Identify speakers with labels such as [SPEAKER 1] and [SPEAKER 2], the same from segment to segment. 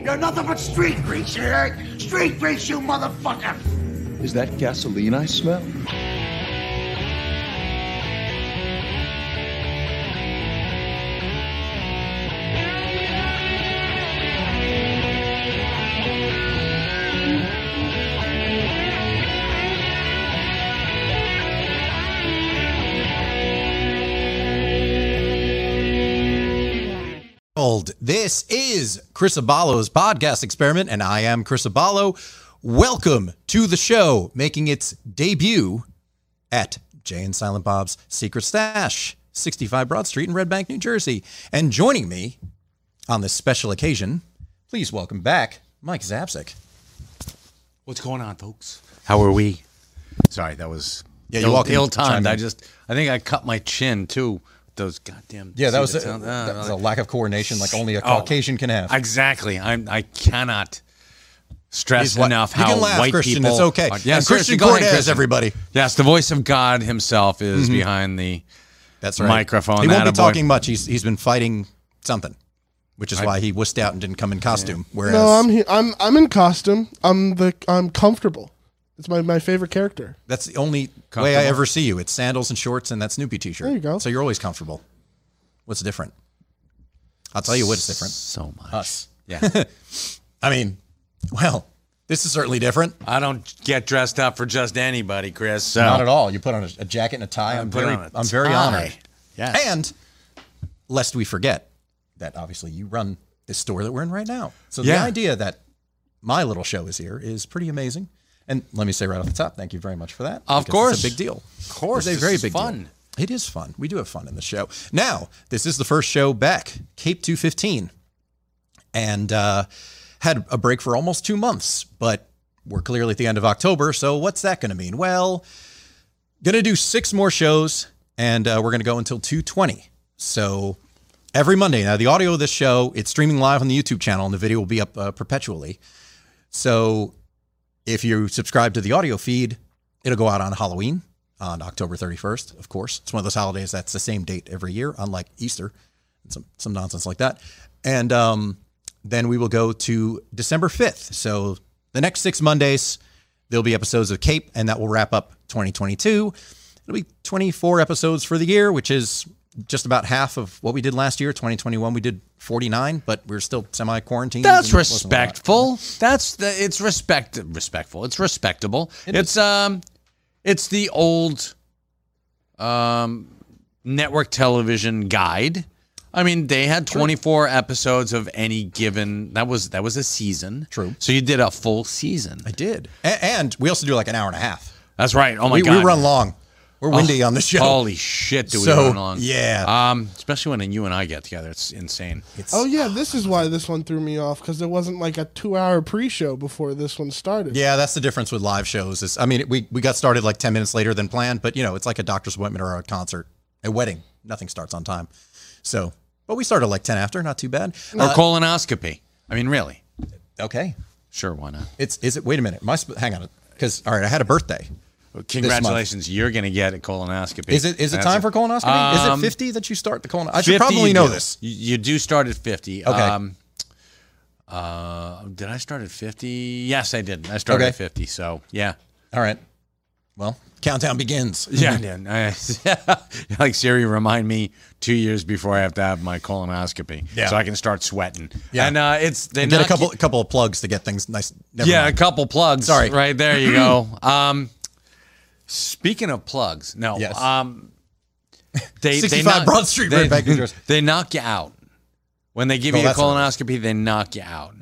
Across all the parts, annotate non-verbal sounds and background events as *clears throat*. [SPEAKER 1] You're nothing but street grease, you heard? Street grease, you motherfucker!
[SPEAKER 2] Is that gasoline I smell?
[SPEAKER 3] Old. This is Chris Abalo's podcast experiment, and I am Chris Abalo. Welcome to the show, making its debut at Jay and Silent Bob's Secret Stash, 65 Broad Street in Red Bank, New Jersey. And joining me on this special occasion, please welcome back Mike Zapsik.
[SPEAKER 4] What's going on, folks?
[SPEAKER 5] How are we?
[SPEAKER 4] Sorry, that was
[SPEAKER 3] Yeah, you
[SPEAKER 4] ill,
[SPEAKER 3] walked in,
[SPEAKER 4] ill timed.
[SPEAKER 3] chimed in.
[SPEAKER 4] I just, I think I cut my chin too. Those goddamn.
[SPEAKER 3] Yeah, that
[SPEAKER 4] see
[SPEAKER 3] was,
[SPEAKER 4] the
[SPEAKER 3] a,
[SPEAKER 4] sound-
[SPEAKER 3] that
[SPEAKER 4] Ah,
[SPEAKER 3] was a lack of coordination, like only a
[SPEAKER 4] Oh.
[SPEAKER 3] Caucasian can have.
[SPEAKER 4] exactly. I'm. I cannot stress
[SPEAKER 3] He's la-
[SPEAKER 4] enough
[SPEAKER 3] you
[SPEAKER 4] how
[SPEAKER 3] can laugh,
[SPEAKER 4] white
[SPEAKER 3] Christian.
[SPEAKER 4] people.
[SPEAKER 3] It's okay.
[SPEAKER 4] Are,
[SPEAKER 3] And
[SPEAKER 4] seriously,
[SPEAKER 3] Christian
[SPEAKER 4] go ahead,
[SPEAKER 3] Cortez, Mm-hmm. everybody.
[SPEAKER 4] Yes, the voice of God Himself is behind the.
[SPEAKER 3] That's right.
[SPEAKER 4] Microphone,
[SPEAKER 3] He won't be
[SPEAKER 4] attaboy.
[SPEAKER 3] talking much. He's he's been fighting something, which is why he wussed out and didn't come in costume. Whereas
[SPEAKER 6] No, I'm he- I'm I'm in costume. I'm the I'm comfortable. It's my, my favorite character.
[SPEAKER 3] that's the only way I ever see you. It's sandals and shorts and that Snoopy T-shirt.
[SPEAKER 6] There you go.
[SPEAKER 3] So you're always comfortable. What's different? I'll tell you what's different.
[SPEAKER 4] So much.
[SPEAKER 3] Us.
[SPEAKER 4] Yeah,
[SPEAKER 3] I mean, well, this is certainly different.
[SPEAKER 4] I don't get dressed up for just anybody, Chris. So.
[SPEAKER 3] Not at all. You put on a, a jacket and a tie. I'm,
[SPEAKER 4] put
[SPEAKER 3] very,
[SPEAKER 4] on a
[SPEAKER 3] I'm very
[SPEAKER 4] tie.
[SPEAKER 3] honored.
[SPEAKER 4] Yes.
[SPEAKER 3] And lest we forget that obviously you run this store that we're in right now. So the
[SPEAKER 4] Yeah.
[SPEAKER 3] idea that my little show is here is pretty amazing. And let me say right off the top, thank you very much for that. because
[SPEAKER 4] Of
[SPEAKER 3] it's
[SPEAKER 4] course.
[SPEAKER 3] a big deal. Of it's
[SPEAKER 4] course,
[SPEAKER 3] a
[SPEAKER 4] this
[SPEAKER 3] very
[SPEAKER 4] is
[SPEAKER 3] big deal.
[SPEAKER 4] fun.
[SPEAKER 3] It is fun. We do have fun in the show. Now, this is the first show back, Cape 215, and uh, had a break for almost two months, but we're clearly at the end of October. So what's that going to mean? Well, gonna do six more shows and uh, we're gonna go until 2.20 so every monday now the audio of this show it's streaming live on the youtube channel and the video will be up uh, perpetually so if you subscribe to the audio feed it'll go out on halloween on october 31st of course it's one of those holidays that's the same date every year unlike easter and some, some nonsense like that and um, then we will go to december 5th so the next six mondays There'll be episodes of Cape, and that will wrap up 2022. It'll be 24 episodes for the year, which is just about half of what we did last year. 2021, we did 49, but we are still semi quarantined.
[SPEAKER 4] That's respectful. That's the it's respect respectful. It's respectable. it's um it's the old um network television guide. I mean, they had 24 episodes of any given that was that was a season.
[SPEAKER 3] True.
[SPEAKER 4] So you did a full season.
[SPEAKER 3] I did. A- and we also do like an hour and a half.
[SPEAKER 4] That's right. Oh my
[SPEAKER 3] We,
[SPEAKER 4] god. Oh,
[SPEAKER 3] we run long. We're windy on the show.
[SPEAKER 4] Holy shit, do
[SPEAKER 3] So,
[SPEAKER 4] we run long?
[SPEAKER 3] yeah.
[SPEAKER 4] Um especially when you and I get together. It's insane.
[SPEAKER 6] Oh yeah, this is why this one threw me off because there wasn't like a two hour pre show before this one started.
[SPEAKER 3] Yeah, that's the difference with live shows. Is I mean, we, we got started like 10 minutes later than planned, but you know, it's like a doctor's appointment or a concert, a wedding. Nothing starts on time. So, but we started like 10 after, not too bad. Uh,
[SPEAKER 4] or colonoscopy. I mean, really.
[SPEAKER 3] Okay.
[SPEAKER 4] Sure, why not?
[SPEAKER 3] It's is it? Wait a minute. My sp- hang on, because all right, I had a birthday.
[SPEAKER 4] Congratulations, you're going to get a colonoscopy.
[SPEAKER 3] Is it is it
[SPEAKER 4] That's
[SPEAKER 3] time for colonoscopy? is
[SPEAKER 4] Um,
[SPEAKER 3] it fifty that you start the colonoscopy? I
[SPEAKER 4] 50
[SPEAKER 3] should probably
[SPEAKER 4] you
[SPEAKER 3] know
[SPEAKER 4] do.
[SPEAKER 3] this.
[SPEAKER 4] You, you do start at 50.
[SPEAKER 3] Okay.
[SPEAKER 4] Um, uh, did I start at 50? Yes, I did. I started
[SPEAKER 3] Okay.
[SPEAKER 4] at 50. So,
[SPEAKER 3] *laughs*
[SPEAKER 4] yeah.
[SPEAKER 3] All right. Well, countdown begins.
[SPEAKER 4] Yeah. *laughs* like Siri, remind me two years before I have to have my colonoscopy
[SPEAKER 3] Yeah.
[SPEAKER 4] so I can start sweating.
[SPEAKER 3] Yeah.
[SPEAKER 4] And uh, it's, they
[SPEAKER 3] Get a
[SPEAKER 4] knock you-
[SPEAKER 3] couple couple of plugs to get things nice. Never
[SPEAKER 4] yeah,
[SPEAKER 3] mind.
[SPEAKER 4] a couple plugs.
[SPEAKER 3] Sorry.
[SPEAKER 4] Right there
[SPEAKER 3] *clears throat*
[SPEAKER 4] you go. Um, speaking of plugs, no.
[SPEAKER 3] Yes.
[SPEAKER 4] Um, they,
[SPEAKER 3] 65
[SPEAKER 4] they knock,
[SPEAKER 3] Broad Street,
[SPEAKER 4] They,
[SPEAKER 3] right back in Jersey.
[SPEAKER 4] *laughs* they knock you out when they give
[SPEAKER 3] Oh,
[SPEAKER 4] you a
[SPEAKER 3] that's Mm-hmm. all right.
[SPEAKER 4] colonoscopy. They knock you out.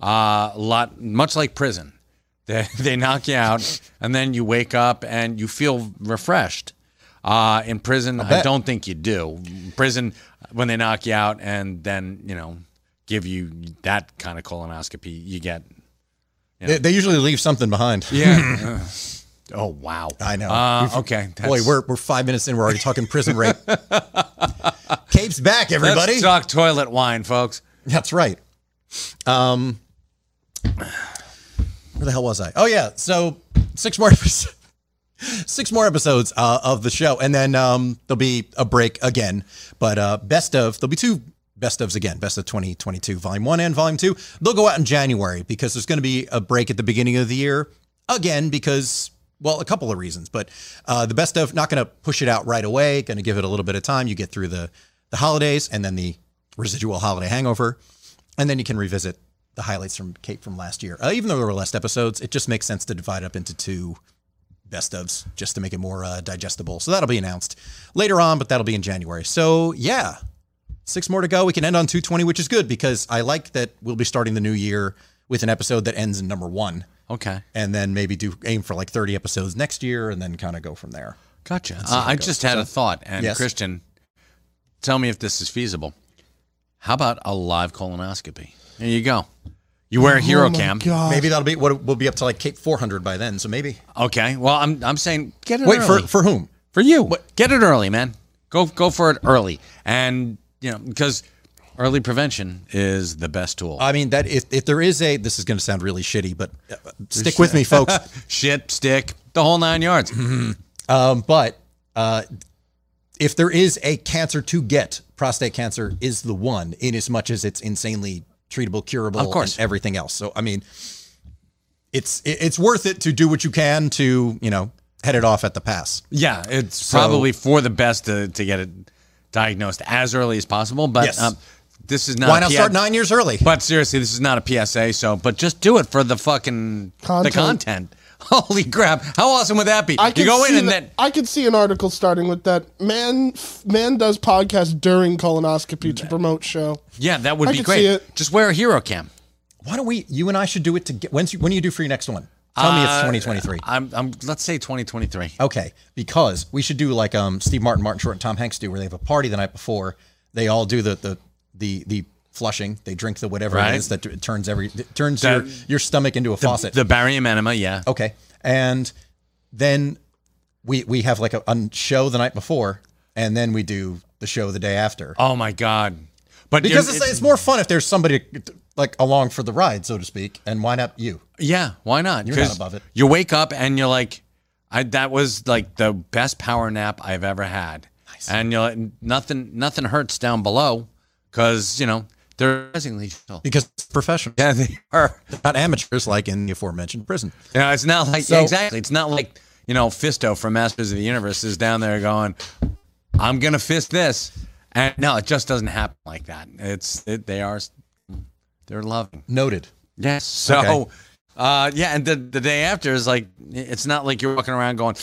[SPEAKER 4] Uh, a lot, much like prison. *laughs* They they knock you out, and then you wake up and you feel refreshed. Uh, in prison, I
[SPEAKER 3] bet.
[SPEAKER 4] don't think you do. Prison, when they knock you out and then you know give you that kind of colonoscopy, you get
[SPEAKER 3] They, they usually leave something behind.
[SPEAKER 4] yeah. *laughs* oh wow.
[SPEAKER 3] I know.
[SPEAKER 4] Uh,
[SPEAKER 3] We've-
[SPEAKER 4] okay.
[SPEAKER 3] Boy, we're we're five minutes in. We're already talking prison
[SPEAKER 4] *laughs*
[SPEAKER 3] rape. Cape's back, everybody.
[SPEAKER 4] Let's talk toilet wine, folks.
[SPEAKER 3] That's right. Um, where the hell was I? Oh yeah, so six more episodes, six more episodes uh, of the show, and then um, there'll be a break again. But uh, best of there'll be two best ofs again, best of 2022, volume one and volume two. They'll go out in January because there's going to be a break at the beginning of the year again because. Well, a couple of reasons, but uh, the best of not going to push it out right away. Going to give it a little bit of time. You get through the the holidays and then the residual holiday hangover, and then you can revisit the highlights from Kate from last year. Uh, even though there were less episodes, it just makes sense to divide up into two best ofs just to make it more uh, digestible. So that'll be announced later on, but that'll be in January. So yeah, six more to go. We can end on 220, which is good because I like that we'll be starting the new year with an episode that ends in number one,
[SPEAKER 4] Okay.
[SPEAKER 3] and then maybe do aim for like 30 episodes next year, and then kind of go from there.
[SPEAKER 4] Gotcha. Uh, I just had a thought, and
[SPEAKER 3] Yes.
[SPEAKER 4] Christian, tell me if this is feasible. How about a live colonoscopy? There you go. You wear a hero
[SPEAKER 6] oh my
[SPEAKER 4] cam.
[SPEAKER 6] God.
[SPEAKER 3] Maybe that'll be what we'll be up to like Cape 400 by then. So maybe
[SPEAKER 4] Okay. Well, I'm I'm saying get it
[SPEAKER 3] wait
[SPEAKER 4] early.
[SPEAKER 3] for for whom?
[SPEAKER 4] For you. Get it early, man. Go go for it early, and you know because early prevention is the best tool.
[SPEAKER 3] I mean that if, if there is a this is going to sound really shitty, but uh, stick with me, folks.
[SPEAKER 4] Shit, stick, the whole nine yards.
[SPEAKER 3] Um, but uh, if there is a cancer to get, prostate cancer is the one, in as much as it's insanely treatable, curable,
[SPEAKER 4] Of course.
[SPEAKER 3] and everything else. So I mean, it's it- it's worth it to do what you can to you know head it off at the pass.
[SPEAKER 4] Yeah, it's probably for the best to, to get it diagnosed as early as possible. But
[SPEAKER 3] Yes.
[SPEAKER 4] um, this is not.
[SPEAKER 3] Why
[SPEAKER 4] a
[SPEAKER 3] not
[SPEAKER 4] P-
[SPEAKER 3] start nine years early?
[SPEAKER 4] But seriously, this is not a PSA. So, but just do it for the fucking
[SPEAKER 6] Content.
[SPEAKER 4] the content. *laughs* Holy crap! How awesome would that be?
[SPEAKER 6] I
[SPEAKER 4] you
[SPEAKER 6] could
[SPEAKER 4] go in
[SPEAKER 6] see
[SPEAKER 4] and
[SPEAKER 6] that-
[SPEAKER 4] then
[SPEAKER 6] I could see an article starting with that man. f- Man does podcast during colonoscopy to promote show.
[SPEAKER 4] yeah, that would
[SPEAKER 6] I
[SPEAKER 4] be
[SPEAKER 6] could
[SPEAKER 4] great.
[SPEAKER 6] see it.
[SPEAKER 4] Just wear a hero cam.
[SPEAKER 3] Why don't we? You and I should do it together. When's you, when do you do for your next one? Tell me it's
[SPEAKER 4] Uh,
[SPEAKER 3] 2023.
[SPEAKER 4] I'm, I'm let's say 2023.
[SPEAKER 3] Okay, because we should do like um, Steve Martin, Martin Short, and Tom Hanks do, where they have a party the night before. They all do the the the the flushing. They drink the whatever
[SPEAKER 4] Right.
[SPEAKER 3] it is that t- turns every that turns
[SPEAKER 4] That-
[SPEAKER 3] your your stomach into a faucet.
[SPEAKER 4] The barium enema, yeah.
[SPEAKER 3] okay, and then we we have like a, a show the night before, and then we do the show the day after.
[SPEAKER 4] Oh my god! But
[SPEAKER 3] because
[SPEAKER 4] you're-
[SPEAKER 3] it's, it's more fun if there's somebody like along for the ride, so to speak. And why not you?
[SPEAKER 4] Yeah, why not?
[SPEAKER 3] not
[SPEAKER 4] 'Cause
[SPEAKER 3] above it.
[SPEAKER 4] You wake up and you're like, I that was like the best power nap I've ever had. And you're like, nothing nothing hurts down below because you know they're surprisingly chill.
[SPEAKER 3] Because it's professional, *laughs* yeah, they are not amateurs like in the aforementioned prison.
[SPEAKER 4] You know, it's not like
[SPEAKER 3] So-
[SPEAKER 4] exactly. It's not like you know Fisto from Masters of the Universe is down there going, I'm gonna fist this, and no, it just doesn't happen like that. It's it, they are they're loving.
[SPEAKER 3] Noted.
[SPEAKER 4] Yes. So,
[SPEAKER 3] Okay.
[SPEAKER 4] uh, yeah, and the the day after is like it's not like you're walking around going,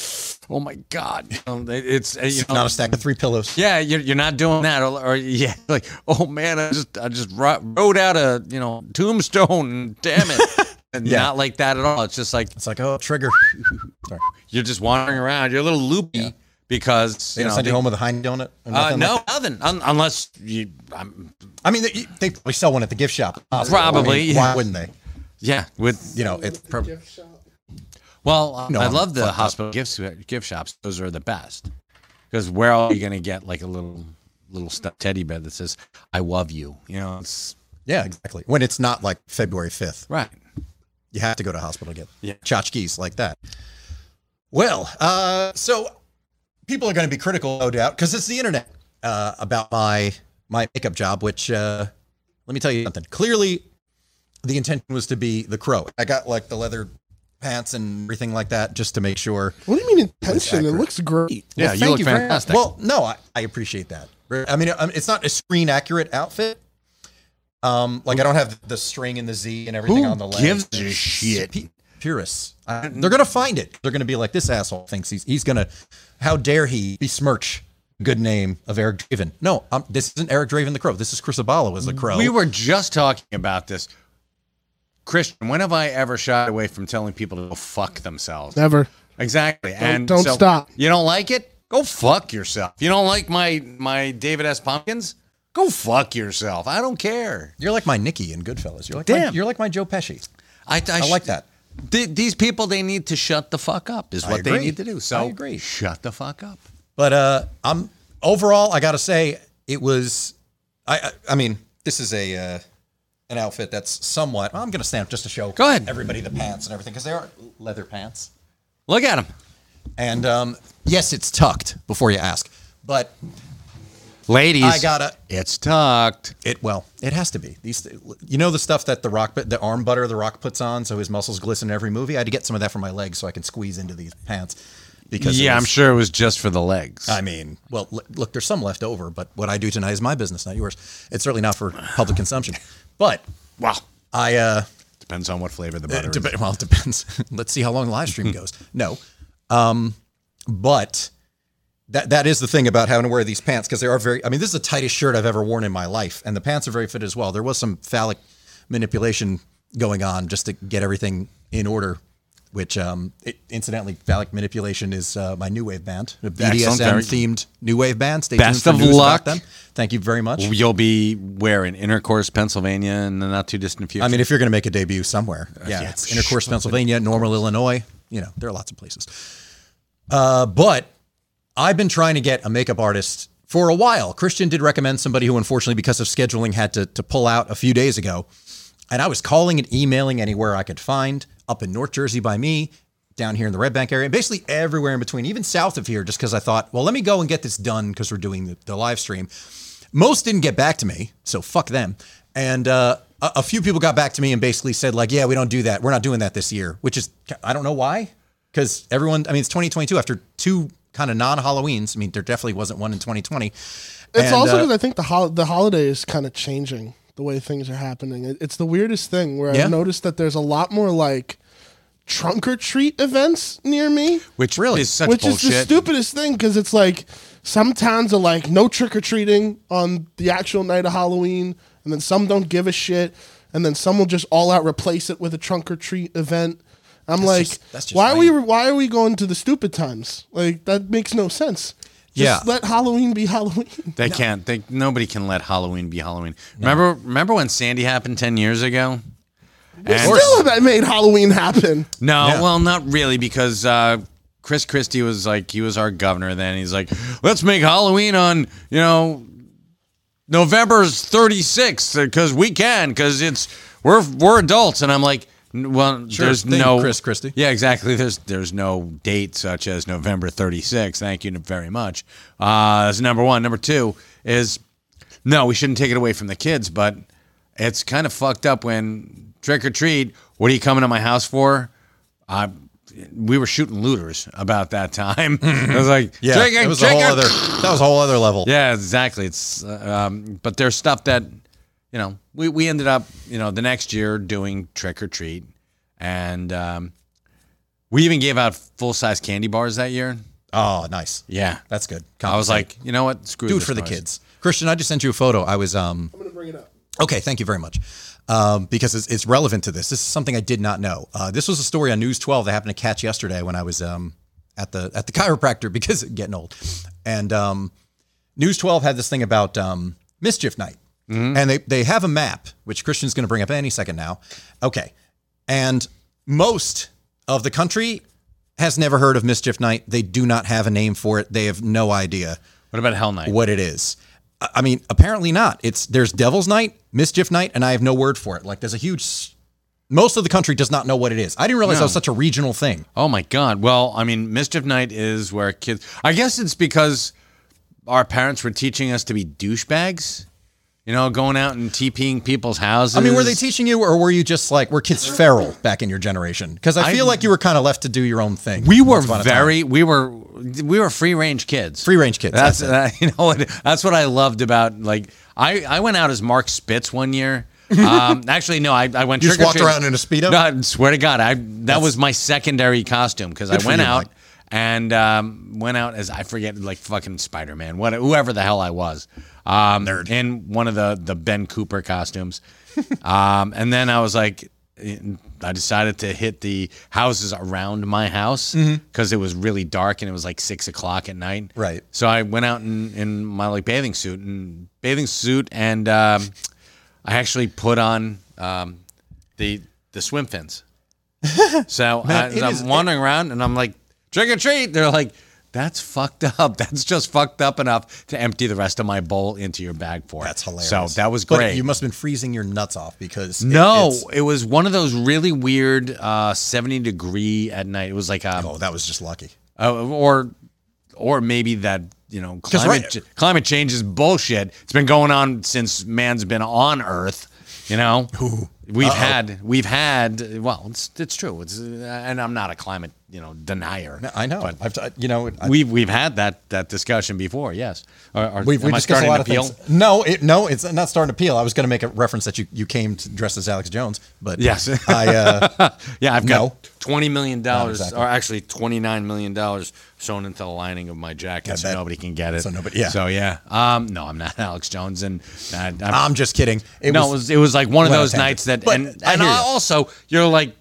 [SPEAKER 4] "Oh my god," You know, it- it's uh, you know,
[SPEAKER 3] Not a stack of three pillows.
[SPEAKER 4] yeah, you're, you're not doing that, or, or yeah, *laughs* like oh man, I just I just ro- wrote out a you know tombstone, damn
[SPEAKER 3] *laughs*
[SPEAKER 4] it, and
[SPEAKER 3] Yeah.
[SPEAKER 4] not like that at all. It's just like
[SPEAKER 3] It's like, oh, trigger. Sorry.
[SPEAKER 4] you're just wandering around. You're a little loopy because
[SPEAKER 3] They
[SPEAKER 4] you
[SPEAKER 3] don't
[SPEAKER 4] know.
[SPEAKER 3] send you
[SPEAKER 4] they-
[SPEAKER 3] home with a hind donut? Or
[SPEAKER 4] uh,
[SPEAKER 3] nothing
[SPEAKER 4] no,
[SPEAKER 3] like-
[SPEAKER 4] nothing. Un- unless you, um,
[SPEAKER 3] I mean, they, they probably sell one at the gift shop. Possibly.
[SPEAKER 4] Probably,
[SPEAKER 3] I mean,
[SPEAKER 4] yeah.
[SPEAKER 3] Why wouldn't they?
[SPEAKER 4] yeah, with
[SPEAKER 3] You know, it's probably.
[SPEAKER 4] Well, uh,
[SPEAKER 3] No,
[SPEAKER 4] I
[SPEAKER 3] I'm
[SPEAKER 4] love the
[SPEAKER 3] fucked up.
[SPEAKER 4] hospital gift gift shops. Those are the best because where are you going to get like a little little stuffed teddy bear that says "I love you"? You know, it's
[SPEAKER 3] Yeah, exactly. When it's not like February 5th,
[SPEAKER 4] right.
[SPEAKER 3] you have to go to hospital to get
[SPEAKER 4] Yeah.
[SPEAKER 3] tchotchkes like that. Well, uh, so people are going to be critical, no doubt, because it's the internet uh, about my my makeup job. Which uh, let me tell you something. Clearly, the intention was to be the crow. I got like the leather pants and everything like that, just to make sure.
[SPEAKER 6] What do you mean intention? It
[SPEAKER 3] accurate.
[SPEAKER 6] looks great.
[SPEAKER 4] Yeah, you
[SPEAKER 6] thank
[SPEAKER 4] look
[SPEAKER 6] very
[SPEAKER 4] fantastic.
[SPEAKER 3] Well, no, I, I appreciate that. I mean, um, it's not a screen accurate outfit. Um, like I don't have the string and the Z and everything
[SPEAKER 4] Who
[SPEAKER 3] on the leg.
[SPEAKER 4] gives a shit?
[SPEAKER 3] P- purists. Uh, they're gonna find it. They're gonna be like, this asshole thinks he's he's gonna. How dare he besmirch the good name of Eric Draven? No, um, this isn't Eric Draven the Crow. This is Chris Abala as the Crow.
[SPEAKER 4] Mm, We were just talking about this, Christian. When have I ever shied away from telling people to go fuck themselves?
[SPEAKER 6] Never.
[SPEAKER 4] Exactly. and
[SPEAKER 6] don't
[SPEAKER 4] so,
[SPEAKER 6] stop.
[SPEAKER 4] You don't like it? Go fuck yourself. You don't like my my David S. Pumpkins? Go fuck yourself. I don't care.
[SPEAKER 3] You're like my Nikki in Goodfellas. You're like My,
[SPEAKER 4] Damn.
[SPEAKER 3] you're like my Joe Pesci.
[SPEAKER 4] I, I,
[SPEAKER 3] I
[SPEAKER 4] sh-
[SPEAKER 3] like that.
[SPEAKER 4] Th- these people, they need to shut the fuck up, is
[SPEAKER 3] I
[SPEAKER 4] what they
[SPEAKER 3] agree.
[SPEAKER 4] need to do. So
[SPEAKER 3] I agree.
[SPEAKER 4] Shut the fuck up.
[SPEAKER 3] But uh, I'm overall, I gotta say, it was. I I, I mean, this is a uh, an outfit that's somewhat. I'm gonna stand up just to show.
[SPEAKER 4] Go ahead.
[SPEAKER 3] Everybody the pants and everything because they are leather pants.
[SPEAKER 4] Look at him.
[SPEAKER 3] And um, yes, it's tucked before you ask, but
[SPEAKER 4] Ladies,
[SPEAKER 3] I gotta-
[SPEAKER 4] It's tucked.
[SPEAKER 3] It well, it has to be. These, you know, the stuff that the rock, the arm butter the rock puts on, so his muscles glisten every movie. I had to get some of that for my legs so I can squeeze into these pants. Because it
[SPEAKER 4] yeah, I'm
[SPEAKER 3] was-
[SPEAKER 4] sure it Uh, was just for the legs.
[SPEAKER 3] I mean, well, l- look, there's some left over, but what I do tonight is my business, not yours. It's certainly not for public consumption. But
[SPEAKER 4] well,
[SPEAKER 3] I, uh,
[SPEAKER 4] depends on what flavor the butter.
[SPEAKER 3] it
[SPEAKER 4] is.
[SPEAKER 3] dep- well, it depends. *laughs* Let's see how long the live
[SPEAKER 4] *laughs*
[SPEAKER 3] stream goes. No, um, but that that is the thing about having to wear these pants because they are very. I mean, this is the tightest shirt I've ever worn in my life, and the pants are very fit as well. There was some phallic manipulation going on just to get everything in order. Which, um, it, incidentally, phallic manipulation is uh, my new wave band, a
[SPEAKER 4] Excellent, very-
[SPEAKER 3] BDSM themed new wave band. Stay
[SPEAKER 4] Best
[SPEAKER 3] tuned for
[SPEAKER 4] of
[SPEAKER 3] news about
[SPEAKER 4] luck.
[SPEAKER 3] them. Thank you very much.
[SPEAKER 4] You'll be where in Intercourse, Pennsylvania, in the not too distant future.
[SPEAKER 3] I mean, if you're going to make a debut somewhere, yeah,
[SPEAKER 4] yeah,
[SPEAKER 3] it's
[SPEAKER 4] psh,
[SPEAKER 3] Intercourse, Pennsylvania, Normal, Illinois. You know, there are lots of places. Uh, but I've been trying to get a makeup artist for a while. Christian did recommend somebody who, unfortunately, because of scheduling, had to to pull out a few days ago. And I was calling and emailing anywhere I could find up in North Jersey by me, down here in the Red Bank area, and basically everywhere in between, even south of here, just because I thought, well, let me go and get this done because we're doing the, the live stream. Most didn't get back to me, so fuck them. And uh, a, a few people got back to me and basically said, like, yeah, we don't do that. We're not doing that this year, which is, I don't know why, because everyone, I mean, it's 2022 after two kind of non Halloweens. I mean, there definitely wasn't one in 2020.
[SPEAKER 6] It's
[SPEAKER 3] And,
[SPEAKER 6] also
[SPEAKER 3] uh,
[SPEAKER 6] because I think the hol- the holiday is kind of changing the way things are happening. It- It's the weirdest thing where
[SPEAKER 3] Yeah.
[SPEAKER 6] I've noticed that there's a lot more like trunk or treat events near me,
[SPEAKER 4] which really is such
[SPEAKER 6] which
[SPEAKER 4] bullshit.
[SPEAKER 6] is the stupidest thing because it's like some towns are like no trick or treating on the actual night of Halloween, and then some don't give a shit, and then some will just all out replace it with a trunk or treat event. I'm like,
[SPEAKER 3] just- that's just
[SPEAKER 6] why are we
[SPEAKER 3] lame.
[SPEAKER 6] why are we going to the stupid times? Like that makes no sense.
[SPEAKER 3] Yeah.
[SPEAKER 6] Just let Halloween be *laughs* Halloween.
[SPEAKER 4] They can't. They, nobody can let Halloween be Halloween. Remember, remember when Sandy happened ten years ago? And-
[SPEAKER 6] Still have made Halloween happen.
[SPEAKER 4] no,
[SPEAKER 3] Yeah.
[SPEAKER 4] well, not really, because uh, Chris Christie was like he was our governor then. He's like, let's make Halloween on you know November's thirty sixth because we can because it's we're we're adults, and I'm like. "N- Well,
[SPEAKER 3] Sure
[SPEAKER 4] there's
[SPEAKER 3] thing,
[SPEAKER 4] no
[SPEAKER 3] Chris Christie."
[SPEAKER 4] Yeah, exactly. There's there's no date such as November 36th. Thank you very much. Uh, that's number one. Number two is no, we shouldn't take it away from the kids, but it's kind of fucked up when trick or treat. What are you coming to my house for? I we were shooting looters about
[SPEAKER 3] *laughs*
[SPEAKER 4] that time. I was like,
[SPEAKER 3] Mm-hmm. Yeah,
[SPEAKER 4] "Trick or-
[SPEAKER 3] that was a
[SPEAKER 4] trick
[SPEAKER 3] whole
[SPEAKER 4] or-
[SPEAKER 3] other, that was a whole other level.
[SPEAKER 4] *laughs* yeah, exactly. It's uh, um, but there's stuff that you know we we ended up you know the next year doing trick or treat, and um, we even gave out full size candy bars that year.
[SPEAKER 3] Oh, nice.
[SPEAKER 4] Yeah,
[SPEAKER 3] That's good.
[SPEAKER 4] I was like, you know what, screw
[SPEAKER 3] do it
[SPEAKER 4] this
[SPEAKER 3] for the
[SPEAKER 4] noise.
[SPEAKER 3] kids. Christian, I just sent you a photo. I was um
[SPEAKER 6] I'm gonna bring it up.
[SPEAKER 3] okay, thank you very much. Um, because it's, it's relevant to this. This is something I did not know. Uh, this was a story on News 12 that happened to catch yesterday when I was um at the at the *laughs* chiropractor because getting old. And um News 12 had this thing about um, Mischief Night. And they, they have a map, which Christian's going to bring up any second now. Okay. And most of the country has never heard of Mischief Night. They do not have a name for it. They have no idea
[SPEAKER 4] What about Hell Night?
[SPEAKER 3] what it is. I I mean, apparently not. It's there's Devil's Night, Mischief Night, and I have no word for it. Like there's a huge. s- Most of the country does not know what it is. I didn't realize that was such a regional thing.
[SPEAKER 4] Oh my God! Well, I mean, Mischief Night is where kids. I guess it's because our parents were teaching us to be douchebags. You know, going out and TPing people's houses.
[SPEAKER 3] I mean, were they teaching you, or were you just like were kids feral back in your generation? Because I feel
[SPEAKER 4] I-
[SPEAKER 3] like you were kind of left to do your own thing.
[SPEAKER 4] We were
[SPEAKER 3] once upon a time.
[SPEAKER 4] very we were we were free range kids.
[SPEAKER 3] free range kids.
[SPEAKER 4] That's
[SPEAKER 3] That's,
[SPEAKER 4] uh, *laughs* you know what- that's what I loved about like I I went out as Mark Spitz one year.
[SPEAKER 3] *laughs*
[SPEAKER 4] Um, actually, no, I, I went.
[SPEAKER 3] You just
[SPEAKER 4] trick or
[SPEAKER 3] walked
[SPEAKER 4] treat-
[SPEAKER 3] around in a Speedo?
[SPEAKER 4] No, I swear to God, I that was my secondary costume because I
[SPEAKER 3] Good for
[SPEAKER 4] went
[SPEAKER 3] you,
[SPEAKER 4] out
[SPEAKER 3] Mike.
[SPEAKER 4] and um, went out as I forget like fucking Spider Man, what whoever the hell I was, um, nerd in one of the the Ben Cooper costumes, um, and then I was like. I decided to hit the houses around my house because it was really dark and it was like six o'clock at night.
[SPEAKER 3] Mm-hmm. Right.
[SPEAKER 4] So I went out in, in my like bathing suit and bathing suit, and um, I actually put on um, the the
[SPEAKER 3] *laughs*
[SPEAKER 4] swim fins. So
[SPEAKER 3] Man,
[SPEAKER 4] I,
[SPEAKER 3] it
[SPEAKER 4] am
[SPEAKER 3] is-
[SPEAKER 4] wandering around, and I'm like trick or treat. They're like, that's fucked up. *laughs* That's just fucked up enough to empty the rest of my bowl into your bag for. it."
[SPEAKER 3] that's hilarious.
[SPEAKER 4] So that was
[SPEAKER 3] But
[SPEAKER 4] great.
[SPEAKER 3] you must have been freezing your nuts off because it-
[SPEAKER 4] no,
[SPEAKER 3] it's-
[SPEAKER 4] it was one of those really weird uh, 70 degree at night. It was like a
[SPEAKER 3] oh, that was just lucky.
[SPEAKER 4] Uh, or or maybe that you know,
[SPEAKER 3] 'Cause
[SPEAKER 4] climate
[SPEAKER 3] right-
[SPEAKER 4] ch- climate change is bullshit. It's been going on since man's been on Earth. You know, we've had we've had well, it's it's true. It's uh, and I'm not a climate you know denier.
[SPEAKER 3] I know.
[SPEAKER 4] but
[SPEAKER 3] I've, t- you know, I-
[SPEAKER 4] we've we've had that that discussion before. Yes, Or- or
[SPEAKER 3] We've,
[SPEAKER 4] am
[SPEAKER 3] we
[SPEAKER 4] I
[SPEAKER 3] discussed a
[SPEAKER 4] starting
[SPEAKER 3] lot
[SPEAKER 4] to
[SPEAKER 3] of
[SPEAKER 4] peel?
[SPEAKER 3] things. No, it, no, it's not starting to peel. I was going to make a reference that you, you came to dress as Alex Jones, but
[SPEAKER 4] Yes.
[SPEAKER 3] I uh,
[SPEAKER 4] *laughs* Yeah, I've
[SPEAKER 3] No. Oh,
[SPEAKER 4] got twenty million dollars,
[SPEAKER 3] exactly.
[SPEAKER 4] or actually twenty nine million dollars, sewn into the lining of my jacket,
[SPEAKER 3] Yeah,
[SPEAKER 4] so
[SPEAKER 3] that-
[SPEAKER 4] nobody can get it.
[SPEAKER 3] so nobody- yeah.
[SPEAKER 4] So yeah. Um, no, I'm not *laughs* Alex Jones, and uh, I'm,
[SPEAKER 3] I'm just kidding. Um, It
[SPEAKER 4] no,
[SPEAKER 3] was,
[SPEAKER 4] it was it was like one of
[SPEAKER 3] Well,
[SPEAKER 4] those
[SPEAKER 3] tangent.
[SPEAKER 4] nights that,
[SPEAKER 3] But
[SPEAKER 4] and
[SPEAKER 3] I
[SPEAKER 4] and
[SPEAKER 3] hear you.
[SPEAKER 4] also you're like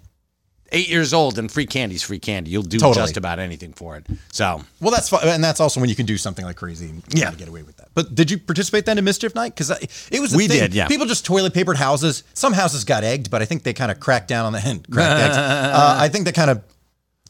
[SPEAKER 4] eight years old, and free candy's free candy. You'll do
[SPEAKER 3] Totally.
[SPEAKER 4] just about anything for it. So
[SPEAKER 3] well, that's fine, and that's also when you can do something like crazy. And
[SPEAKER 4] Yeah.
[SPEAKER 3] to get away with that. But did you participate then in mischief night? Because it was a
[SPEAKER 4] We
[SPEAKER 3] thing.
[SPEAKER 4] did, yeah.
[SPEAKER 3] People just toilet papered houses. Some houses got egged, but I think they kind of cracked down on the *laughs* end. Cracked
[SPEAKER 4] *laughs*
[SPEAKER 3] eggs. Uh, I think they kind of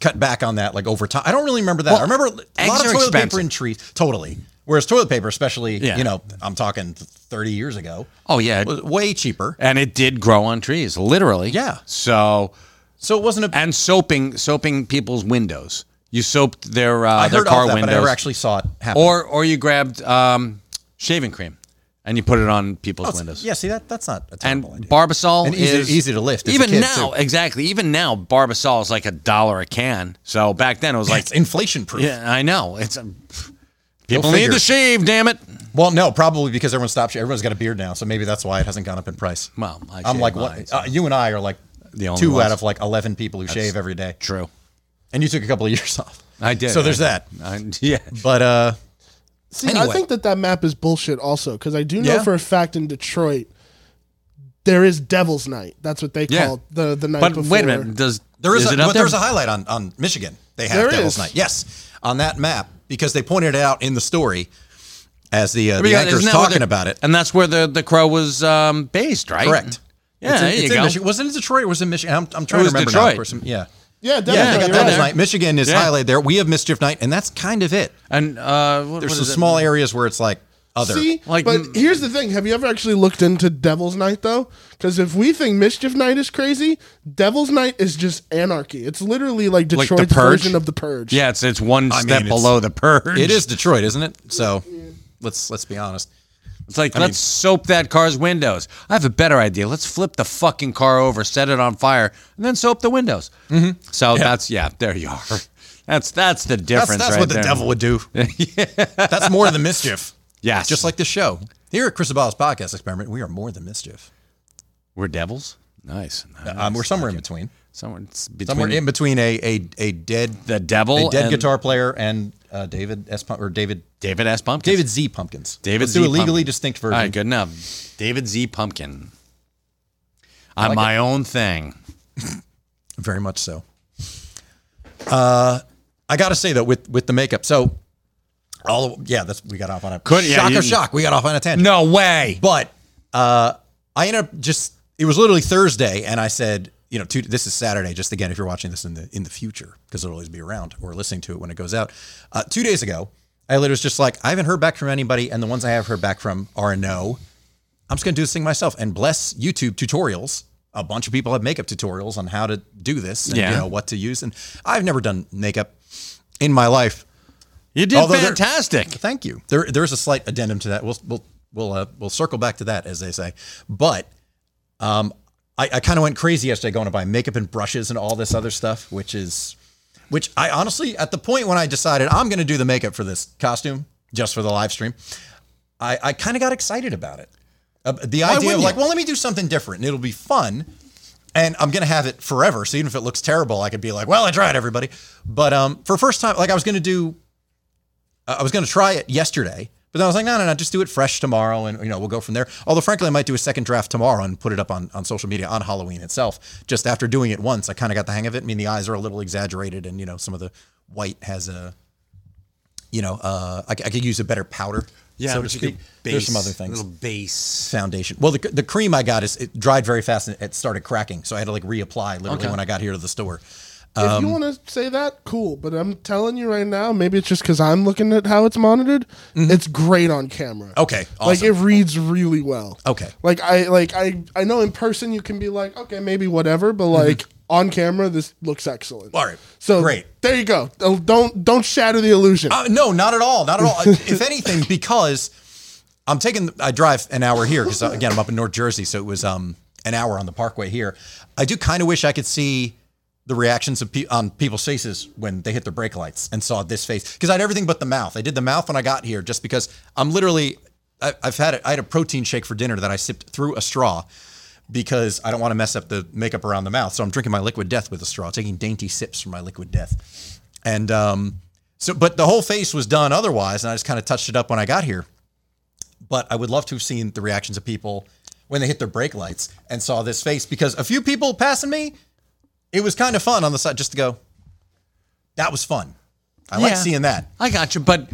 [SPEAKER 3] cut back on that like over time. I don't really remember that. I remember a
[SPEAKER 4] eggs
[SPEAKER 3] lot of
[SPEAKER 4] are
[SPEAKER 3] toilet
[SPEAKER 4] expensive.
[SPEAKER 3] paper and trees. Totally. Whereas toilet paper, especially,
[SPEAKER 4] Yeah.
[SPEAKER 3] you know, I'm talking 30 years ago,
[SPEAKER 4] oh yeah,
[SPEAKER 3] was way cheaper.
[SPEAKER 4] and it did grow on trees, literally.
[SPEAKER 3] Yeah.
[SPEAKER 4] So
[SPEAKER 3] So it wasn't a
[SPEAKER 4] and soaping soaping people's windows. You soaped their uh,
[SPEAKER 3] I
[SPEAKER 4] their
[SPEAKER 3] heard
[SPEAKER 4] car
[SPEAKER 3] all that,
[SPEAKER 4] windows.
[SPEAKER 3] but I never actually saw it happen.
[SPEAKER 4] Or or you grabbed um, shaving cream and you put it on people's windows.
[SPEAKER 3] Oh, yeah, see that that's not a
[SPEAKER 4] And
[SPEAKER 3] terrible idea.
[SPEAKER 4] Barbasol
[SPEAKER 3] And easy-
[SPEAKER 4] is
[SPEAKER 3] easy to lift as a
[SPEAKER 4] Even
[SPEAKER 3] kid,
[SPEAKER 4] now,
[SPEAKER 3] too.
[SPEAKER 4] exactly. Even now, Barbasol is like a dollar a can. So back then it
[SPEAKER 3] *laughs*
[SPEAKER 4] was like,
[SPEAKER 3] it's inflation proof.
[SPEAKER 4] yeah, I know. It's um, people need
[SPEAKER 3] figure.
[SPEAKER 4] to shave. Damn it.
[SPEAKER 3] Well, no, probably because everyone stopped. Everyone's got a beard now, so maybe that's why it hasn't gone up in price.
[SPEAKER 4] Well, I
[SPEAKER 3] am
[SPEAKER 4] shave
[SPEAKER 3] like
[SPEAKER 4] mine,
[SPEAKER 3] what?
[SPEAKER 4] so-
[SPEAKER 3] Uh, you and I are like
[SPEAKER 4] The only
[SPEAKER 3] two
[SPEAKER 4] ones.
[SPEAKER 3] out of like eleven people who shave every day,
[SPEAKER 4] True.
[SPEAKER 3] and you took a couple of *laughs* years off.
[SPEAKER 4] I did.
[SPEAKER 3] So there's
[SPEAKER 4] I-
[SPEAKER 3] that.
[SPEAKER 4] *laughs* I- yeah.
[SPEAKER 3] But uh,
[SPEAKER 6] See,
[SPEAKER 3] Anyway.
[SPEAKER 6] I think that that map is bullshit also because I do know
[SPEAKER 3] Yeah.
[SPEAKER 6] for a fact in Detroit there is Devil's Night. That's what they
[SPEAKER 4] Yeah.
[SPEAKER 6] call the the night
[SPEAKER 4] But
[SPEAKER 6] before.
[SPEAKER 4] wait a minute. Does
[SPEAKER 3] there is, a,
[SPEAKER 4] it up
[SPEAKER 3] but
[SPEAKER 4] there?
[SPEAKER 3] there's a highlight on on Michigan. They have
[SPEAKER 6] There
[SPEAKER 3] Devil's
[SPEAKER 6] is.
[SPEAKER 3] Night. Yes, on that map because they pointed it out in the story as the, uh, the
[SPEAKER 4] Yeah,
[SPEAKER 3] anchor's
[SPEAKER 4] isn't that where
[SPEAKER 3] talking
[SPEAKER 4] the-
[SPEAKER 3] about it.
[SPEAKER 4] And that's where the, the crow was um, based, right?
[SPEAKER 3] Correct.
[SPEAKER 4] Yeah,
[SPEAKER 3] it's in,
[SPEAKER 4] there
[SPEAKER 3] it's
[SPEAKER 4] you
[SPEAKER 3] in
[SPEAKER 4] go.
[SPEAKER 3] Michigan. Was it in Detroit? Or was it Michigan? I'm, I'm trying
[SPEAKER 4] was
[SPEAKER 3] to remember now.
[SPEAKER 4] Detroit.
[SPEAKER 3] Of course, I'm- yeah.
[SPEAKER 6] Yeah, Devil's
[SPEAKER 3] Yeah,
[SPEAKER 6] Night.
[SPEAKER 3] they got
[SPEAKER 6] you're
[SPEAKER 3] Devil's
[SPEAKER 6] right.
[SPEAKER 3] Night. Michigan is
[SPEAKER 4] Yeah.
[SPEAKER 3] highlighted there. We have Mischief Night, and that's kind of it.
[SPEAKER 4] And uh, what,
[SPEAKER 3] There's
[SPEAKER 4] what
[SPEAKER 3] some
[SPEAKER 4] is it?
[SPEAKER 3] small areas where it's like other.
[SPEAKER 6] See,
[SPEAKER 4] Like,
[SPEAKER 6] but
[SPEAKER 4] mm.
[SPEAKER 6] here's the thing: Have you ever actually looked into Devil's Night though? Because if we think Mischief Night is crazy, Devil's Night is just anarchy. It's literally like
[SPEAKER 4] Like The
[SPEAKER 6] Detroit's
[SPEAKER 4] Purge?
[SPEAKER 6] version of the Purge.
[SPEAKER 4] Yeah, it's it's one
[SPEAKER 3] I mean,
[SPEAKER 4] step
[SPEAKER 3] it's-
[SPEAKER 4] below the purge.
[SPEAKER 3] It is Detroit, isn't it? So let's let's be honest.
[SPEAKER 4] It's like let's soap that car's windows. I have a better idea. Let's flip the fucking car over, set it on fire, and then soap the windows. Mm-hmm. So that's yeah. There you are. *laughs* That's that's the
[SPEAKER 3] That's,
[SPEAKER 4] difference.
[SPEAKER 3] that's
[SPEAKER 4] right
[SPEAKER 3] what the
[SPEAKER 4] there.
[SPEAKER 3] devil would
[SPEAKER 4] *laughs*
[SPEAKER 3] do. That's more than mischief.
[SPEAKER 4] Yes.
[SPEAKER 3] Just like the show. Here at Chris Abala's podcast experiment, we are more than mischief.
[SPEAKER 4] We're devils. Nice. nice.
[SPEAKER 3] Um, we're somewhere in between.
[SPEAKER 4] somewhere it's between
[SPEAKER 3] Somewhere in between a a, a dead
[SPEAKER 4] the devil
[SPEAKER 3] a dead
[SPEAKER 4] and
[SPEAKER 3] guitar player and uh, David S. Pump, or David
[SPEAKER 4] David S. Pumpkin.
[SPEAKER 3] David Z. Pumpkins.
[SPEAKER 4] David
[SPEAKER 3] Let's
[SPEAKER 4] Z.
[SPEAKER 3] do a legally
[SPEAKER 4] Pumpkin.
[SPEAKER 3] distinct
[SPEAKER 4] All
[SPEAKER 3] version.
[SPEAKER 4] right, good enough. David Z. Pumpkin. I'm
[SPEAKER 3] like
[SPEAKER 4] my own thing.
[SPEAKER 3] Very much so. Uh, I gotta say though, with with the makeup, so all of, yeah, that's we got off on a
[SPEAKER 4] Could- yeah,
[SPEAKER 3] shock
[SPEAKER 4] you-
[SPEAKER 3] of shock. We got off on a tangent.
[SPEAKER 4] No way.
[SPEAKER 3] but uh, I ended up just it was literally Thursday, and I said, you know, two, this is Saturday. Just again, if you're watching this in the in the future, because it'll always be around or listening to it when it goes out. Uh, two days ago, I literally was just like, I haven't heard back from anybody, and the ones I have heard back from are a no. I'm just gonna do this thing myself, and bless YouTube tutorials. A bunch of people have makeup tutorials on how to do this, and
[SPEAKER 4] Yeah.
[SPEAKER 3] you know what to use. And I've never done makeup in my life.
[SPEAKER 4] You did
[SPEAKER 3] Although they're-
[SPEAKER 4] fantastic.
[SPEAKER 3] Thank you. There, there's a slight addendum to that. We'll we'll we'll uh, we'll circle back to that as they say. But um, I, I kind of went crazy yesterday going to buy makeup and brushes and all this other stuff, which is which I honestly at the point when I decided I'm going to do the makeup for this costume just for the live stream, I I kind of got excited about it. Uh, the idea of
[SPEAKER 4] wouldn't
[SPEAKER 3] like,
[SPEAKER 4] you?
[SPEAKER 3] well, let me do something different and it'll be fun. And I'm gonna have it forever. So even if it looks terrible, I could be like, "Well, I tried, everybody." But um, for first time, like I was gonna do uh, I was going to try it yesterday, but then I was like, no, no, no, just do it fresh tomorrow, and you know we'll go from there. Although frankly, I might do a second draft tomorrow and put it up on on social media on Halloween itself. Just after doing it once, I kind of got the hang of it. I mean, the eyes are a little exaggerated, and you know some of the white has a, you know, uh, I, c- I could use a better powder. so to speak. There's some other things
[SPEAKER 4] Little base.
[SPEAKER 3] foundation. Well, the, the cream I got is it dried very fast and it started cracking, so I had to like reapply literally when I got here to the store.
[SPEAKER 6] If you
[SPEAKER 3] Um,
[SPEAKER 6] want to say that, cool. But I'm telling you right now, maybe it's just because I'm looking at how it's monitored. It's great on camera.
[SPEAKER 3] Mm-hmm. Okay,
[SPEAKER 6] Like
[SPEAKER 3] awesome.
[SPEAKER 6] it reads really well.
[SPEAKER 3] Okay.
[SPEAKER 6] Like I like I I know in person you can be like, okay, maybe whatever, but like on camera, this looks excellent.
[SPEAKER 3] Mm-hmm. All right.
[SPEAKER 6] So
[SPEAKER 3] Great.
[SPEAKER 6] There you go. Oh, Don't don't shatter the illusion.
[SPEAKER 3] Uh, no, not at all. Not at all. Uh, if anything, because I'm taking, I drive an hour here because again, I'm up in North Jersey, so it was um an hour on the Parkway here. I do kind of wish I could see the reactions of pe- on people's faces when they hit their brake lights and saw this face because I had everything but the mouth. I did the mouth when I got here just because I'm literally, I, I've had, a, I had a protein shake for dinner that I sipped through a straw. Because I don't want to mess up the makeup around the mouth, so I'm drinking my liquid death with a straw, taking dainty sips from my liquid death, and um, so, but the whole face was done otherwise, and I just kind of touched it up when I got here. But I would love to have seen the reactions of people when they hit their brake lights and saw this face because a few people passing me, it was kind of fun on the side just to go, that was fun. I like
[SPEAKER 4] Yeah.
[SPEAKER 3] seeing that.
[SPEAKER 4] I got you, but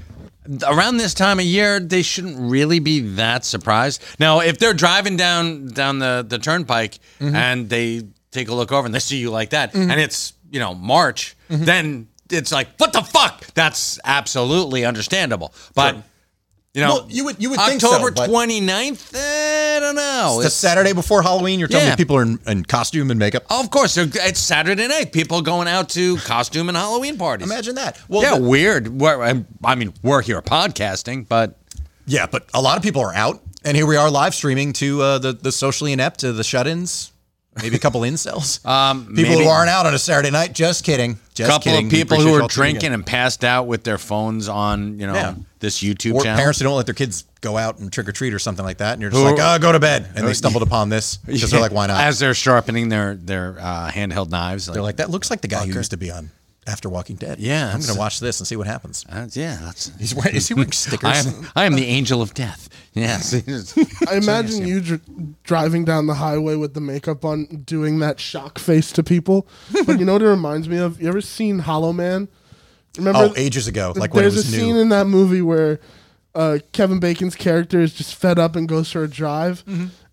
[SPEAKER 4] around this time of year, they shouldn't really be that surprised. Now, if they're driving down down the the turnpike
[SPEAKER 3] Mm-hmm.
[SPEAKER 4] and they take a look over and they see you like that, and it's you know March,
[SPEAKER 3] Mm-hmm.
[SPEAKER 4] then it's like what the fuck. That's absolutely understandable, but. You know,
[SPEAKER 3] Well, you would- you would think so,
[SPEAKER 4] October
[SPEAKER 3] but-
[SPEAKER 4] 29th? Eh, I don't know.
[SPEAKER 3] The
[SPEAKER 4] It's-
[SPEAKER 3] Saturday before Halloween, you're telling
[SPEAKER 4] Yeah.
[SPEAKER 3] me people are in, in costume and makeup.
[SPEAKER 4] oh, of course, they're- it's Saturday night. People going out to costume and Halloween parties.
[SPEAKER 3] Imagine that. Well,
[SPEAKER 4] yeah,
[SPEAKER 3] the-
[SPEAKER 4] weird. We're, I mean, we're here podcasting, but
[SPEAKER 3] yeah, but a lot of people are out, and here we are live streaming to uh, the the socially inept, to the shut-ins, maybe a couple *laughs*
[SPEAKER 4] *laughs*
[SPEAKER 3] incels, um, people
[SPEAKER 4] maybe.
[SPEAKER 3] who aren't out on a Saturday night. Just kidding. Just
[SPEAKER 4] couple
[SPEAKER 3] kidding.
[SPEAKER 4] of
[SPEAKER 3] We
[SPEAKER 4] people
[SPEAKER 3] appreciate
[SPEAKER 4] who are
[SPEAKER 3] y'all tuning in.
[SPEAKER 4] drinking and passed out with their phones on, you know,
[SPEAKER 3] Yeah.
[SPEAKER 4] this YouTube
[SPEAKER 3] or
[SPEAKER 4] channel.
[SPEAKER 3] parents who don't let their kids go out and trick or treat or something like that, and you're just
[SPEAKER 4] Who-
[SPEAKER 3] like, oh, go to bed, and they stumbled upon this because
[SPEAKER 4] *laughs*
[SPEAKER 3] they're like, why not?
[SPEAKER 4] As they're sharpening their their uh, handheld knives,
[SPEAKER 3] they're like, that looks like the guy who used to be on After Walking Dead.
[SPEAKER 4] Yeah,
[SPEAKER 3] I'm
[SPEAKER 4] it's-
[SPEAKER 3] gonna watch this and see what
[SPEAKER 4] *laughs*
[SPEAKER 3] happens.
[SPEAKER 4] "Uh, yeah,
[SPEAKER 3] *laughs*
[SPEAKER 4] that's.
[SPEAKER 3] He's wearing, is he wearing stickers?
[SPEAKER 4] *laughs* I am, I am the angel of death.
[SPEAKER 3] *laughs*
[SPEAKER 4] Yes. *laughs*
[SPEAKER 6] I imagine you dr- driving down the highway with the makeup on, doing that shock face to people.
[SPEAKER 3] *laughs*
[SPEAKER 6] but you know what it reminds me of? You ever seen Hollow Man? Remember?
[SPEAKER 3] oh, ages ago, like when it
[SPEAKER 6] there's a
[SPEAKER 3] was
[SPEAKER 6] scene
[SPEAKER 3] new.
[SPEAKER 6] in that movie where uh, Kevin Bacon's character is just fed up and goes for a drive,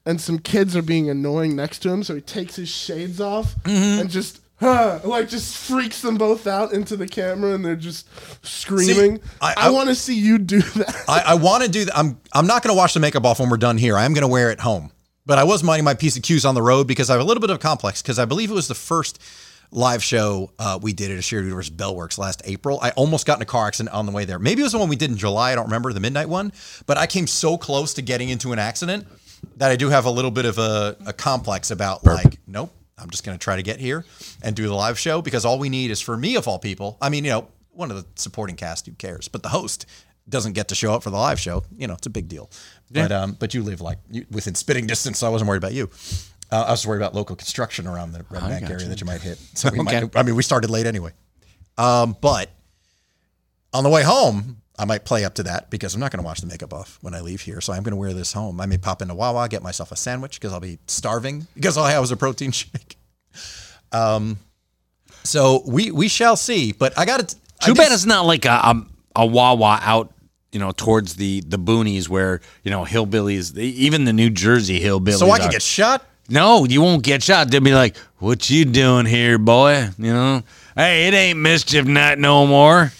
[SPEAKER 6] and some kids are being annoying next to him, so he takes his shades off and just. Huh, like just freaks them both out into the camera and they're just screaming.
[SPEAKER 3] I-
[SPEAKER 6] I,
[SPEAKER 3] I-
[SPEAKER 6] want to see you do *laughs* that.
[SPEAKER 3] *laughs* I, I want to do that. I'm I'm not gonna wash the makeup off when we're done here. I am gonna wear it home. But I was minding my piece of Q's on the road because I have a little bit of a complex because I believe it was the first live show uh, we did at a shared universe Bellworks last April. I almost got in a car accident on the way there. Maybe it was the one we did in July. I don't remember the midnight one, but I came so close to getting into an accident that I do have a little bit of a, a complex about like, nope, I'm just going to try to get here and do the live show because all we need is for me, of all people. I mean, you know, one of the supporting cast, who cares? But the host doesn't get to show up for the live show. You know, it's a big deal. But um, but you live like you, within spitting distance. So I wasn't worried about you. Uh, I was worried about local construction around the redneck
[SPEAKER 4] gotcha.
[SPEAKER 3] area that you might hit. So we
[SPEAKER 4] Okay.
[SPEAKER 3] might, I mean, we started late anyway. Um, but on the way home, I might play up to that because I'm not going to wash the makeup off when I leave here. So I'm going to wear this home. I may pop into Wawa, get myself a sandwich because I'll be starving because all I have is a protein *laughs* shake. Um, so we we shall see. But I got to.
[SPEAKER 4] Too bad it's not like a, a a Wawa out, you know, towards the the boonies where you know hillbillies, the, even the New Jersey hillbillies.
[SPEAKER 3] So I can
[SPEAKER 4] are-
[SPEAKER 3] get shot.
[SPEAKER 4] No, you won't get shot. They'll be like, "What you doing here, boy?" You know, hey, it ain't mischief night no more.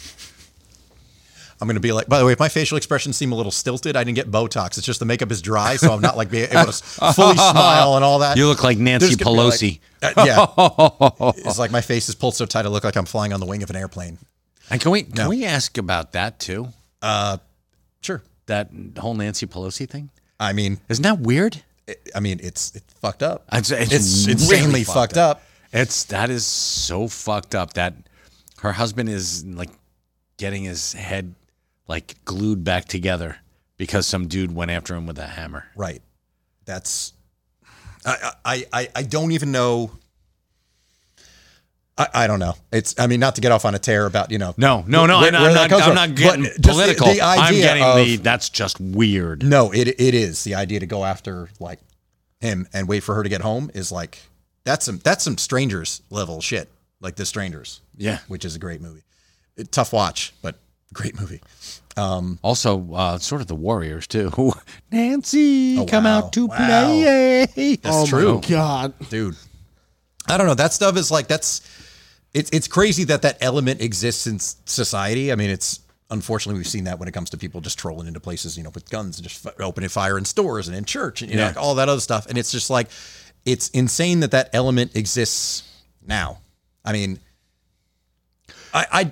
[SPEAKER 3] I'm gonna be like. By the way, if my facial expressions seem a little stilted, I didn't get Botox. It's just the makeup is dry, so I'm not like being able to *laughs* fully smile and all that.
[SPEAKER 4] You look like Nancy
[SPEAKER 3] There's gonna be like-
[SPEAKER 4] Pelosi.
[SPEAKER 3] Uh, yeah, *laughs* it's like my face is pulled so tight, I look like I'm flying on the wing of an airplane.
[SPEAKER 4] and can we can we ask about that too?
[SPEAKER 3] Sure.
[SPEAKER 4] That whole Nancy Pelosi thing.
[SPEAKER 3] I mean,
[SPEAKER 4] Isn't that weird?
[SPEAKER 3] it- I mean, it's it's fucked up.
[SPEAKER 4] It's, it's
[SPEAKER 3] It's
[SPEAKER 4] really
[SPEAKER 3] insanely fucked up.
[SPEAKER 4] It's that is so fucked up that her husband is like getting his head like glued back together because some dude went after him with a hammer.
[SPEAKER 3] Right. That's. I I I, I don't even know. I, I don't know. It's. I mean, not to get off on a tear about you know.
[SPEAKER 4] No, no, no.
[SPEAKER 3] where-
[SPEAKER 4] I'm,
[SPEAKER 3] where that
[SPEAKER 4] not,
[SPEAKER 3] comes
[SPEAKER 4] I'm
[SPEAKER 3] from.
[SPEAKER 4] not
[SPEAKER 3] But
[SPEAKER 4] getting
[SPEAKER 3] just the-
[SPEAKER 4] political.
[SPEAKER 3] the
[SPEAKER 4] I'm
[SPEAKER 3] idea
[SPEAKER 4] getting
[SPEAKER 3] of-
[SPEAKER 4] the that's just weird.
[SPEAKER 3] No, it it is the idea to go after like him and wait for her to get home is like that's some that's some strangers level shit like the strangers
[SPEAKER 4] Yeah.
[SPEAKER 3] which is a great movie It- tough watch but great movie
[SPEAKER 4] Also, uh, sort of the Warriors too. *laughs* Nancy,
[SPEAKER 3] Oh,
[SPEAKER 4] come
[SPEAKER 3] wow.
[SPEAKER 4] out to
[SPEAKER 3] Wow.
[SPEAKER 4] play.
[SPEAKER 3] that's
[SPEAKER 6] oh
[SPEAKER 3] true
[SPEAKER 6] my god!
[SPEAKER 3] dude. I don't know. That stuff is like that's it's it's crazy that that element exists in s- society. I mean, it's unfortunately we've seen that when it comes to people just trolling into places, you know, with guns and just f- opening fire in stores and in church and you know
[SPEAKER 4] Yeah.
[SPEAKER 3] like all that other stuff. And it's just like it's insane that that element exists now. I mean, I, I,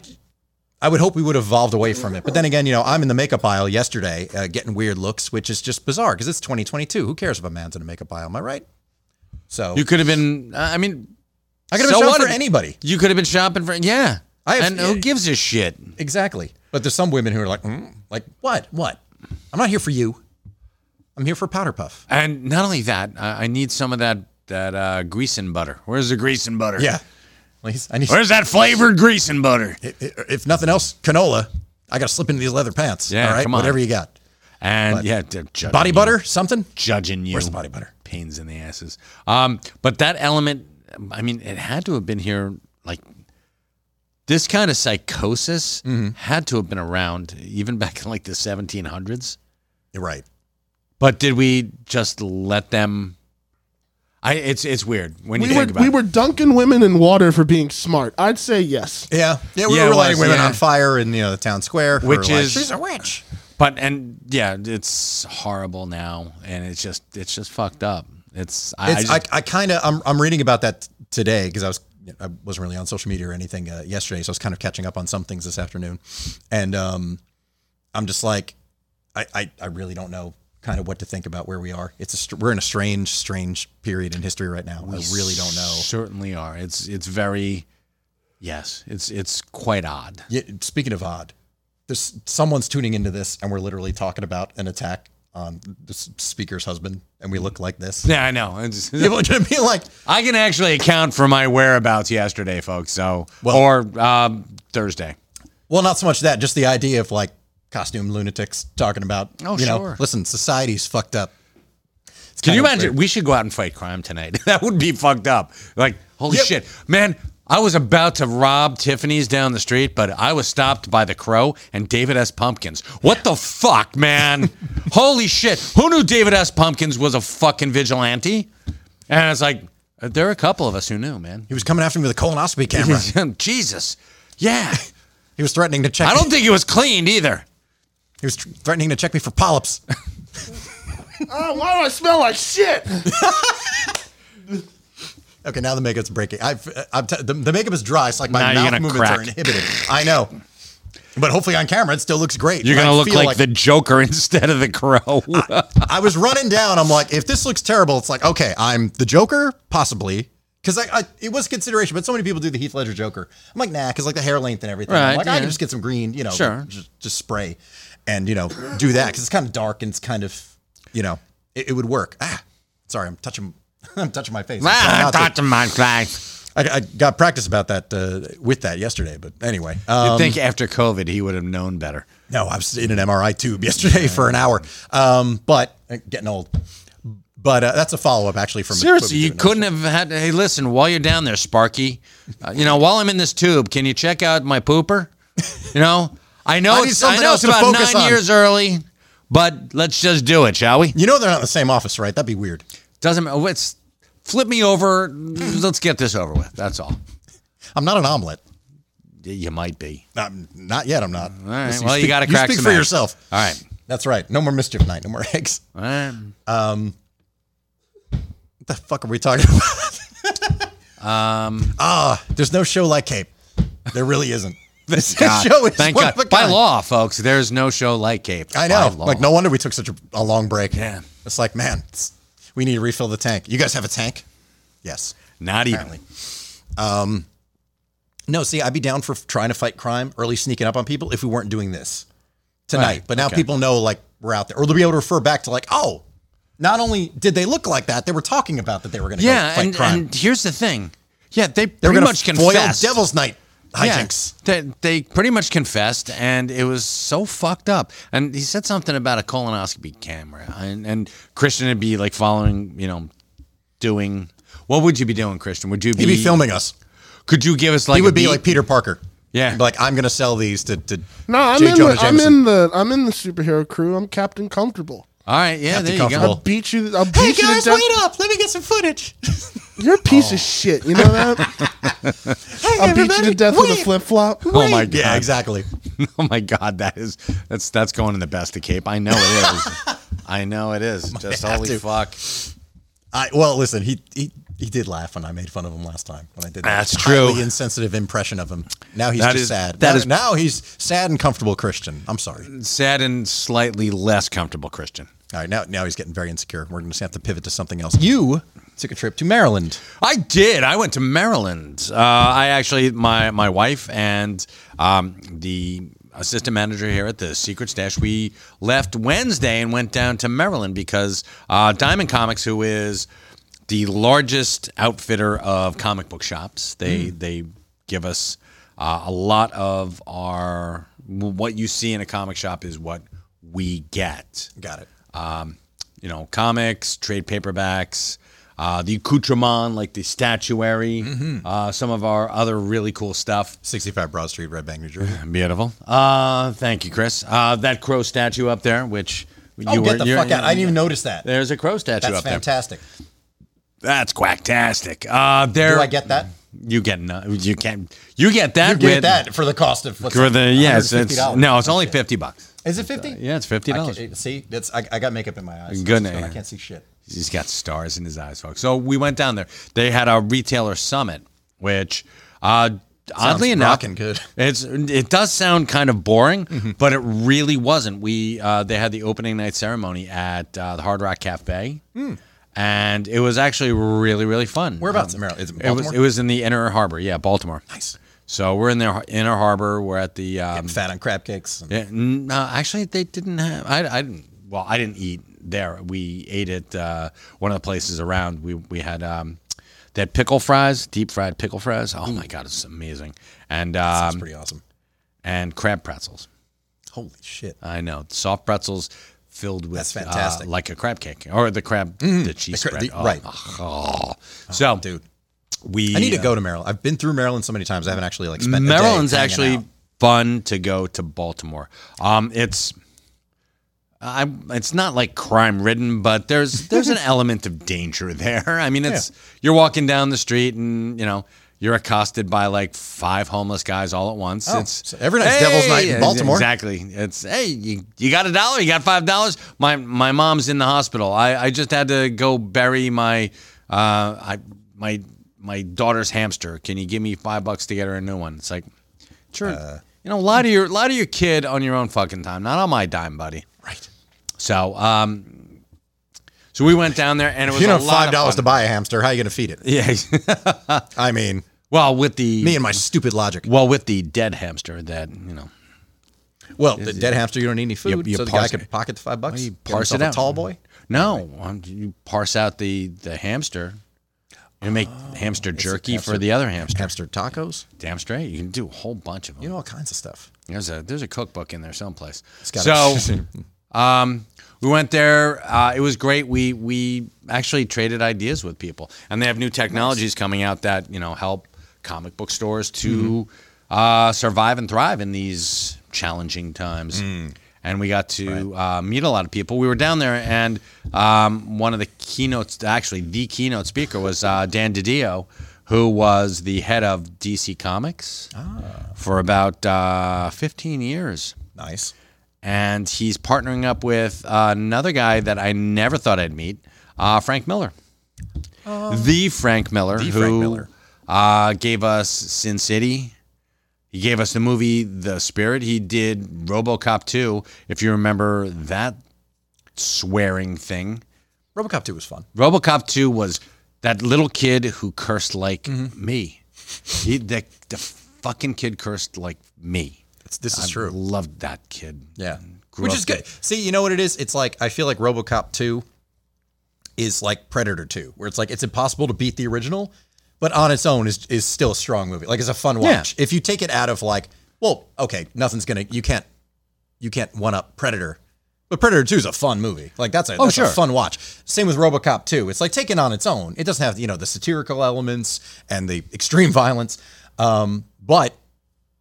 [SPEAKER 3] I would hope we would have evolved away from it. But then again, you know, I'm in the makeup aisle yesterday uh, getting weird looks, which is just bizarre because it's 2022. Who cares if a man's in a makeup aisle? Am I right? So
[SPEAKER 4] You could have been. Uh, I mean,
[SPEAKER 3] I could have
[SPEAKER 4] so
[SPEAKER 3] been shot
[SPEAKER 4] what
[SPEAKER 3] for
[SPEAKER 4] if-
[SPEAKER 3] anybody.
[SPEAKER 4] you could have been shopping for. Yeah,
[SPEAKER 3] I have-
[SPEAKER 4] and who gives a shit?
[SPEAKER 3] Exactly. But there's some women who are like, mm, like what? What? I'm not here for you. I'm here for powder puff.
[SPEAKER 4] And not only that, I, I need some of that that uh, grease and butter. Where's the grease and butter?
[SPEAKER 3] Yeah. Please. I need,
[SPEAKER 4] Where's that flavored grease and butter?
[SPEAKER 3] if nothing else, canola. I got to slip into these leather pants.
[SPEAKER 4] Yeah,
[SPEAKER 3] All right.
[SPEAKER 4] come on.
[SPEAKER 3] Whatever you got.
[SPEAKER 4] And yeah, they're judging
[SPEAKER 3] Body
[SPEAKER 4] you.
[SPEAKER 3] butter, something.
[SPEAKER 4] judging you.
[SPEAKER 3] Where's the body butter?
[SPEAKER 4] Pains in the asses. Um, but that element, I mean, it had to have been here. Like this kind of psychosis
[SPEAKER 3] Mm-hmm.
[SPEAKER 4] had to have been around even back in like the 1700s.
[SPEAKER 3] You're right.
[SPEAKER 4] But did we just let them? I it's it's weird when you
[SPEAKER 6] We were,
[SPEAKER 4] think about
[SPEAKER 6] we
[SPEAKER 4] it.
[SPEAKER 6] were dunking women in water for being smart. I'd
[SPEAKER 3] *laughs*
[SPEAKER 6] say yes.
[SPEAKER 3] Yeah. Yeah. We
[SPEAKER 4] Yeah, it
[SPEAKER 3] were lighting
[SPEAKER 4] was,
[SPEAKER 3] women
[SPEAKER 4] yeah.
[SPEAKER 3] on fire in you know the town square, who
[SPEAKER 4] Which
[SPEAKER 3] were like,
[SPEAKER 4] is-
[SPEAKER 3] she's a witch.
[SPEAKER 4] But and yeah, it's horrible now, and it's just it's just fucked up. It's I, I
[SPEAKER 3] It's,
[SPEAKER 4] just-
[SPEAKER 3] I, I kind of I'm, I'm reading about that today because I was I wasn't really on social media or anything uh, yesterday, so I was kind of catching up on some things this afternoon, and um, I'm just like I, I I really don't know kind of what to think about where we are. It's a str- we're in a strange strange period in history right now. I really don't know.
[SPEAKER 4] Certainly are. It's it's very yes. It's it's quite odd. *laughs*
[SPEAKER 3] Yeah, speaking of odd, there's someone's tuning into this, and we're literally talking about an attack on the s- speaker's husband, and we look like this. *laughs*
[SPEAKER 4] Yeah, I know. It's-
[SPEAKER 3] People are gonna be like,
[SPEAKER 4] I can actually account for my whereabouts yesterday, folks. So or um, Thursday.
[SPEAKER 3] Well, not so much that, just the idea of like costume lunatics talking about,
[SPEAKER 4] Oh,
[SPEAKER 3] you know,
[SPEAKER 4] sure.
[SPEAKER 3] listen, society's fucked up. It's
[SPEAKER 4] Can
[SPEAKER 3] kind
[SPEAKER 4] you
[SPEAKER 3] of
[SPEAKER 4] imagine?
[SPEAKER 3] weird.
[SPEAKER 4] We should go out and fight crime tonight. *laughs* that would be fucked up. Like, holy
[SPEAKER 3] Yep.
[SPEAKER 4] shit. Man, I was about to rob Tiffany's down the street, but I was stopped by the Crow and David S. Pumpkins. What the fuck, *laughs* man? holy shit. Who knew David S. Pumpkins was a fucking vigilante? And it's like, there are a couple of us who knew, man.
[SPEAKER 3] He was coming after me with a colonoscopy
[SPEAKER 4] *laughs*
[SPEAKER 3] camera.
[SPEAKER 4] Jesus. Yeah.
[SPEAKER 3] he was threatening to check
[SPEAKER 4] I don't
[SPEAKER 3] me.
[SPEAKER 4] think it was cleaned either.
[SPEAKER 3] He was tr- threatening to check me for polyps. *laughs*
[SPEAKER 6] Oh, why do I smell
[SPEAKER 3] *laughs*
[SPEAKER 6] like shit?
[SPEAKER 3] okay, now the makeup's breaking. I've, uh, I'm t- the, the makeup is dry. It's like
[SPEAKER 4] Now
[SPEAKER 3] my
[SPEAKER 4] you're
[SPEAKER 3] mouth
[SPEAKER 4] gonna
[SPEAKER 3] movements are
[SPEAKER 4] crack.
[SPEAKER 3] inhibited. I know. But hopefully on camera, it still looks great.
[SPEAKER 4] You're
[SPEAKER 3] And I
[SPEAKER 4] going to look
[SPEAKER 3] feel
[SPEAKER 4] like, the Joker *laughs* instead of the Crow.
[SPEAKER 3] I was running down. I'm like, if this looks terrible, it's like, okay, I'm the Joker, possibly. Because I, I, it was consideration, but so many people do the Heath Ledger Joker. I'm like, nah, because like the hair length and everything. I'm
[SPEAKER 4] Right,
[SPEAKER 3] like, I can
[SPEAKER 4] yeah.
[SPEAKER 3] just get some green, you know,
[SPEAKER 4] Sure.
[SPEAKER 3] just, just spray and, you know, do that because it's kind of dark and it's kind of, you know, it, it would work. Ah, sorry, I'm touching, *laughs* I'm touching my face. I'm trying
[SPEAKER 4] *laughs* Ah,
[SPEAKER 3] not to.
[SPEAKER 4] touch my flag.
[SPEAKER 3] I, I got practice about that uh, with that yesterday, but anyway. Um,
[SPEAKER 4] I think after COVID, he would have known better.
[SPEAKER 3] No, I was in an MRI tube *laughs* yesterday for an hour. Um, but uh, getting old. But uh, that's a follow up actually from
[SPEAKER 4] Seriously, you
[SPEAKER 3] from-
[SPEAKER 4] couldn't have had. Hey, listen, while you're down there, Sparky, uh, you know, while I'm in this tube, can you check out my pooper? You know, I know
[SPEAKER 3] I need
[SPEAKER 4] it's, I
[SPEAKER 3] something
[SPEAKER 4] know
[SPEAKER 3] else
[SPEAKER 4] it's
[SPEAKER 3] to
[SPEAKER 4] about
[SPEAKER 3] focus
[SPEAKER 4] nine
[SPEAKER 3] on.
[SPEAKER 4] years early, but let's just do it, shall we?
[SPEAKER 3] You know they're not in the same office, right? That'd be weird.
[SPEAKER 4] Doesn't matter. Let's flip me over. Let's get this over with. That's all.
[SPEAKER 3] I'm not an omelet.
[SPEAKER 4] Y- You might be.
[SPEAKER 3] Um, not yet. I'm not. All
[SPEAKER 4] right, well, you gotta crack
[SPEAKER 3] You speak
[SPEAKER 4] some
[SPEAKER 3] for
[SPEAKER 4] eggs.
[SPEAKER 3] yourself.
[SPEAKER 4] All right.
[SPEAKER 3] That's right. No more mischief night. No more *laughs* eggs. What
[SPEAKER 4] Um,
[SPEAKER 3] the fuck are we talking
[SPEAKER 4] *laughs*
[SPEAKER 3] about? um. Ah, there's no show like Cape. There really isn't. This
[SPEAKER 4] God,
[SPEAKER 3] *laughs* show is
[SPEAKER 4] thank
[SPEAKER 3] one of a
[SPEAKER 4] God. By
[SPEAKER 3] kind.
[SPEAKER 4] law, folks, there's no show like Cape.
[SPEAKER 3] I
[SPEAKER 4] By
[SPEAKER 3] know.
[SPEAKER 4] law.
[SPEAKER 3] Like no wonder we took such a, a long break.
[SPEAKER 4] Yeah.
[SPEAKER 3] It's like man, it's- we need to refill the tank. You guys have a tank? Yes.
[SPEAKER 4] Not even.
[SPEAKER 3] apparently. Um, no, see, I'd be down for f- trying to fight crime, early sneaking up on people if we weren't doing this tonight.
[SPEAKER 4] Right,
[SPEAKER 3] But now
[SPEAKER 4] okay.
[SPEAKER 3] people know like we're out there, or they'll be able to refer back to like, oh, not only did they look like that, they were talking about that they were going to
[SPEAKER 4] Yeah,
[SPEAKER 3] go fight
[SPEAKER 4] and,
[SPEAKER 3] crime.
[SPEAKER 4] and here's the thing. Yeah, they
[SPEAKER 3] they were gonna
[SPEAKER 4] pretty much
[SPEAKER 3] foil
[SPEAKER 4] confessed.
[SPEAKER 3] Devil's Night
[SPEAKER 4] Yeah,
[SPEAKER 3] hijinks.
[SPEAKER 4] they, they pretty much confessed, and it was so fucked up. And he said something about a colonoscopy camera, and, and Christian would be like following, you know, doing. What would you be doing, Christian? Would you be,
[SPEAKER 3] He'd be filming us.
[SPEAKER 4] Could you give us like?
[SPEAKER 3] He
[SPEAKER 4] a
[SPEAKER 3] would be
[SPEAKER 4] beat?
[SPEAKER 3] like Peter Parker.
[SPEAKER 4] Yeah.
[SPEAKER 3] He'd be like I'm going to sell these to, to
[SPEAKER 6] No, I'm
[SPEAKER 3] J.
[SPEAKER 6] in.
[SPEAKER 3] Jonah
[SPEAKER 6] The, I'm
[SPEAKER 3] Jameson.
[SPEAKER 6] in the. I'm in the superhero crew. I'm Captain Comfortable.
[SPEAKER 4] All right, yeah,
[SPEAKER 3] Captain
[SPEAKER 4] there you
[SPEAKER 3] Comfortable.
[SPEAKER 4] go.
[SPEAKER 6] Beat you. I'll beat
[SPEAKER 3] Hey
[SPEAKER 6] you
[SPEAKER 3] guys,
[SPEAKER 6] to death.
[SPEAKER 3] wait up! Let me get some footage.
[SPEAKER 6] You're a piece of shit. You know
[SPEAKER 3] *laughs*
[SPEAKER 6] that?
[SPEAKER 3] Hey,
[SPEAKER 6] I'll beat you to
[SPEAKER 3] everybody,
[SPEAKER 6] death with a Uh,
[SPEAKER 3] wait,
[SPEAKER 6] flip flop.
[SPEAKER 4] Oh my
[SPEAKER 3] wait.
[SPEAKER 4] god!
[SPEAKER 3] Yeah, exactly.
[SPEAKER 4] *laughs* Oh my god, that is that's that's going in the best of Cape. I know
[SPEAKER 3] *laughs*
[SPEAKER 4] it is. I know it is. Just
[SPEAKER 3] have
[SPEAKER 4] holy
[SPEAKER 3] to.
[SPEAKER 4] fuck.
[SPEAKER 3] I well, listen, he he He did laugh when I made fun of him last time when I did
[SPEAKER 4] That's
[SPEAKER 3] that highly
[SPEAKER 4] true.
[SPEAKER 3] insensitive impression of him. Now he's
[SPEAKER 4] That
[SPEAKER 3] just
[SPEAKER 4] is-
[SPEAKER 3] sad.
[SPEAKER 4] that
[SPEAKER 3] now,
[SPEAKER 4] is-
[SPEAKER 3] now he's sad and comfortable Christian. I'm sorry.
[SPEAKER 4] Sad and slightly less comfortable Christian.
[SPEAKER 3] All right, now now he's getting very insecure. We're going to have to pivot to something else. You took a trip to Maryland.
[SPEAKER 4] I did. I went to Maryland. Uh, I actually, my my wife and um, the assistant manager here at the Secret Stash, we left Wednesday and went down to Maryland because uh, Diamond Comics, who is the largest outfitter of comic book shops, they they give us uh, a lot of our what you see in a comic shop is what we get
[SPEAKER 3] Got it.
[SPEAKER 4] um, you know, comics, trade paperbacks, uh, the accoutrement, like the statuary,
[SPEAKER 3] Mm-hmm.
[SPEAKER 4] uh, some of our other really cool stuff.
[SPEAKER 3] 65 Broad Street, Red Bank, New Jersey.
[SPEAKER 4] Beautiful. Uh, thank you, Chris. Uh, that crow statue up there, which you
[SPEAKER 3] Oh,
[SPEAKER 4] were
[SPEAKER 3] get the
[SPEAKER 4] you're-
[SPEAKER 3] fuck out! I didn't even notice that.
[SPEAKER 4] There's a crow statue
[SPEAKER 3] That's
[SPEAKER 4] up there.
[SPEAKER 3] fantastic.
[SPEAKER 4] That's quacktastic. Uh, there,
[SPEAKER 3] Do I get that?
[SPEAKER 4] you get no, you can't you get that
[SPEAKER 3] You get
[SPEAKER 4] with-
[SPEAKER 3] that for the cost of what's
[SPEAKER 4] for
[SPEAKER 3] it,
[SPEAKER 4] the yes it's,
[SPEAKER 3] $150?
[SPEAKER 4] no it's only fifty bucks.
[SPEAKER 3] Is it fifty?
[SPEAKER 4] Yeah, it's fifty dollars.
[SPEAKER 3] See, that's I, I got makeup in my eyes.
[SPEAKER 4] Good
[SPEAKER 3] So I
[SPEAKER 4] night.
[SPEAKER 3] can't see shit.
[SPEAKER 4] He's got stars in his eyes, folks. So we went down there. They had a retailer summit, which uh, oddly enough,
[SPEAKER 3] rockin' good. Mm-hmm.
[SPEAKER 4] It's it does sound kind of boring, but it really wasn't. We uh, they had the opening night ceremony at uh, the Hard Rock Cafe,
[SPEAKER 3] Hmm.
[SPEAKER 4] and it was actually really really fun. Um,
[SPEAKER 3] Whereabouts in Maryland? Is it
[SPEAKER 4] it was
[SPEAKER 3] Baltimore?
[SPEAKER 4] it was in the Inner Harbor, yeah, Baltimore.
[SPEAKER 3] Nice.
[SPEAKER 4] So we're in the Inner Harbor. We're at the um,
[SPEAKER 3] Fat on crab cakes. and-
[SPEAKER 4] yeah, n- no, actually, they didn't have. I, I didn't. Well, I didn't eat there. We ate at uh, one of the places around. We we had um, they had pickle fries, deep fried pickle fries. Oh my god, it's amazing! And
[SPEAKER 3] That's
[SPEAKER 4] um,
[SPEAKER 3] pretty awesome.
[SPEAKER 4] and crab pretzels.
[SPEAKER 3] Holy shit!
[SPEAKER 4] I know soft pretzels filled with
[SPEAKER 3] That's
[SPEAKER 4] uh,
[SPEAKER 3] fantastic. Mm-hmm.
[SPEAKER 4] like a crab cake or the crab the cheese
[SPEAKER 3] The cra-
[SPEAKER 4] spread.
[SPEAKER 3] the-
[SPEAKER 4] Oh,
[SPEAKER 3] right.
[SPEAKER 4] oh. So
[SPEAKER 3] Dude,
[SPEAKER 4] we
[SPEAKER 3] I need to go to Maryland. I've been through Maryland so many times. I haven't actually like spent. a day
[SPEAKER 4] uh, Maryland's
[SPEAKER 3] hanging
[SPEAKER 4] actually
[SPEAKER 3] out.
[SPEAKER 4] fun to go to Baltimore. Um, it's I it's not like crime ridden, but there's
[SPEAKER 3] *laughs*
[SPEAKER 4] there's an element of danger there. I mean, it's you're walking down the street and you know you're accosted by like five homeless guys all at once. it's
[SPEAKER 3] Oh, so every night's Devil's Night in Baltimore.
[SPEAKER 4] Exactly. It's hey, you, you got a dollar? You got five dollars? My my mom's in the hospital. I, I just had to go bury my uh I my my daughter's hamster. Can you give me five bucks to get her a new one? It's like, sure. you know, lie to your lie to your kid on your own fucking time, not on my dime, buddy.
[SPEAKER 3] right.
[SPEAKER 4] So um. So we went down there, and it was
[SPEAKER 3] You
[SPEAKER 4] a
[SPEAKER 3] know,
[SPEAKER 4] lot
[SPEAKER 3] five
[SPEAKER 4] of
[SPEAKER 3] dollars to
[SPEAKER 4] fun.
[SPEAKER 3] buy a hamster. How are you going to feed it? *laughs*
[SPEAKER 4] Yeah.
[SPEAKER 3] I mean,
[SPEAKER 4] *laughs* well, with the
[SPEAKER 3] me and my stupid logic.
[SPEAKER 4] well with the dead hamster that you know
[SPEAKER 3] Well, the dead hamster, you don't need any
[SPEAKER 4] You-
[SPEAKER 3] food.
[SPEAKER 4] you
[SPEAKER 3] so the guy
[SPEAKER 4] parse
[SPEAKER 3] could
[SPEAKER 4] it.
[SPEAKER 3] pocket the five bucks.
[SPEAKER 4] you
[SPEAKER 3] get
[SPEAKER 4] parse it
[SPEAKER 3] himself
[SPEAKER 4] out.
[SPEAKER 3] A tall boy.
[SPEAKER 4] No, um, you parse out the the hamster and make hamster jerky for the other hamster.
[SPEAKER 3] Oh, Hamster tacos.
[SPEAKER 4] Damn straight, you can do a whole bunch of them.
[SPEAKER 3] You know all kinds of stuff.
[SPEAKER 4] there's a there's a cookbook in there someplace.
[SPEAKER 3] gotta-
[SPEAKER 4] So, um, we went there. Uh, it was great. We we actually traded ideas with people, and they have new technologies coming out that you know help comic book stores to uh, survive and thrive in these challenging times. And we got to uh, meet a lot of people. We were down there, and um, one of the keynotes, actually the keynote speaker, was uh, Dan Didio, who was the head of DC Comics for about uh, 15 years
[SPEAKER 3] Nice.
[SPEAKER 4] and he's partnering up with another guy that I never thought I'd meet, uh, Frank Miller. the Frank Miller, who
[SPEAKER 3] Oh. Frank Miller.
[SPEAKER 4] Uh, gave us Sin City. He gave us the movie The Spirit. He did RoboCop 2, if you remember that swearing thing.
[SPEAKER 3] RoboCop 2 was fun.
[SPEAKER 4] RoboCop 2 was that little kid who cursed like
[SPEAKER 3] Mm-hmm.
[SPEAKER 4] me. He, the, the fucking kid cursed like me.
[SPEAKER 3] It's, this is
[SPEAKER 4] I
[SPEAKER 3] true.
[SPEAKER 4] loved that kid.
[SPEAKER 3] Yeah.
[SPEAKER 4] Grew
[SPEAKER 3] Which
[SPEAKER 4] up
[SPEAKER 3] is good. See, you know what it is? It's like I feel like RoboCop 2 is like Predator 2, where it's like it's impossible to beat the original, but on its own is is still a strong movie. Like it's a fun
[SPEAKER 4] Yeah.
[SPEAKER 3] watch. If you take it out of like, well, okay, nothing's going to you can't you can't one up Predator. But Predator 2 is a fun movie. Like that's a that's
[SPEAKER 4] Oh, sure.
[SPEAKER 3] a fun watch. Same with RoboCop 2. It's like taken on its own. It doesn't have, you know, the satirical elements and the extreme violence. Um, but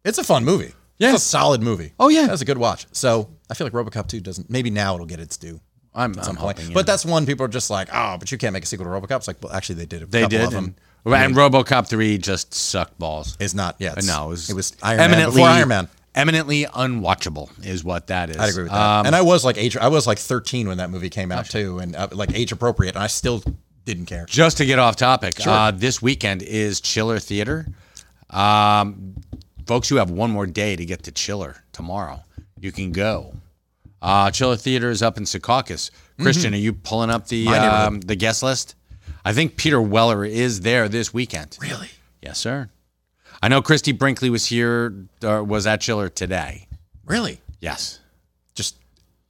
[SPEAKER 3] it's a fun movie.
[SPEAKER 4] Yeah.
[SPEAKER 3] It's a solid movie.
[SPEAKER 4] Oh, yeah.
[SPEAKER 3] That's a good watch. So I feel like RoboCop 2 doesn't, maybe now it'll get its due.
[SPEAKER 4] I'm,
[SPEAKER 3] At some
[SPEAKER 4] I'm
[SPEAKER 3] point.
[SPEAKER 4] hoping, yeah.
[SPEAKER 3] But that's one people are just like, oh, but you can't make a sequel to RoboCop. It's like, well, actually, they did. A
[SPEAKER 4] They
[SPEAKER 3] couple
[SPEAKER 4] did.
[SPEAKER 3] Of them.
[SPEAKER 4] And, and RoboCop 3 just sucked balls.
[SPEAKER 3] It's not. Yeah. It's,
[SPEAKER 4] no, it was,
[SPEAKER 3] Iron Man before Iron Man.
[SPEAKER 4] Eminently unwatchable is what that is. Um,
[SPEAKER 3] I'd agree with that. and I was like age. I was like 13 when that movie came out too, and uh, like age appropriate. And I still Didn't care.
[SPEAKER 4] Just to get off topic, uh, this weekend is Chiller Theater. Um, folks, you have one more day to get to Chiller tomorrow. You can go. Uh, Chiller Theater is up in Secaucus. Christian, are you pulling up the
[SPEAKER 3] neighborhood.
[SPEAKER 4] um, the guest list? I think Peter Weller is there this weekend.
[SPEAKER 3] Really?
[SPEAKER 4] Yes, sir. I know Christy Brinkley was here, or was at Chiller today.
[SPEAKER 3] Really?
[SPEAKER 4] Yes.
[SPEAKER 3] Just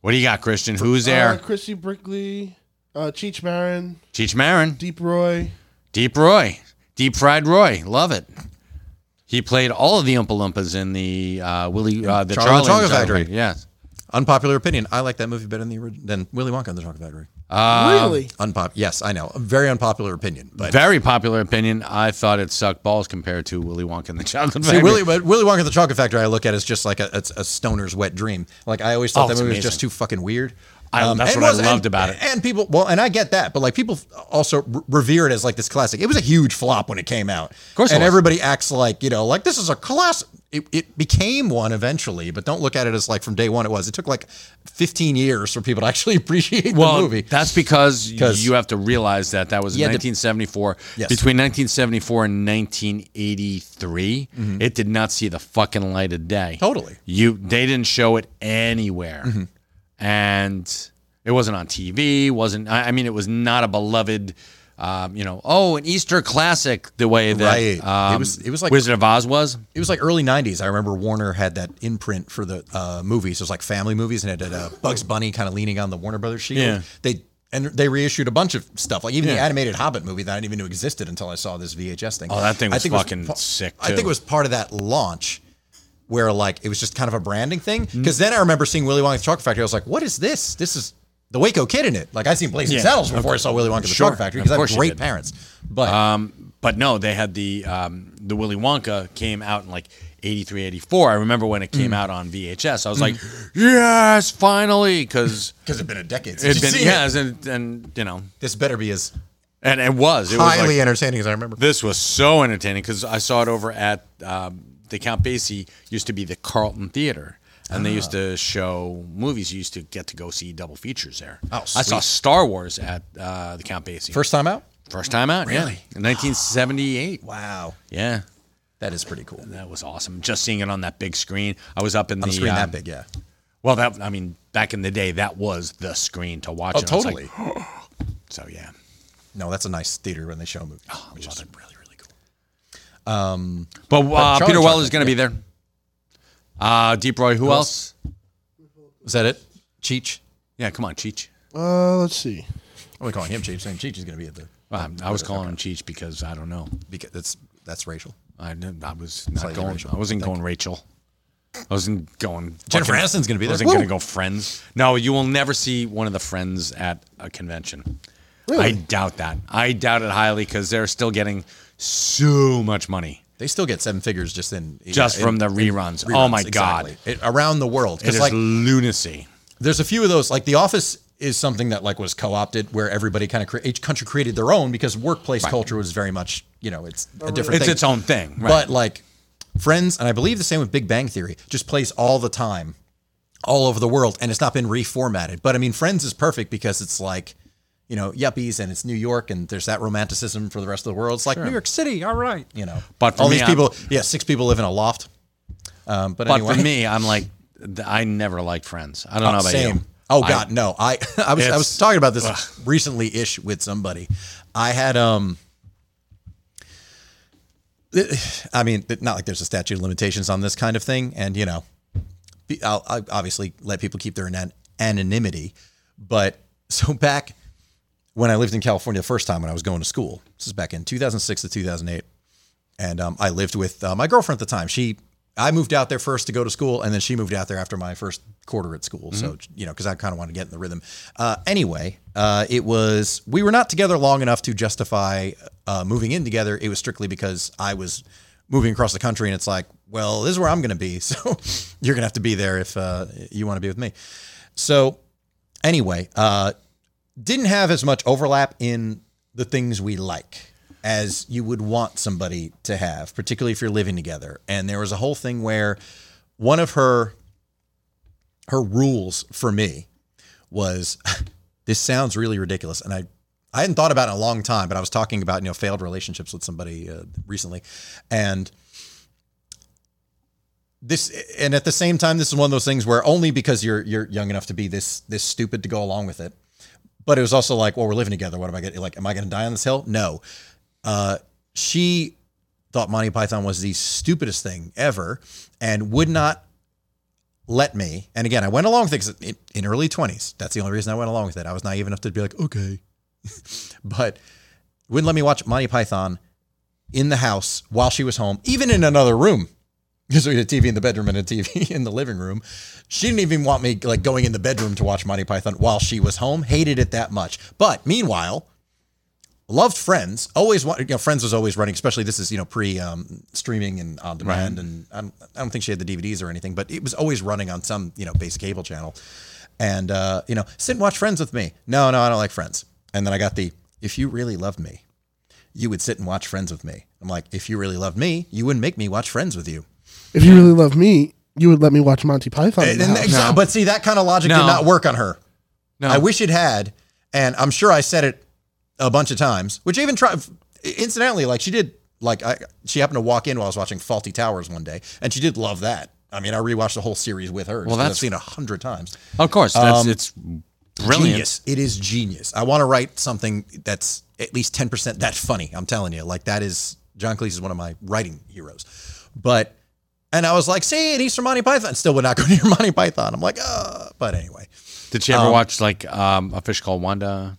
[SPEAKER 4] What do you got, Christian? Who's there?
[SPEAKER 6] Uh, Chrissy Brickley, uh, Cheech Marin,
[SPEAKER 4] Cheech Marin.
[SPEAKER 6] Deep Roy.
[SPEAKER 4] Deep Roy, Deep Fried Roy, love it. He played all of the Oompa Loompas in the uh, Willie, uh, the
[SPEAKER 3] Charlie and
[SPEAKER 4] Charlie,
[SPEAKER 3] the Chocolate
[SPEAKER 4] and the Chocolate
[SPEAKER 3] Factory.
[SPEAKER 4] Factory, Yes.
[SPEAKER 3] unpopular opinion. I like that movie better than the orig- than Willy Wonka and the Chocolate Factory.
[SPEAKER 6] really?
[SPEAKER 3] Unpop. Yes, I know. A very unpopular opinion, but
[SPEAKER 4] Very popular opinion. I thought it sucked balls compared to Willy Wonka and the *laughs*
[SPEAKER 3] *laughs*
[SPEAKER 4] Chocolate
[SPEAKER 3] See,
[SPEAKER 4] Factory.
[SPEAKER 3] Willy, but Willy Wonka and the Chocolate Factory, I look at as just like a, it's a stoner's wet dream. Like I always
[SPEAKER 4] Oh,
[SPEAKER 3] thought that
[SPEAKER 4] it's
[SPEAKER 3] movie
[SPEAKER 4] amazing.
[SPEAKER 3] was just too fucking weird. Um,
[SPEAKER 4] I- that's
[SPEAKER 3] and
[SPEAKER 4] what I
[SPEAKER 3] was- and-
[SPEAKER 4] loved about it.
[SPEAKER 3] And people, well, and I get that, but like people also re- revere it as like this classic. It was a huge flop when it came out. Of
[SPEAKER 4] course it
[SPEAKER 3] and
[SPEAKER 4] was.
[SPEAKER 3] everybody acts like you know, like this is a classic. It, it became one eventually, but don't look at it as like from day one it was. It took like 15 years for people to actually *laughs* appreciate
[SPEAKER 4] well,
[SPEAKER 3] the movie.
[SPEAKER 4] that's because
[SPEAKER 3] 'Cause-
[SPEAKER 4] you have to realize that that was in
[SPEAKER 3] Yeah, the-
[SPEAKER 4] 1974.
[SPEAKER 3] Yes.
[SPEAKER 4] Between 1974 and 1983, it did not see the fucking light of day.
[SPEAKER 3] Mm-hmm. Totally.
[SPEAKER 4] You they didn't show it anywhere,
[SPEAKER 3] Mm-hmm.
[SPEAKER 4] and it wasn't on TV. wasn't I, I mean, it was not a beloved. Um, you know, oh, an Easter classic the way that
[SPEAKER 3] Right. It
[SPEAKER 4] um,
[SPEAKER 3] was- it was like-
[SPEAKER 4] Wizard of Oz was.
[SPEAKER 3] it was like early 90s. I remember Warner had that imprint for the uh, movies. It was like family movies, and it had uh, Bugs Bunny kind of leaning on the Warner Brothers shield.
[SPEAKER 4] Yeah.
[SPEAKER 3] They and they reissued a bunch of stuff, like even the
[SPEAKER 4] Yeah.
[SPEAKER 3] animated Hobbit movie that I didn't even knew existed until I saw this VHS thing.
[SPEAKER 4] Oh, that thing
[SPEAKER 3] I
[SPEAKER 4] was
[SPEAKER 3] think it
[SPEAKER 4] fucking
[SPEAKER 3] pa-
[SPEAKER 4] sick,
[SPEAKER 3] I think
[SPEAKER 4] too.
[SPEAKER 3] it was part of that launch where like it was just kind of a branding thing.
[SPEAKER 4] Mm-hmm.
[SPEAKER 3] Because then I remember seeing Willy Wonka's Chocolate Factory. I was like, what is this? This is the Waco Kid in it. Like I seen Blazing
[SPEAKER 4] Yeah.
[SPEAKER 3] Saddles before I saw Willy Wonka's
[SPEAKER 4] Sure.
[SPEAKER 3] Chocolate Factory
[SPEAKER 4] Of
[SPEAKER 3] because I have
[SPEAKER 4] course you
[SPEAKER 3] great
[SPEAKER 4] did. Uh,
[SPEAKER 3] parents. But
[SPEAKER 4] but no, they had the um, the Willy Wonka came out in like 83, 84. I remember when it came
[SPEAKER 3] Mm.
[SPEAKER 4] out on VHS. I was like, yes, finally,
[SPEAKER 3] *laughs*
[SPEAKER 4] because
[SPEAKER 3] because it'd been a decade
[SPEAKER 4] it
[SPEAKER 3] since
[SPEAKER 4] had
[SPEAKER 3] you'd
[SPEAKER 4] been
[SPEAKER 3] seen
[SPEAKER 4] yeah,
[SPEAKER 3] it.
[SPEAKER 4] and, and you know,
[SPEAKER 3] This better be as
[SPEAKER 4] and it was it was
[SPEAKER 3] highly
[SPEAKER 4] like,
[SPEAKER 3] entertaining as I remember.
[SPEAKER 4] this was so entertaining because I saw it over at um, the Count Basie used to be the Carlton Theater. And they used
[SPEAKER 3] Ah.
[SPEAKER 4] to show movies. You used to get to go see double features there.
[SPEAKER 3] Oh,
[SPEAKER 4] I
[SPEAKER 3] sweet.
[SPEAKER 4] saw Star Wars at uh, the Count Basie.
[SPEAKER 3] First time out?
[SPEAKER 4] First time out, yeah.
[SPEAKER 3] Really?
[SPEAKER 4] in 1978.
[SPEAKER 3] Wow.
[SPEAKER 4] Yeah.
[SPEAKER 3] That is pretty cool.
[SPEAKER 4] That was awesome. Just seeing it on that big screen. I was up in the,
[SPEAKER 3] On a screen
[SPEAKER 4] um,
[SPEAKER 3] that big, yeah.
[SPEAKER 4] Well, that I mean, back in the day, that was the screen to watch.
[SPEAKER 3] Oh,
[SPEAKER 4] and I was like-
[SPEAKER 3] totally.
[SPEAKER 4] so yeah,
[SPEAKER 3] *gasps* No, that's a nice theater when they show a movie. Oh, which is really, really cool.
[SPEAKER 4] but uh,
[SPEAKER 3] Charlie
[SPEAKER 4] Peter Weller is
[SPEAKER 3] Chocolate,
[SPEAKER 4] going to be there. Uh, Deep Roy, who, else?
[SPEAKER 3] Is that it? Cheech?
[SPEAKER 4] Yeah, come on, Cheech.
[SPEAKER 6] Uh, let's see.
[SPEAKER 3] Are we calling him Cheech? Saying Cheech is going to be at the
[SPEAKER 4] Well, I'm- I was calling him Cheech because I don't know.
[SPEAKER 3] because that's that's racial.
[SPEAKER 4] I, didn't- I was not
[SPEAKER 3] Slightly
[SPEAKER 4] going.
[SPEAKER 3] racial,
[SPEAKER 4] I wasn't going Rachel. I wasn't going.
[SPEAKER 3] Jennifer
[SPEAKER 4] fucking-
[SPEAKER 3] Aniston's gonna be there.
[SPEAKER 4] I wasn't going to
[SPEAKER 3] Woo!
[SPEAKER 4] go Friends. No, you will never see one of the Friends at a convention. I doubt that. I doubt it highly because they're still getting so much money
[SPEAKER 3] They still get seven figures just in
[SPEAKER 4] just
[SPEAKER 3] yeah,
[SPEAKER 4] from
[SPEAKER 3] in-
[SPEAKER 4] the
[SPEAKER 3] in
[SPEAKER 4] reruns. Oh my god,
[SPEAKER 3] exactly. It- around the world
[SPEAKER 4] it
[SPEAKER 3] because
[SPEAKER 4] is
[SPEAKER 3] like
[SPEAKER 4] lunacy.
[SPEAKER 3] there's a few of those like The Office is something that like was co-opted where everybody kind of cre- each country created their own because workplace culture was very much you know it's a different
[SPEAKER 4] It's
[SPEAKER 3] thing.
[SPEAKER 4] its own thing. Right?
[SPEAKER 3] But like Friends, and I believe the same with Big Bang Theory, just plays all the time, all over the world, and it's not been reformatted. But I mean, Friends is perfect because it's like, you know, yuppies, and it's New York, and there's that romanticism for the rest of the world. It's like New York City, all right, you know.
[SPEAKER 4] But for
[SPEAKER 3] all
[SPEAKER 4] me,
[SPEAKER 3] these
[SPEAKER 4] I'm-
[SPEAKER 3] people, yeah, six people live in a loft. Um, but,
[SPEAKER 4] but
[SPEAKER 3] anyway,
[SPEAKER 4] for me, I'm like, th- I never liked Friends. I don't know about
[SPEAKER 3] same.
[SPEAKER 4] you.
[SPEAKER 3] Oh God, no! I *laughs* I was I
[SPEAKER 4] It's-
[SPEAKER 3] was talking about this recently ish with somebody. I had um. I mean, not like there's a statute of limitations on this kind of thing, and you know, be- I'll, I obviously let people keep their anon- anonymity, but *laughs* so back when I lived in California the first time when I was going to school, this is back in 2006 to 2008, and um, I lived with uh, my girlfriend at the time. She, I moved out there first to go to school, and then she moved out there after my first quarter at school. So you know, because I kind of wanted to get in the rhythm. Uh, anyway, uh, it was we were not together long enough to justify uh, moving in together. It was strictly because I was moving across the country, and it's like, well, this is where I'm going to be, *laughs* so you're going to have to be there if uh, you want to be with me. So anyway, uh, didn't have as much overlap in the things we like as you would want somebody to have, particularly if you're living together. And there was a whole thing where one of her *laughs* her rules for me was this sounds really ridiculous and I I hadn't thought about it in a long time, but I was talking about you know failed relationships with somebody uh, recently, and this and at the same time, this is one of those things where only because you're you're young enough to be this this stupid to go along with it, but it was also like, well, we're living together. What am I going like? Am I going to die on this hill? No. Uh, she thought Monty Python was the stupidest thing ever, and would not let me. And again, I went along with things in, in early twenties. That's the only reason I went along with it. I was naive enough to be like, okay, *laughs* but wouldn't let me watch Monty Python in the house while she was home, even in another room. *laughs* Because we had a TV in the bedroom and a TV *laughs* in the living room. She didn't even want me like going in the bedroom to watch Monty Python while she was home. Hated it that much. But meanwhile, loved Friends. Always, wa- you know, Friends was always running. Especially this is you know pre um, streaming and on demand, and I don't, I don't think she had the DVDs or anything, but it was always running on some you know basic cable channel. And uh, you know, sit and watch Friends with me. No, no, I don't like Friends. And then I got the if you really loved me, you would sit and watch Friends with me. I'm like, if you really loved me, you wouldn't make me watch Friends with you.
[SPEAKER 6] If you really love me, you would let me watch Monty Python. in
[SPEAKER 3] And
[SPEAKER 6] the
[SPEAKER 3] then-
[SPEAKER 6] house.
[SPEAKER 3] exa- But see, that kind of logic did
[SPEAKER 4] No.
[SPEAKER 3] not work on her.
[SPEAKER 4] No.
[SPEAKER 3] I wish it had, and I'm sure I said it a bunch of times. Which even try, incidentally, like she did, like I, she happened to walk in while I was watching Faulty Towers one day, and she did love that. I mean, I rewatched the whole series with her. Well, I've
[SPEAKER 4] that's-
[SPEAKER 3] seen it a hundred times.
[SPEAKER 4] Of course, that's it's brilliant.
[SPEAKER 3] Um, Genius. It is genius. I want to write something that's at least 10% that funny. I'm telling you. Like that is John Cleese is one of my writing heroes. But and I was like, see, and he's from Monty Python. Still would not go *laughs* near Monty Python. I'm like, uh, but anyway.
[SPEAKER 4] Did you ever watch like um, a fish called Wanda?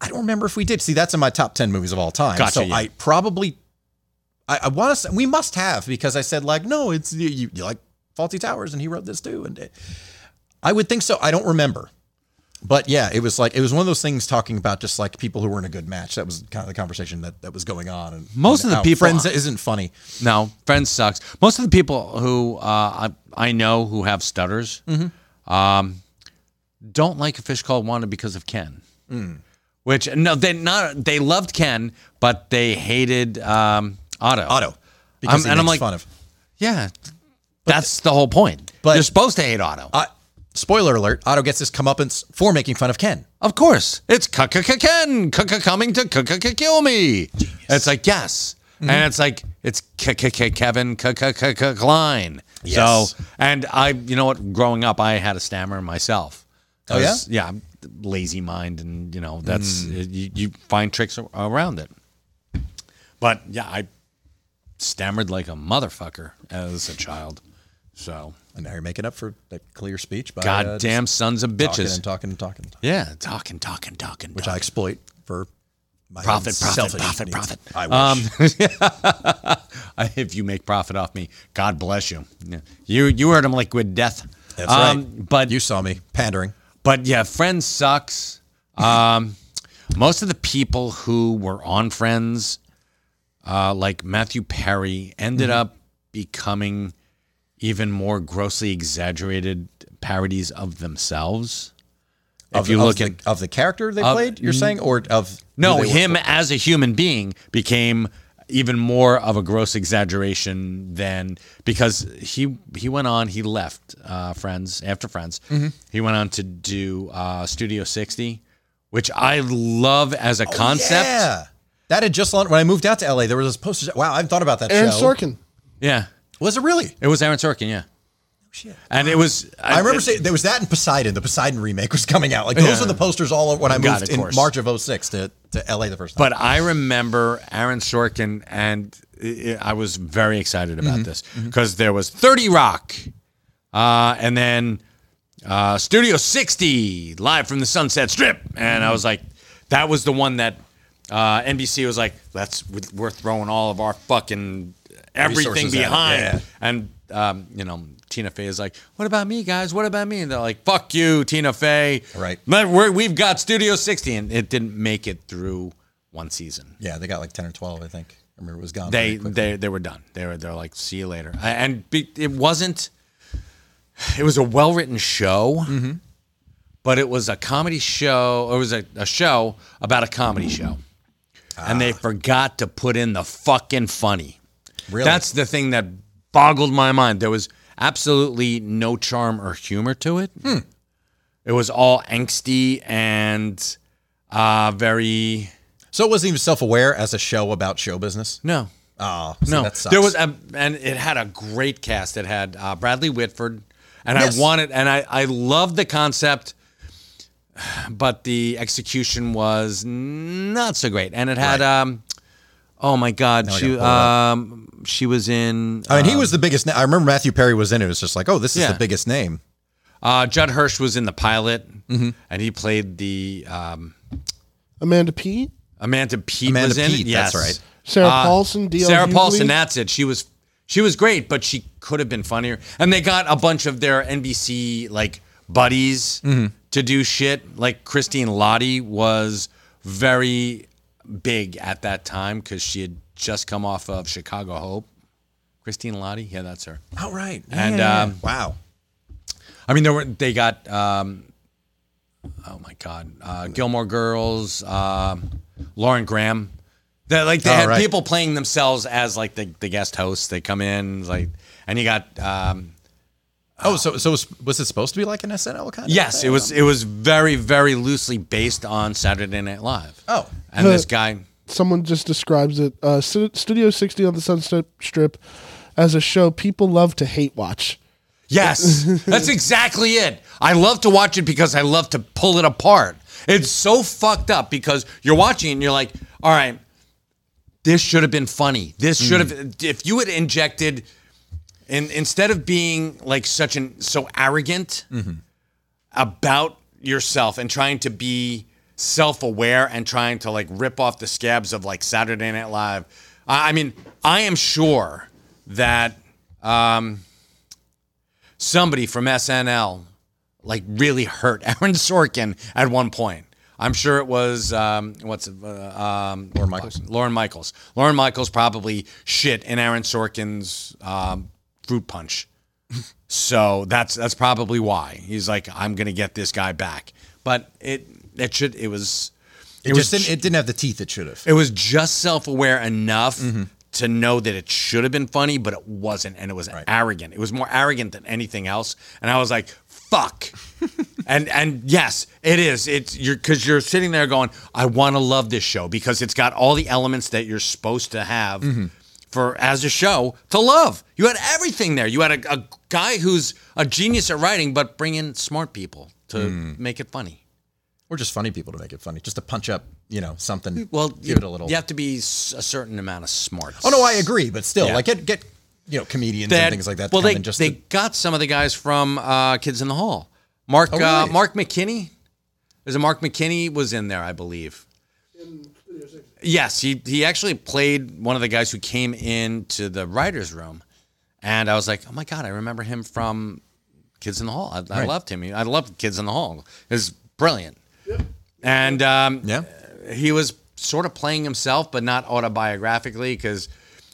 [SPEAKER 3] I don't remember if we did. See, that's in my top 10 movies of all time.
[SPEAKER 4] Gotcha,
[SPEAKER 3] so
[SPEAKER 4] yeah.
[SPEAKER 3] I probably I, I want to say we must have because I said like, no, it's you, you, you like Faulty Towers and he wrote this too and it, I would think so. I don't remember. But yeah, it was like it was one of those things talking about just like people who were in a good match. That was kind of the conversation that, that was going on. And
[SPEAKER 4] Most of the
[SPEAKER 3] how
[SPEAKER 4] people
[SPEAKER 3] friends
[SPEAKER 4] aren't.
[SPEAKER 3] isn't funny.
[SPEAKER 4] No, Friends sucks. Most of the people who uh, I, I know who have stutters um, don't like a fish called Wanda because of Ken. Which no, they not they loved Ken, but they hated um, Otto.
[SPEAKER 3] Otto, because he
[SPEAKER 4] and
[SPEAKER 3] makes
[SPEAKER 4] I'm like-
[SPEAKER 3] fun of.
[SPEAKER 4] yeah, that's the whole point.
[SPEAKER 3] but-
[SPEAKER 4] But you're supposed to hate Otto,
[SPEAKER 3] Uh, spoiler alert: Otto gets his comeuppance for making fun of Ken.
[SPEAKER 4] of course. It's Kaka Ken, Kaka coming to Kaka kill me. It's like yes,
[SPEAKER 3] Mm-hmm.
[SPEAKER 4] and it's like it's Kaka Kevin Kaka Klein.
[SPEAKER 3] Yes.
[SPEAKER 4] So and I, you know what? Growing up, I had a stammer myself.
[SPEAKER 3] Oh, yeah? Mm.
[SPEAKER 4] 'Cause, yeah, I'm lazy mind, and you know that's you, you find tricks ar- around it. But yeah, I stammered like a motherfucker as a child. So
[SPEAKER 3] And now you're making up for that clear speech by uh, just
[SPEAKER 4] goddamn sons of
[SPEAKER 3] talking
[SPEAKER 4] bitches.
[SPEAKER 3] and talking and talking. And talking.
[SPEAKER 4] Yeah, talking, talking, talking,
[SPEAKER 3] which I exploit for my
[SPEAKER 4] Profit,
[SPEAKER 3] own
[SPEAKER 4] profit,
[SPEAKER 3] selfish
[SPEAKER 4] profit,
[SPEAKER 3] needs.
[SPEAKER 4] profit. Um,
[SPEAKER 3] I wish.
[SPEAKER 4] *laughs* I, *laughs* if you make profit off me, God bless you. Yeah. You you heard him liquid death. Um,
[SPEAKER 3] That's right.
[SPEAKER 4] But
[SPEAKER 3] you saw me pandering.
[SPEAKER 4] but yeah, Friends sucks. Um, most of the people who were on Friends, uh, like Matthew Perry, ended
[SPEAKER 3] Mm-hmm.
[SPEAKER 4] up becoming even more grossly exaggerated parodies of themselves.
[SPEAKER 3] Of,
[SPEAKER 4] if you
[SPEAKER 3] of
[SPEAKER 4] look
[SPEAKER 3] the,
[SPEAKER 4] at
[SPEAKER 3] of the character they played, you're saying, or of who
[SPEAKER 4] no,
[SPEAKER 3] they were-
[SPEAKER 4] him as a human being became even more of a gross exaggeration than because he he went on he left uh, Friends after Friends
[SPEAKER 3] Mm-hmm.
[SPEAKER 4] he went on to do uh, Studio 60, which I love as a concept.
[SPEAKER 3] Oh, Yeah, that had just launched when I moved out to LA. There was this poster. Wow, I haven't thought about that.
[SPEAKER 6] *laughs* Aaron
[SPEAKER 3] show.
[SPEAKER 6] Sorkin.
[SPEAKER 4] Yeah.
[SPEAKER 3] was it really?
[SPEAKER 4] it was Aaron Sorkin. Yeah,
[SPEAKER 6] Oh,
[SPEAKER 3] Shit.
[SPEAKER 4] and it was
[SPEAKER 3] I remember
[SPEAKER 4] it-
[SPEAKER 3] saying there was that in Poseidon. The Poseidon remake was coming out. Like those
[SPEAKER 4] Yeah.
[SPEAKER 3] were the posters all over when I
[SPEAKER 4] God,
[SPEAKER 3] moved
[SPEAKER 4] of
[SPEAKER 3] in
[SPEAKER 4] course.
[SPEAKER 3] March of 06 to, to LA the first time.
[SPEAKER 4] But I remember Aaron Sorkin, and i I was very excited
[SPEAKER 3] Mm-hmm.
[SPEAKER 4] about this because there was 30 Rock, uh, and then uh, Studio 60 live from the Sunset Strip, and
[SPEAKER 3] Mm-hmm.
[SPEAKER 4] I was like, that was the one that uh, NBC was like, let's we're throwing all of our fucking everything
[SPEAKER 3] Resources at it,
[SPEAKER 4] behind,
[SPEAKER 3] yeah.
[SPEAKER 4] and um, you know. Tina Fey is like, what about me, guys? What about me? And they're like, fuck you, Tina Fey.
[SPEAKER 3] Right.
[SPEAKER 4] Let- We're, we've got Studio 60, and it didn't make it through one season.
[SPEAKER 3] yeah, they got like 10 or 12, I think. I remember it was gone.
[SPEAKER 4] They
[SPEAKER 3] very quick.
[SPEAKER 4] they they were done. They were they're like, see you later. I- And be, it wasn't. It was a well written show, but it was a comedy show. It was a, a show about a comedy show, and they forgot to put in the fucking funny.
[SPEAKER 3] really?
[SPEAKER 4] That's the thing that boggled my mind. There was absolutely no
[SPEAKER 3] Hmm.
[SPEAKER 4] charm or humor to it. It was all angsty and Uh, very
[SPEAKER 3] So it wasn't even self-aware as a show about show business.
[SPEAKER 4] no,
[SPEAKER 3] Oh,
[SPEAKER 4] no.
[SPEAKER 3] that sucks.
[SPEAKER 4] there was a, and it had a great cast. It had uh, Bradley Whitford, and
[SPEAKER 3] Yes.
[SPEAKER 4] I wanted, and I I loved the concept, but the execution was not so great. And it had um, oh my God,
[SPEAKER 3] I
[SPEAKER 4] she
[SPEAKER 3] gotta pull it up. Oh,
[SPEAKER 4] um she was in.
[SPEAKER 3] I mean, he was the biggest. Na- I remember Matthew Perry was in it. It was just like, oh, this is
[SPEAKER 4] Yeah.
[SPEAKER 3] the biggest name.
[SPEAKER 4] Uh, Judd Hirsch was in the pilot,
[SPEAKER 3] Mm-hmm.
[SPEAKER 4] and he played the um,
[SPEAKER 6] Amanda P,
[SPEAKER 4] Amanda Pete.
[SPEAKER 3] Amanda
[SPEAKER 4] was in it.
[SPEAKER 3] Peet,
[SPEAKER 4] yes. Uh,
[SPEAKER 3] that's right.
[SPEAKER 6] Uh, Sarah Paulson, D.L.
[SPEAKER 4] Sarah
[SPEAKER 6] Hughley.
[SPEAKER 4] Paulson. That's it. She was she was great, but she could have been funnier. And they got a bunch of their NBC like buddies
[SPEAKER 3] Mm-hmm.
[SPEAKER 4] to do shit. Like Christine Lottie was very big at that time because she had just come off of Chicago Hope. Christine Lottie, yeah, that's her.
[SPEAKER 3] Oh, right. and
[SPEAKER 4] And, um,
[SPEAKER 3] wow,
[SPEAKER 4] I mean, there were they got um, oh my god, uh, Gilmore Girls, um, Lauren Graham. That like they
[SPEAKER 3] Oh,
[SPEAKER 4] had
[SPEAKER 3] right.
[SPEAKER 4] people playing themselves as like the, the guest hosts. They come in like, and you got um,
[SPEAKER 3] Oh, so so was, was it supposed to be like an SNL kind of?
[SPEAKER 4] yes, it
[SPEAKER 3] thing?
[SPEAKER 4] was it was very very loosely based on Saturday Night Live.
[SPEAKER 3] Oh.
[SPEAKER 4] and this guy,
[SPEAKER 6] someone just describes it uh, Stu- Studio 60 on the Sunset Strip as a show people love to hate watch.
[SPEAKER 4] yes, that's exactly it. I love to watch it because I love to pull it apart. It's so fucked up because you're watching and you're like, all right. this should have been funny. This should have if you had injected and instead of being like such an so arrogant about yourself and trying to be self-aware and trying to like rip off the scabs of like Saturday Night Live. I I mean, I am sure that um somebody from SNL like really hurt *laughs* Aaron Sorkin at one point. I'm sure it was um, what's it, uh, um,
[SPEAKER 3] Lauren Michaels.
[SPEAKER 4] Lauren Michaels. Lauren Michaels probably shit in Aaron Sorkin's um,
[SPEAKER 3] *laughs*
[SPEAKER 4] fruit punch. so that's that's probably why he's like, I'm gonna get this guy back. But it it should it was
[SPEAKER 3] It,
[SPEAKER 4] was
[SPEAKER 3] just didn't, it didn't have the teeth it should have.
[SPEAKER 4] it was just self aware enough
[SPEAKER 3] Mm-hmm.
[SPEAKER 4] to know that it should have been funny, but it wasn't. And it was arrogant. It was more arrogant than anything else. And I was like,
[SPEAKER 3] *laughs*
[SPEAKER 4] fuck. and and yes, it is. It's you're because you're sitting there going, I want to love this show because it's got all the elements that you're supposed to have
[SPEAKER 3] Mm-hmm.
[SPEAKER 4] for as a show to love. You had everything there. You had a, a guy who's a genius at writing, but bring in smart people to
[SPEAKER 3] Mm.
[SPEAKER 4] make it funny.
[SPEAKER 3] Or just funny people to make it funny, just to punch up, you know, something.
[SPEAKER 4] Well,
[SPEAKER 3] give
[SPEAKER 4] you,
[SPEAKER 3] it a little.
[SPEAKER 4] You have to be s- a certain amount of smarts.
[SPEAKER 3] Oh no, I agree, but still,
[SPEAKER 4] Yeah.
[SPEAKER 3] like get get you know comedians
[SPEAKER 4] They
[SPEAKER 3] and
[SPEAKER 4] had-
[SPEAKER 3] things like that. to
[SPEAKER 4] Well,
[SPEAKER 3] come
[SPEAKER 4] they
[SPEAKER 3] in just
[SPEAKER 4] they
[SPEAKER 3] to-
[SPEAKER 4] got some of the guys from uh, Kids in the Hall. Mark
[SPEAKER 3] Oh,
[SPEAKER 4] uh,
[SPEAKER 3] really?
[SPEAKER 4] Mark McKinney. There's a Mark McKinney was in there, I believe. Yes, he he actually played one of the guys who came into the writers' room, and I was like, oh my god, I remember him from Kids in the Hall. I, I loved him. I loved Kids in the Hall. It was brilliant. And um,
[SPEAKER 3] Yeah.
[SPEAKER 4] he was sort of playing himself, but not autobiographically, because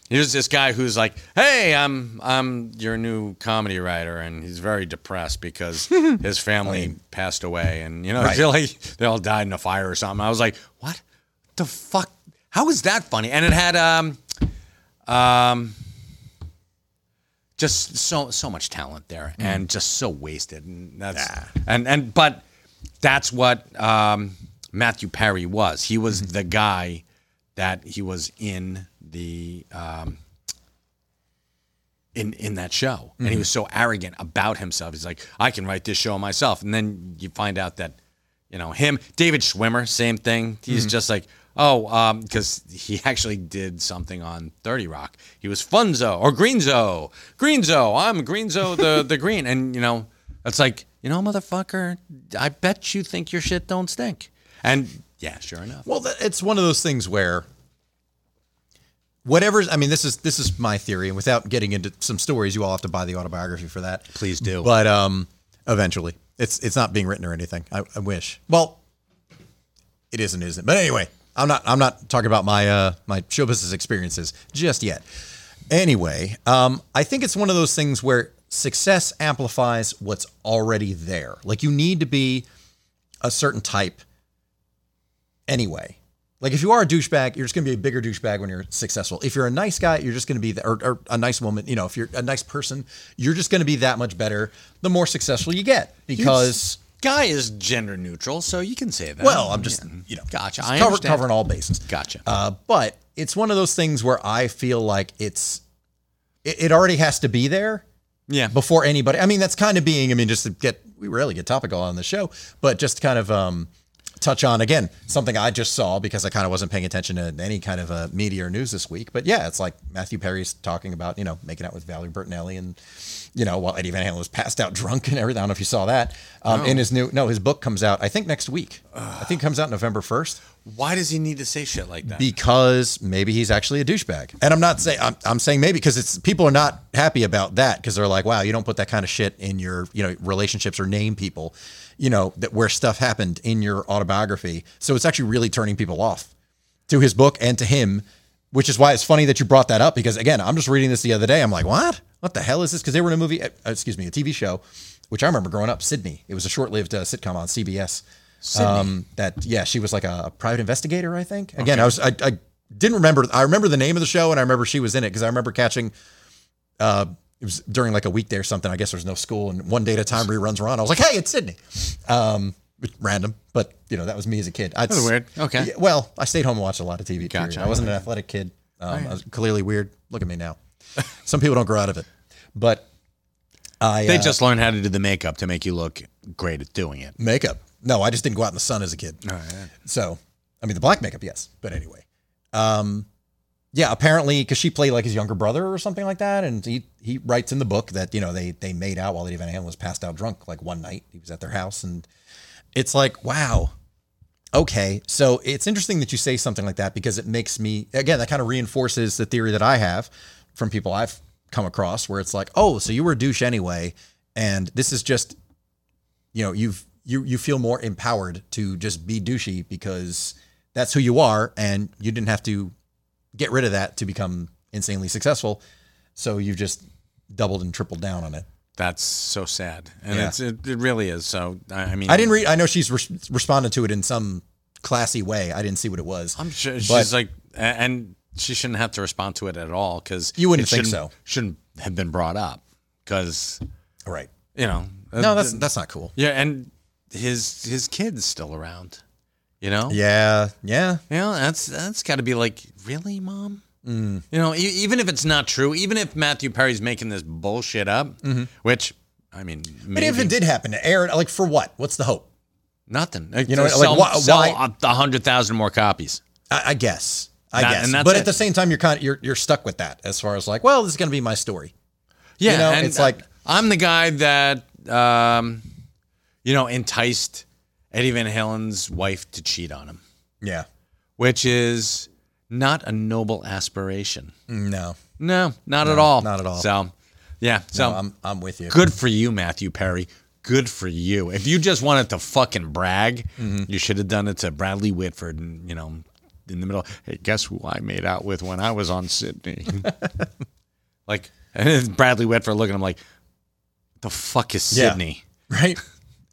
[SPEAKER 4] here's this guy who's like, "Hey, I'm I'm your new comedy writer," and he's very depressed because his family passed away, and you know,
[SPEAKER 3] Right.
[SPEAKER 4] they're like they all died in a fire or something. I was like, "What the fuck? How is that funny?" And it had um um. Just so so much talent there, and just so wasted, and that's and and but that's what um, Matthew Perry was. He was the guy that he was in the um, in in that show, and he was
[SPEAKER 3] Mm-hmm.
[SPEAKER 4] so arrogant about himself. He's like, I can write this show myself, and then you find out that you know him, David Schwimmer, same thing.
[SPEAKER 3] Mm-hmm.
[SPEAKER 4] He's just like. Oh, because he *laughs* actually did something on Thirty Rock. He was Funzo or Greenzo, Greenzo. I'm Greenzo
[SPEAKER 3] *laughs*
[SPEAKER 4] the the Green, and you know it's like, you know, motherfucker, I bet you think your shit don't stink. And yeah, sure enough.
[SPEAKER 3] well, that- it's one of those things where whatever's. I mean, this is this is my theory, and without getting into some stories, you all have to buy the autobiography for that.
[SPEAKER 4] Please do.
[SPEAKER 3] But um, eventually, it's it's not being written or anything. I, I wish. Well, it isn't, isn't. it? But anyway, I'm not I'm not talking about my uh my show business experiences just yet. Anyway, um, I think it's one of those things where success amplifies what's already there. Like you need to be a certain type anyway. Like if you are a douchebag, you're just going to be a bigger douchebag when you're successful. If you're a nice guy, you're just going to be the, or, or a nice woman. You know, if you're a nice person, you're just going to be that much better the more successful you get because
[SPEAKER 4] guy is gender neutral, so you can say that.
[SPEAKER 3] Well, I'm just
[SPEAKER 4] Yeah.
[SPEAKER 3] you know
[SPEAKER 4] Gotcha,
[SPEAKER 3] just
[SPEAKER 4] I
[SPEAKER 3] cover,
[SPEAKER 4] understand.
[SPEAKER 3] covering all bases.
[SPEAKER 4] Gotcha.
[SPEAKER 3] Uh, but it's one of those things where I feel like it's it, it already has to be there
[SPEAKER 4] yeah.
[SPEAKER 3] before anybody. I mean, that's kind of being. I mean, just to get we rarely get topical on the show, but just to kind of um, touch on again something I just saw because I kind of wasn't paying attention to any kind of uh, media or news this week. But yeah, it's like Matthew Perry's talking about you know making out with Valerie Bertinelli and you know while Eddie Van Halen was passed out *laughs* drunk and everything. I don't know if you saw that. Um, In his new no, his book comes out I think next week. I think it comes out November first
[SPEAKER 4] Why does he need to say shit like that?
[SPEAKER 3] because maybe he's actually a douchebag. And I'm not saying I'm, I'm saying maybe because it's people are not happy about that because they're like, wow, you don't put that kind of shit in your you know relationships or name people, you know that where stuff happened in your autobiography. So it's actually really turning people off to his book and to him, which is why it's funny that you brought that up because again, I'm just reading this the other day. I'm like, what? What the hell is this? Because they were in a movie, uh, excuse me, a TV show, which I remember growing up, Sydney. It was a short-lived uh, sitcom on CBS. Um, that yeah, she was like a, a private investigator, I think. Again, I was I, I didn't remember. I remember the name of the show and I remember she was in it because I remember catching. Uh, it was during like a weekday or something. I guess there's no school, and one day at a time reruns were on. I was like, "Hey, it's Sydney," um, random, but you know that was me as a kid. I'd
[SPEAKER 4] That's
[SPEAKER 3] s-
[SPEAKER 4] weird. Okay.
[SPEAKER 3] Yeah, well, I stayed home and watched a lot of TV.
[SPEAKER 4] Gotcha.
[SPEAKER 3] Gotcha. I wasn't an athletic kid. Um, I was clearly weird. Look at me now. Some people don't grow out of it, but I
[SPEAKER 4] they
[SPEAKER 3] uh,
[SPEAKER 4] just learn how to do the makeup to make you look great at doing it.
[SPEAKER 3] makeup. No, I just didn't go out in the sun as a kid. So, I mean, the black makeup, yes. But anyway, um, yeah. Apparently, because she played like his younger brother or something like that, and he he writes in the book that you know they they made out while Eddie Van Halen was passed out drunk. Like one night, he was at their house, and it's like, wow, okay. So it's interesting that you say something like that because it makes me again that kind of reinforces the theory that I have from people I've come across where it's like, oh, so you were a douche anyway, and this is just you know you've you you feel more empowered to just be douchey because that's who you are and you didn't have to get rid of that to become insanely successful so you've just doubled and tripled down on it
[SPEAKER 4] That's so sad, and
[SPEAKER 3] Yeah.
[SPEAKER 4] it's it, it really is. So I, I mean,
[SPEAKER 3] i didn't read i know she's res- responded to it in some classy way i didn't see what it was
[SPEAKER 4] I'm sure she's
[SPEAKER 3] But-
[SPEAKER 4] like, a- and she shouldn't have to respond to it at all because
[SPEAKER 3] You wouldn't think so.
[SPEAKER 4] Shouldn't have been brought up because
[SPEAKER 3] all right
[SPEAKER 4] you know.
[SPEAKER 3] no that's that's not cool
[SPEAKER 4] yeah, and his his kid's still around. You know.
[SPEAKER 3] yeah yeah
[SPEAKER 4] You know, that's that's got to be like, really, mom? Mm. You know, e- even if it's not true, even if Matthew Perry's making this bullshit up, which I mean,
[SPEAKER 3] Mm-hmm. but
[SPEAKER 4] maybe
[SPEAKER 3] if it did happen to aaron like for what what's the hope
[SPEAKER 4] nothing.
[SPEAKER 3] You know, like,
[SPEAKER 4] sell,
[SPEAKER 3] why-
[SPEAKER 4] sell
[SPEAKER 3] why-
[SPEAKER 4] up a hundred thousand more copies.
[SPEAKER 3] I, I guess. I
[SPEAKER 4] That-
[SPEAKER 3] guess.
[SPEAKER 4] and that's
[SPEAKER 3] But
[SPEAKER 4] it.
[SPEAKER 3] at the same time, you're kind of, you're you're stuck with that as far as like, well, this is going to be my story.
[SPEAKER 4] Yeah,
[SPEAKER 3] You know,
[SPEAKER 4] and
[SPEAKER 3] it's like-
[SPEAKER 4] I'm the guy that um, you know enticed Eddie Van Halen's wife to cheat on him,
[SPEAKER 3] Yeah.
[SPEAKER 4] which is not a noble aspiration.
[SPEAKER 3] Mm. No.
[SPEAKER 4] No, not at all.
[SPEAKER 3] not at all.
[SPEAKER 4] So, yeah. So
[SPEAKER 3] No, I'm I'm with you.
[SPEAKER 4] good for you, Matthew Perry. Good for you. If you just wanted to fucking brag,
[SPEAKER 3] Mm-hmm.
[SPEAKER 4] you should have done it to Bradley Whitford, and you know, in the middle. Hey, guess who I made out with when I was
[SPEAKER 3] *laughs*
[SPEAKER 4] on Sydney? like, and it's Bradley Whitford looking at him like, the fuck is
[SPEAKER 3] Yeah.
[SPEAKER 4] Sydney?
[SPEAKER 3] *laughs* Right?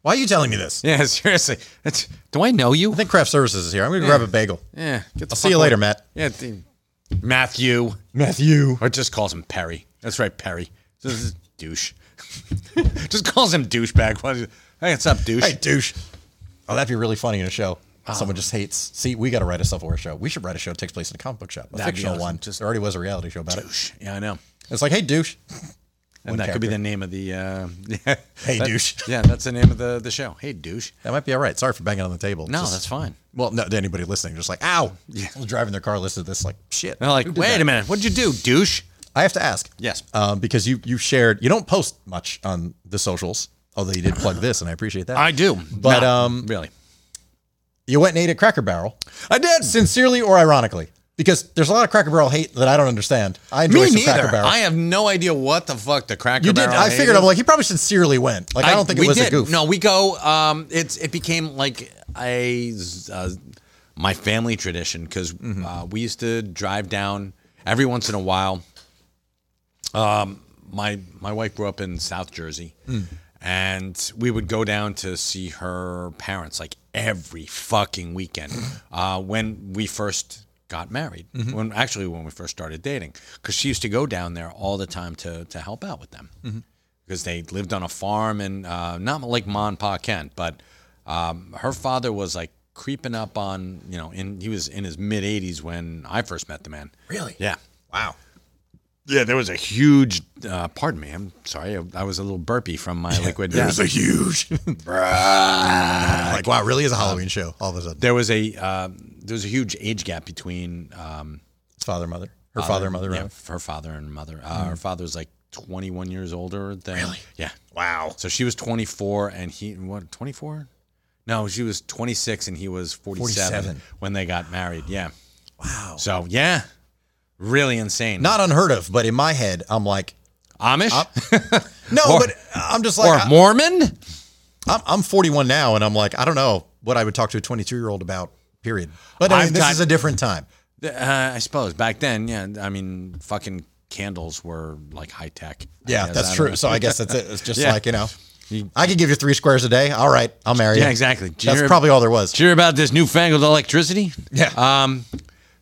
[SPEAKER 3] Why are you telling me this?
[SPEAKER 4] Yeah, *laughs* seriously. That's, do I know you?
[SPEAKER 3] I think craft services is here. I'm going to grab a bagel.
[SPEAKER 4] Yeah. Get the
[SPEAKER 3] I'll see
[SPEAKER 4] fuck
[SPEAKER 3] you
[SPEAKER 4] away.
[SPEAKER 3] later, Matt.
[SPEAKER 4] Yeah, the- Matthew,
[SPEAKER 3] Matthew.
[SPEAKER 4] or just calls him Perry. That's right, Perry. This is douche. *laughs* just calls him douchebag. Why does- Hey, what's up, douche?
[SPEAKER 3] Hey, douche. Oh, that'd be really funny in a show.
[SPEAKER 4] Ah.
[SPEAKER 3] Someone just hates. See, we got to write a self-aware show. We should write a show that takes place in a comic book shop, a
[SPEAKER 4] That'd be
[SPEAKER 3] fictional
[SPEAKER 4] awesome.
[SPEAKER 3] one.
[SPEAKER 4] Just-
[SPEAKER 3] there already was a reality show about it.
[SPEAKER 4] douche. Yeah, I know.
[SPEAKER 3] It's like, hey,
[SPEAKER 4] *laughs*
[SPEAKER 3] douche.
[SPEAKER 4] And that could be the name of the. Uh, *laughs* yeah,
[SPEAKER 3] Hey,
[SPEAKER 4] that-
[SPEAKER 3] douche.
[SPEAKER 4] Yeah, that's the name of the, the show. Hey, douche.
[SPEAKER 3] That might be all right. Sorry for banging on the table.
[SPEAKER 4] No,
[SPEAKER 3] Just-
[SPEAKER 4] that's fine.
[SPEAKER 3] Well, no, to anybody listening, just like, ow. Yeah. Driving their car, listen to this, like, shit.
[SPEAKER 4] They're like,
[SPEAKER 3] Who did
[SPEAKER 4] wait
[SPEAKER 3] that?"
[SPEAKER 4] a minute, what'd you do, douche?
[SPEAKER 3] I have to ask.
[SPEAKER 4] Yes.
[SPEAKER 3] Um, because you you shared you don't post much on the socials, although you did plug this, and I appreciate that.
[SPEAKER 4] I do,
[SPEAKER 3] But,
[SPEAKER 4] Nah,
[SPEAKER 3] um,
[SPEAKER 4] really,
[SPEAKER 3] you went and ate at Cracker Barrel,
[SPEAKER 4] I did.
[SPEAKER 3] sincerely or ironically, because there's a lot of Cracker Barrel hate that I don't understand. I enjoy
[SPEAKER 4] Me
[SPEAKER 3] some
[SPEAKER 4] neither.
[SPEAKER 3] Cracker Barrel.
[SPEAKER 4] I have no idea what the fuck the Cracker
[SPEAKER 3] you did.
[SPEAKER 4] Barrel.
[SPEAKER 3] I figured.
[SPEAKER 4] hated.
[SPEAKER 3] I'm like, he probably sincerely went. Like, I, don't think
[SPEAKER 4] we
[SPEAKER 3] it was
[SPEAKER 4] did.
[SPEAKER 3] a goof.
[SPEAKER 4] No, we go. Um, it's it became like a uh, my family tradition because
[SPEAKER 3] Mm-hmm.
[SPEAKER 4] uh, we used to drive down every once in a while. Um, my my wife grew up in South Jersey,
[SPEAKER 3] Mm.
[SPEAKER 4] and we would go down to see her parents like every
[SPEAKER 3] *clears throat*
[SPEAKER 4] fucking weekend uh, when we first got married.
[SPEAKER 3] Mm-hmm.
[SPEAKER 4] When actually when we first started dating, because she used to go down there all the time to to help out with them because they lived on a farm and uh, not like Ma and Pa Kent, but um, her father was like creeping up on you know, in he was in his mid 80s when I first met the man.
[SPEAKER 3] Really?
[SPEAKER 4] Yeah.
[SPEAKER 3] Wow.
[SPEAKER 4] Yeah, there was a huge. Uh, pardon me, I'm sorry. I, I was a little burpy from my liquid death.
[SPEAKER 3] a
[SPEAKER 4] *laughs*
[SPEAKER 3] huge. like, wow, really is a Halloween show all of a sudden.
[SPEAKER 4] there was a um, there was a huge age gap between um,
[SPEAKER 3] It's father, mother. Her father, and mother. Mm-hmm.
[SPEAKER 4] yeah,
[SPEAKER 3] rather.
[SPEAKER 4] her father and mother. Uh, Her father was like 21 years older than really. Yeah,
[SPEAKER 3] Wow.
[SPEAKER 4] so she was 24 and he what 24? No, she was 26 and he was 47,
[SPEAKER 3] 47.
[SPEAKER 4] when they got married. Yeah.
[SPEAKER 3] Wow.
[SPEAKER 4] So yeah, really insane.
[SPEAKER 3] Not unheard of, but in my head, I'm like,
[SPEAKER 4] Amish
[SPEAKER 3] no,
[SPEAKER 4] Or-
[SPEAKER 3] but I'm just
[SPEAKER 4] or
[SPEAKER 3] like, I,
[SPEAKER 4] Mormon.
[SPEAKER 3] I'm, I'm 41 now, and I'm like, I don't know what I would talk to a 22 year old about, period. But I mean,
[SPEAKER 4] I've
[SPEAKER 3] this
[SPEAKER 4] got-
[SPEAKER 3] is a different time.
[SPEAKER 4] Uh, I suppose back then, yeah. I mean, fucking candles were like high tech. I
[SPEAKER 3] Yeah,
[SPEAKER 4] guess. I
[SPEAKER 3] that's
[SPEAKER 4] don't
[SPEAKER 3] true.
[SPEAKER 4] know.
[SPEAKER 3] So I guess that's it. It's just
[SPEAKER 4] *laughs* Yeah.
[SPEAKER 3] like, you know, I could give you three squares a day. All right, I'll marry you.
[SPEAKER 4] Yeah, exactly. Did you
[SPEAKER 3] That's
[SPEAKER 4] hear-
[SPEAKER 3] probably all there was.
[SPEAKER 4] Did you hear about this newfangled electricity?
[SPEAKER 3] Yeah.
[SPEAKER 4] Um,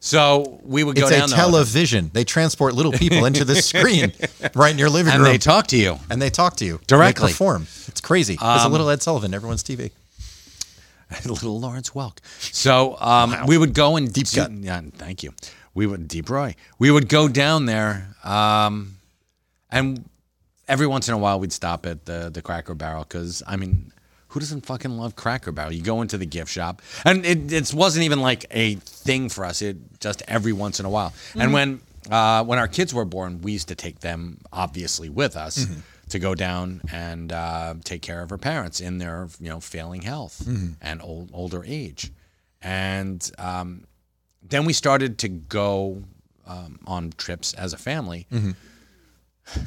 [SPEAKER 4] so we would go
[SPEAKER 3] It's a
[SPEAKER 4] down there
[SPEAKER 3] television. They transport little
[SPEAKER 4] *laughs*
[SPEAKER 3] people into this screen right in your living
[SPEAKER 4] and
[SPEAKER 3] room.
[SPEAKER 4] they talk to you.
[SPEAKER 3] and they talk to you.
[SPEAKER 4] Directly. Um,
[SPEAKER 3] They perform. It's crazy. it's a little Ed Sullivan, everyone's TV.
[SPEAKER 4] *laughs* little Lawrence Welk. So um, we would go and deep.
[SPEAKER 3] cut.
[SPEAKER 4] Yeah, thank you. We would deep Roy. We would go down there, um, and every once in a while we'd stop at the the Cracker Barrel because I mean, who doesn't fucking love Cracker Barrel? You go into the gift shop, and it it wasn't even like a thing for us. It just every once in a while. And when uh, when our kids were born, we used to take them obviously with us. To go down and uh, take care of her parents in their, you know, failing health and old, older age, and um, then we started to go um, on trips as a family,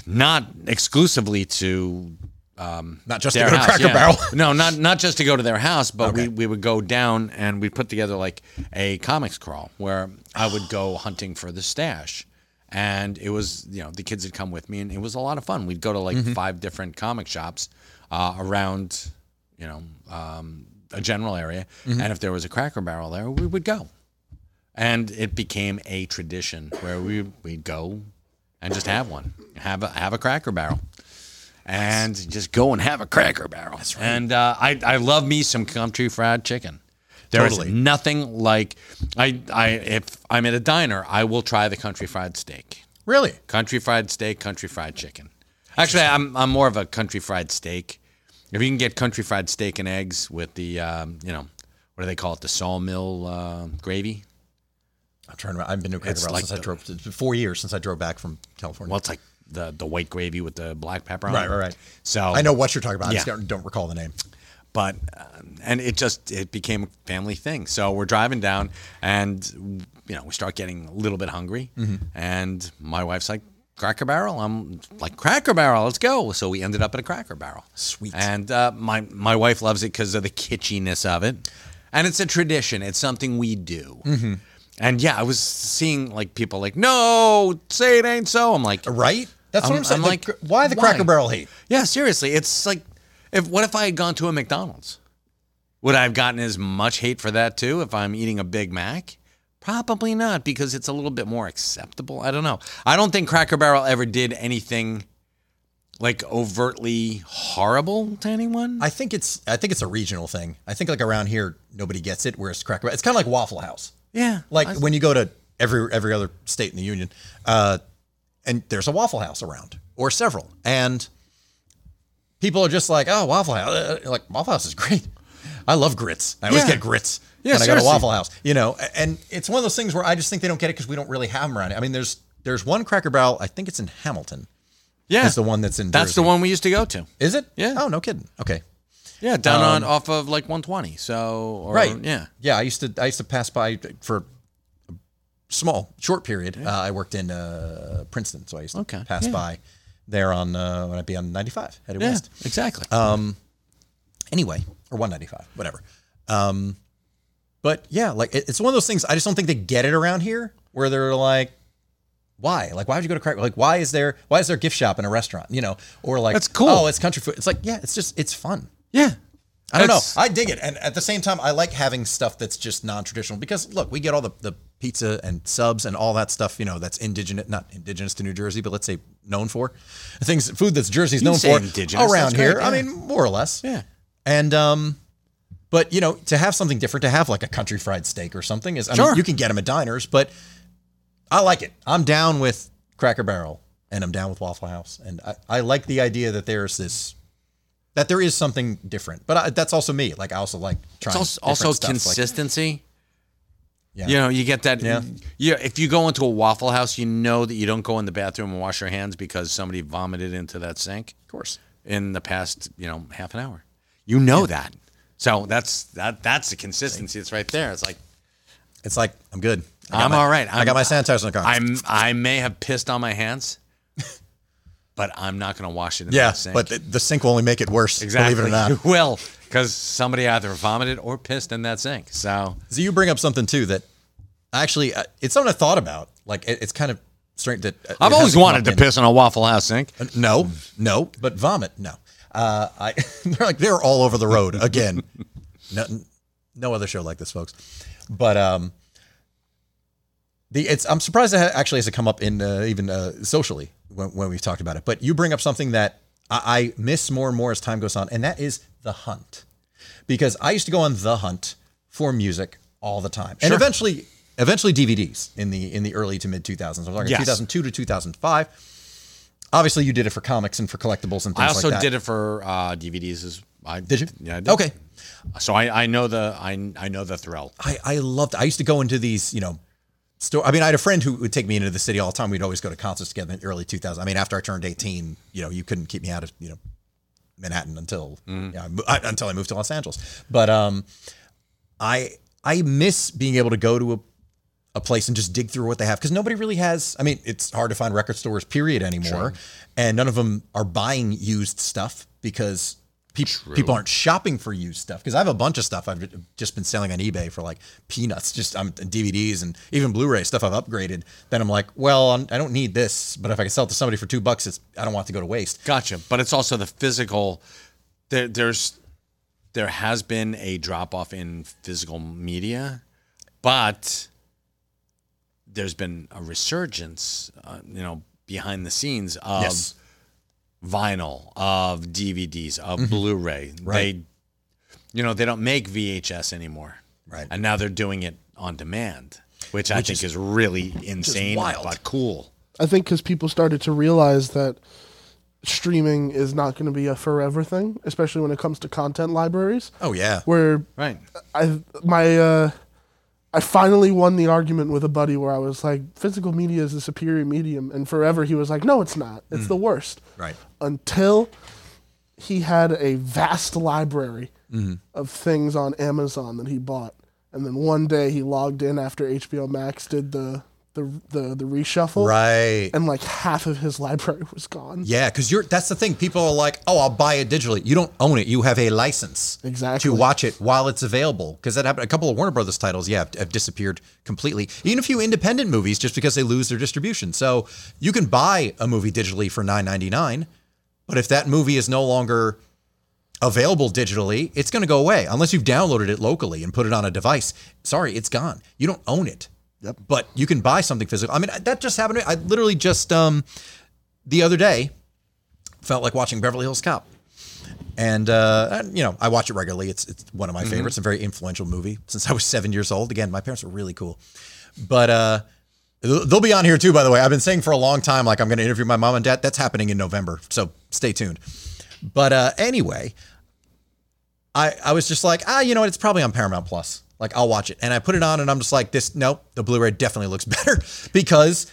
[SPEAKER 4] not exclusively to
[SPEAKER 3] Not just
[SPEAKER 4] their
[SPEAKER 3] to go to
[SPEAKER 4] house.
[SPEAKER 3] Cracker
[SPEAKER 4] yeah.
[SPEAKER 3] Barrel.
[SPEAKER 4] no, not not just to go to their house, but we, we would go down and we put together like a comics crawl where I would go hunting for the stash. And it was, you know, the kids had come with me and it was a lot of fun. We'd go to like
[SPEAKER 3] Mm-hmm.
[SPEAKER 4] five different comic shops uh, around, you know, um, a general area.
[SPEAKER 3] Mm-hmm.
[SPEAKER 4] And if there was a cracker barrel there, we would go. And it became a tradition where we, we'd go and just have one, have a, have a cracker barrel and just go and have a cracker barrel. That's right. And uh, I, I love me some country fried chicken. There is
[SPEAKER 3] Totally.
[SPEAKER 4] nothing like I, I if I'm at a diner, I will try the country fried steak.
[SPEAKER 3] *laughs* Really?
[SPEAKER 4] Country fried steak, country fried chicken. Actually, I'm I'm more of a country fried steak. If you can get country fried steak and eggs with the um, you know, what do they call it? The sawmill uh, gravy.
[SPEAKER 3] I'm trying to. I've been to Cracker
[SPEAKER 4] It's
[SPEAKER 3] Barrel
[SPEAKER 4] like
[SPEAKER 3] since I drove. It's been four years since I drove back from California.
[SPEAKER 4] Well, it's like the the white gravy with the black pepper on it.
[SPEAKER 3] Right, right, right.
[SPEAKER 4] So
[SPEAKER 3] I know what you're talking about. I just
[SPEAKER 4] Yeah.
[SPEAKER 3] don't, don't recall the name.
[SPEAKER 4] but um, and it just it became a family thing so we're driving down and you know we start getting a little bit hungry
[SPEAKER 3] Mm-hmm.
[SPEAKER 4] and my wife's like cracker barrel i'm like cracker barrel let's go so we ended up at a cracker barrel
[SPEAKER 3] Sweet.
[SPEAKER 4] and uh, my my wife loves it because of the kitschiness of it and it's a tradition it's something we do
[SPEAKER 3] Mm-hmm.
[SPEAKER 4] and yeah i was seeing like people like no say it ain't so i'm like
[SPEAKER 3] Right? That's what I'm,
[SPEAKER 4] I'm-
[SPEAKER 3] saying.
[SPEAKER 4] I'm
[SPEAKER 3] The
[SPEAKER 4] like,
[SPEAKER 3] cr- why the
[SPEAKER 4] why?
[SPEAKER 3] Cracker Barrel hate?
[SPEAKER 4] Yeah, seriously, it's like, if what if I had gone to a McDonald's? Would I have gotten as much hate for that too if I'm eating a Big Mac? Probably not because it's a little bit more acceptable. I don't know. I don't think Cracker Barrel ever did anything like overtly horrible to anyone.
[SPEAKER 3] I think it's. I think it's a regional thing. I think like around here, nobody gets it. Whereas Cracker Barrel, it's kind of like Waffle House.
[SPEAKER 4] yeah,
[SPEAKER 3] Like
[SPEAKER 4] I-
[SPEAKER 3] when you go to every every other state in the union, uh, and there's a Waffle House around or several, and people are just like, "Oh, Waffle House! uh, uh," like Waffle House is great. I love grits. I always
[SPEAKER 4] Yeah.
[SPEAKER 3] get grits
[SPEAKER 4] Yeah,
[SPEAKER 3] when I go to
[SPEAKER 4] seriously.
[SPEAKER 3] Waffle House. You know, a- and it's one of those things where I just think they don't get it because we don't really have them around. I mean, there's there's one Cracker Barrel. I think it's in Hamilton.
[SPEAKER 4] yeah,
[SPEAKER 3] Is the one that's in.
[SPEAKER 4] that's the
[SPEAKER 3] Jersey.
[SPEAKER 4] one we used to go to.
[SPEAKER 3] Is it?
[SPEAKER 4] Yeah.
[SPEAKER 3] Oh, no kidding. Okay.
[SPEAKER 4] Yeah, down on off of like 120. So or,
[SPEAKER 3] Um, right
[SPEAKER 4] yeah,
[SPEAKER 3] yeah i used to i used to pass by for a small short period uh, i worked in uh, princeton so i used to
[SPEAKER 4] Okay,
[SPEAKER 3] pass
[SPEAKER 4] yeah.
[SPEAKER 3] by there on uh, when i'd be on 95 headed
[SPEAKER 4] yeah,
[SPEAKER 3] west Um,
[SPEAKER 4] exactly.
[SPEAKER 3] Uh, anyway or 195 whatever um but yeah like it, it's one of those things i just don't think they get it around here where they're like why? Like, why would you go to crack? Like, why is there why is there a gift shop in a restaurant? You know, or like,
[SPEAKER 4] That's cool.
[SPEAKER 3] Oh, it's country food. It's like, yeah, it's just it's fun.
[SPEAKER 4] yeah,
[SPEAKER 3] I don't
[SPEAKER 4] It's-
[SPEAKER 3] know. I dig it. And at the same time, I like having stuff that's just non traditional because look, we get all the, the pizza and subs and all that stuff, you know, that's indigenous, not indigenous to New Jersey, but let's say known for things, food that's Jersey's known
[SPEAKER 4] say
[SPEAKER 3] for
[SPEAKER 4] indigenous,
[SPEAKER 3] around
[SPEAKER 4] that's
[SPEAKER 3] here.
[SPEAKER 4] great,
[SPEAKER 3] I
[SPEAKER 4] yeah.
[SPEAKER 3] mean, more or less.
[SPEAKER 4] Yeah.
[SPEAKER 3] And, um, but you know, to have something different, to have like a country fried steak or something is, I
[SPEAKER 4] Sure.
[SPEAKER 3] mean, you can get them at diners, but I like it. I'm down with Cracker Barrel and I'm down with Waffle House. And I, I like the idea that there's this, that there is something different. But I, that's also me. Like I also like trying.
[SPEAKER 4] It's
[SPEAKER 3] different
[SPEAKER 4] also, also
[SPEAKER 3] stuff. Like,
[SPEAKER 4] consistency.
[SPEAKER 3] Yeah.
[SPEAKER 4] You know, you get that.
[SPEAKER 3] Yeah.
[SPEAKER 4] Yeah. If you go into a Waffle House, you know that you don't go in the bathroom and wash your hands because somebody vomited into that sink
[SPEAKER 3] of course.
[SPEAKER 4] in the past, you know, half an hour. You know that. So that's that. That's the consistency. It's right there. It's like
[SPEAKER 3] It's like I'm good. I got
[SPEAKER 4] I'm
[SPEAKER 3] my-
[SPEAKER 4] all right.
[SPEAKER 3] i got my sanitizer in the car.
[SPEAKER 4] I'm. I may have pissed on my hands, *laughs* but I'm not going to wash it in
[SPEAKER 3] yeah,
[SPEAKER 4] that sink.
[SPEAKER 3] but the, the sink will only make it worse.
[SPEAKER 4] exactly.
[SPEAKER 3] Believe it or not.
[SPEAKER 4] *laughs* You will because somebody either vomited or pissed in that sink. So
[SPEAKER 3] So you bring up something too that actually uh, it's something I thought about. Like it, it's kind of strange that uh, it
[SPEAKER 4] I've always
[SPEAKER 3] hasn't come
[SPEAKER 4] wanted
[SPEAKER 3] up
[SPEAKER 4] to
[SPEAKER 3] in-
[SPEAKER 4] piss in a Waffle House sink.
[SPEAKER 3] Uh, No, no, but vomit. No, uh, I *laughs* they're like they're all over the road again. *laughs* no, no other show like this, folks. But um, the it's I'm surprised that actually hasn't come up in uh, even uh, socially when, when we've talked about it. But you bring up something that I, I miss more and more as time goes on, and that is the hunt, because I used to go on the hunt for music all the time, and eventually. Eventually, DVDs in the in the early to mid 2000s. I'm talking
[SPEAKER 4] Yes.
[SPEAKER 3] 2002 to 2005 obviously you did it for comics and for collectibles and things
[SPEAKER 4] I also
[SPEAKER 3] like that.
[SPEAKER 4] did it for uh, DVDs. As I
[SPEAKER 3] Did you?
[SPEAKER 4] Yeah. I did.
[SPEAKER 3] Okay.
[SPEAKER 4] So I, I know the I I know the thrill.
[SPEAKER 3] I, I loved I used to go into these, you know, store. I mean, I had a friend who would take me into the city all the time. We'd always go to concerts together in the early 2000s. I mean, after I turned 18, you know, you couldn't keep me out of, you know, Manhattan until,
[SPEAKER 4] Mm-hmm.
[SPEAKER 3] you know, I mo- I, until I moved to Los Angeles. But um, I, I miss being able to go to a, a place and just dig through what they have because nobody really has. I mean, it's hard to find record stores, period, anymore, and none of them are buying used stuff because peop people aren't shopping for used stuff. Because I have a bunch of stuff I've just been selling on eBay for like peanuts, just um, DVDs and even Blu-ray stuff I've upgraded. Then I'm like, well, I'm, I don't need this, but if I can sell it to somebody for two bucks, it's I don't want it to go to waste.
[SPEAKER 4] Gotcha. But it's also the physical. There, there's there has been a drop off in physical media, but there's been a resurgence. Uh, you know, behind the scenes of
[SPEAKER 3] Yes.
[SPEAKER 4] vinyl, of DVDs, of Blu-ray.
[SPEAKER 3] Right.
[SPEAKER 4] They, you know, they don't make VHS anymore.
[SPEAKER 3] Right.
[SPEAKER 4] And now they're doing it on demand, which, I think is, really insane,
[SPEAKER 3] wild.
[SPEAKER 4] but cool.
[SPEAKER 6] I think because people started to realize that streaming is not going to be a forever thing, especially when it comes to content libraries.
[SPEAKER 3] Oh yeah,
[SPEAKER 6] Where
[SPEAKER 4] Right.
[SPEAKER 6] I my uh, I finally won the argument with a buddy where I was like, physical media is the superior medium, and forever he was like, no, it's not. It's the worst.
[SPEAKER 3] right.
[SPEAKER 6] Until he had a vast library of things on Amazon that he bought, and then one day he logged in after HBO Max did the the the, the reshuffle,
[SPEAKER 3] Right.
[SPEAKER 6] and like half of his library was gone.
[SPEAKER 3] Yeah, because you're that's the thing. People are like, "Oh, I'll buy it digitally." You don't own it. You have a license
[SPEAKER 6] Exactly.
[SPEAKER 3] to watch it while it's available. Because that happened. A couple of Warner Brothers titles, yeah, have, have disappeared completely. Even a few independent movies, just because they lose their distribution. So you can buy a movie digitally for nine ninety nine, but if that movie is no longer available digitally, it's going to go away unless you've downloaded it locally and put it on a device. Sorry, it's gone. You don't own it. Yep. But you can buy something physical. I mean, that just happened. to me. I literally just um the other day felt like watching Beverly Hills Cop. And uh, and, you know, I watch it regularly. It's it's one of my favorites, a very influential movie since I was seven years old. Again, my parents were really cool, but uh, they'll they'll be on here too. By the way, I've been saying for a long time, like I'm going to interview my mom and dad. That's happening in November, so stay tuned. But uh, anyway, I I was just like, ah, you know what? It's probably on Paramount Plus. Like I'll watch it, and I put it on, and I'm just like, this. Nope, the Blu-ray definitely looks *laughs* better because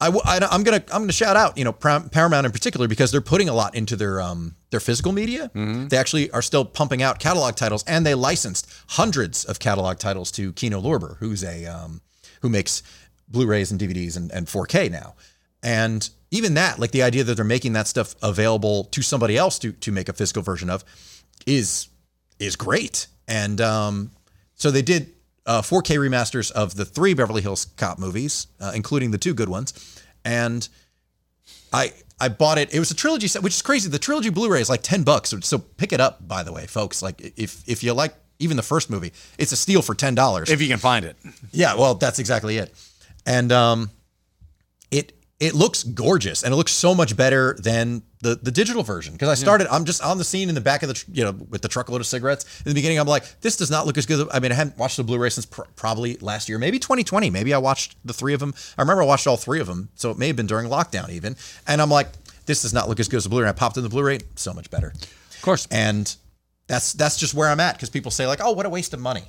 [SPEAKER 3] I, w- I am gonna I'm gonna shout out you know Pram- Paramount in particular because they're putting a lot into their um their physical media. They actually are still pumping out catalog titles, and they licensed hundreds of catalog titles to Kino Lorber, who's a um who makes Blu-rays and DVDs and, and 4K now. And even that, like the idea that they're making that stuff available to somebody else to to make a physical version of, is is great. And um, so they did uh, 4K remasters of the three Beverly Hills Cop movies, uh, including the two good ones. And I I bought it. It was a trilogy set, which is crazy. The trilogy Blu-ray is like ten bucks, so- so pick it up. By the way, folks, like if if you like even the first movie, it's a steal for ten dollars.
[SPEAKER 4] If you can find it.
[SPEAKER 3] Yeah, well, that's exactly it. And um, it it looks gorgeous, and it looks so much better than the the digital version. Because I started, I'm just on the scene in the back of the tr- you know with the truckload of cigarettes. In the beginning, I'm like, this does not look as good. I mean, I haven't watched the Blu-ray since pr- probably last year, maybe 2020. Maybe I watched the three of them. I remember I watched all three of them, so it may have been during lockdown even. And I'm like, this does not look as good as the Blu-ray. I popped in the Blu-ray, so much better.
[SPEAKER 4] Of course.
[SPEAKER 3] And that's that's just where I'm at because people say like, "Oh, what a waste of money,"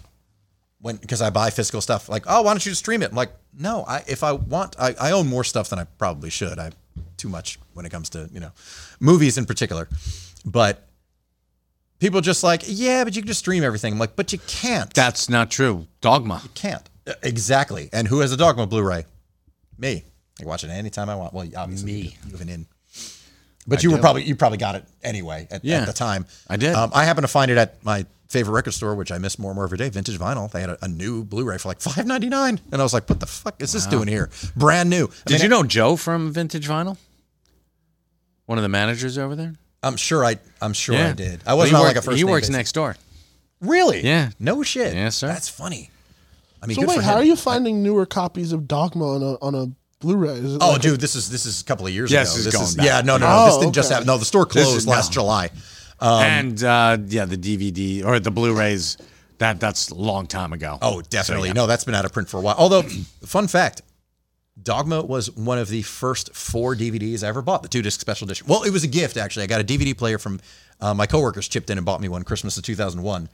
[SPEAKER 3] when because I buy physical stuff. Like, "Oh, why don't you just stream it?" I'm like, "No, I if I want, I, I own more stuff than I probably should. I too much when it comes to you know movies in particular, but." People just like, yeah, but you can just stream everything. I'm like, but you can't.
[SPEAKER 4] That's not true. Dogma.
[SPEAKER 3] can't. Uh, Exactly. And who has a dogma Blu-ray? Me. I can watch it anytime I want. Well, obviously, me. You have an in. But you were probably you probably got it anyway at,
[SPEAKER 4] Yeah.
[SPEAKER 3] at the time.
[SPEAKER 4] I did.
[SPEAKER 3] Um, I happened to find it at my favorite record store, which I miss more and more every day. Vintage vinyl. They had a, a new Blu-ray for like five ninety nine, and I was like, "What the fuck is this doing here? Brand new." I
[SPEAKER 4] Did
[SPEAKER 3] mean,
[SPEAKER 4] you know Joe from Vintage Vinyl? One of the managers over there?
[SPEAKER 3] I'm sure I. I'm sure I did. I
[SPEAKER 4] He
[SPEAKER 3] wasn't on like a
[SPEAKER 4] worked-
[SPEAKER 3] first.
[SPEAKER 4] He
[SPEAKER 3] name
[SPEAKER 4] works
[SPEAKER 3] basis.
[SPEAKER 4] next door.
[SPEAKER 3] Really?
[SPEAKER 4] Yeah.
[SPEAKER 3] No shit.
[SPEAKER 4] Yes, sir.
[SPEAKER 3] That's funny. I mean,
[SPEAKER 6] So
[SPEAKER 3] good
[SPEAKER 6] wait,
[SPEAKER 3] for
[SPEAKER 6] how
[SPEAKER 3] him.
[SPEAKER 6] are you finding newer copies of Dogma on a on a Blu-ray? Is it
[SPEAKER 3] Oh,
[SPEAKER 6] like-
[SPEAKER 3] dude, this is this is a couple of years
[SPEAKER 4] Yes,
[SPEAKER 3] ago.
[SPEAKER 4] it's
[SPEAKER 3] This
[SPEAKER 4] going
[SPEAKER 3] is,
[SPEAKER 4] back.
[SPEAKER 3] yeah, no, no, no.
[SPEAKER 6] Oh,
[SPEAKER 3] this didn't just
[SPEAKER 6] okay.
[SPEAKER 3] happen. No, the store
[SPEAKER 4] This is-
[SPEAKER 3] closed last
[SPEAKER 4] no.
[SPEAKER 3] July. Um,
[SPEAKER 4] and uh, yeah, the DVD or the Blu-rays. That that's a long time ago.
[SPEAKER 3] Oh, definitely. No, that's been out of print for a while. Although, fun fact, Dogma was one of the first four DVDs I ever bought, the two disc special edition. Well, it was a gift actually. I got a DVD player from uh, my coworkers chipped in and bought me one Christmas of 2001,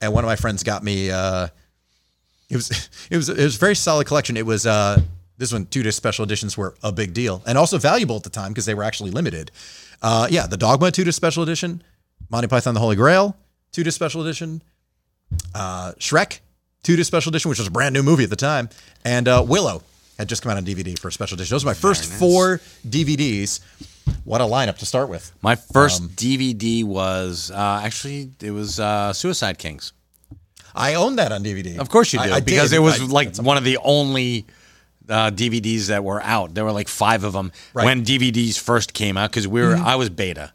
[SPEAKER 3] and one of my friends got me. Uh, it was *laughs* it was it was a very solid collection. It was uh, this one two disc special editions were a big deal and also valuable at the time because they were actually limited. Uh, yeah, the Dogma two disc special edition, Monty Python and the Holy Grail two disc special edition, Shrek, two disc special edition, which was a brand new movie at the time, and uh, Willow had just come out on DVD for a special edition. Those were my first four DVDs. What a lineup to start with.
[SPEAKER 4] my first
[SPEAKER 3] Um,
[SPEAKER 4] DVD was uh, actually it was uh, Suicide Kings.
[SPEAKER 3] I own that on DVD.
[SPEAKER 4] Of course you do
[SPEAKER 3] I, I
[SPEAKER 4] because
[SPEAKER 3] did.
[SPEAKER 4] it was
[SPEAKER 3] I-
[SPEAKER 4] like one of the only uh, DVDs that were out. There were like five of them
[SPEAKER 3] Right. Mm-hmm.
[SPEAKER 4] when DVDs first came out because we were I was beta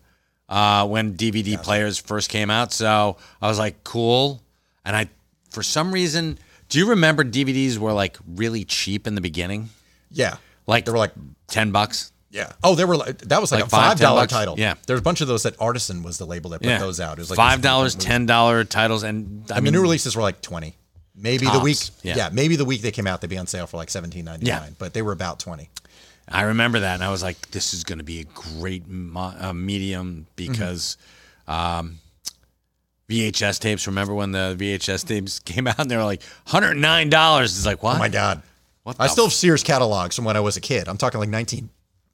[SPEAKER 4] uh, when DVD players first came out. So I was like cool, and I for some reason. Do you remember DVDs were like really cheap in the beginning?
[SPEAKER 3] yeah,
[SPEAKER 4] Like
[SPEAKER 3] they were like
[SPEAKER 4] ten bucks.
[SPEAKER 3] yeah. Oh, they were like that was like,
[SPEAKER 4] Like
[SPEAKER 3] a
[SPEAKER 4] five,
[SPEAKER 3] five
[SPEAKER 4] ten
[SPEAKER 3] dollar
[SPEAKER 4] bucks.
[SPEAKER 3] title.
[SPEAKER 4] Yeah.
[SPEAKER 3] there's a bunch of those that Artisan was the label that put those out. It was like
[SPEAKER 4] five
[SPEAKER 3] this-
[SPEAKER 4] dollars, ten dollar titles, and
[SPEAKER 3] I
[SPEAKER 4] I
[SPEAKER 3] mean,
[SPEAKER 4] mean,
[SPEAKER 3] the new releases were like twenty. Maybe the
[SPEAKER 4] Tops,
[SPEAKER 3] week,
[SPEAKER 4] yeah.
[SPEAKER 3] yeah. maybe the week they came out, they'd be on sale for like seventeen ninety nine,
[SPEAKER 4] Yeah.
[SPEAKER 3] but they were about twenty.
[SPEAKER 4] I remember that, and I was like, "This is going to be a great mo- uh, medium
[SPEAKER 3] Mm-hmm.
[SPEAKER 4] because um, VHS tapes. Remember when the VHS tapes *laughs* came out, and they were like hundred nine dollars? It's like what?
[SPEAKER 3] Oh my god.
[SPEAKER 4] What
[SPEAKER 3] I
[SPEAKER 4] the
[SPEAKER 3] still have Sears catalogs from when I was a kid. I'm talking like 19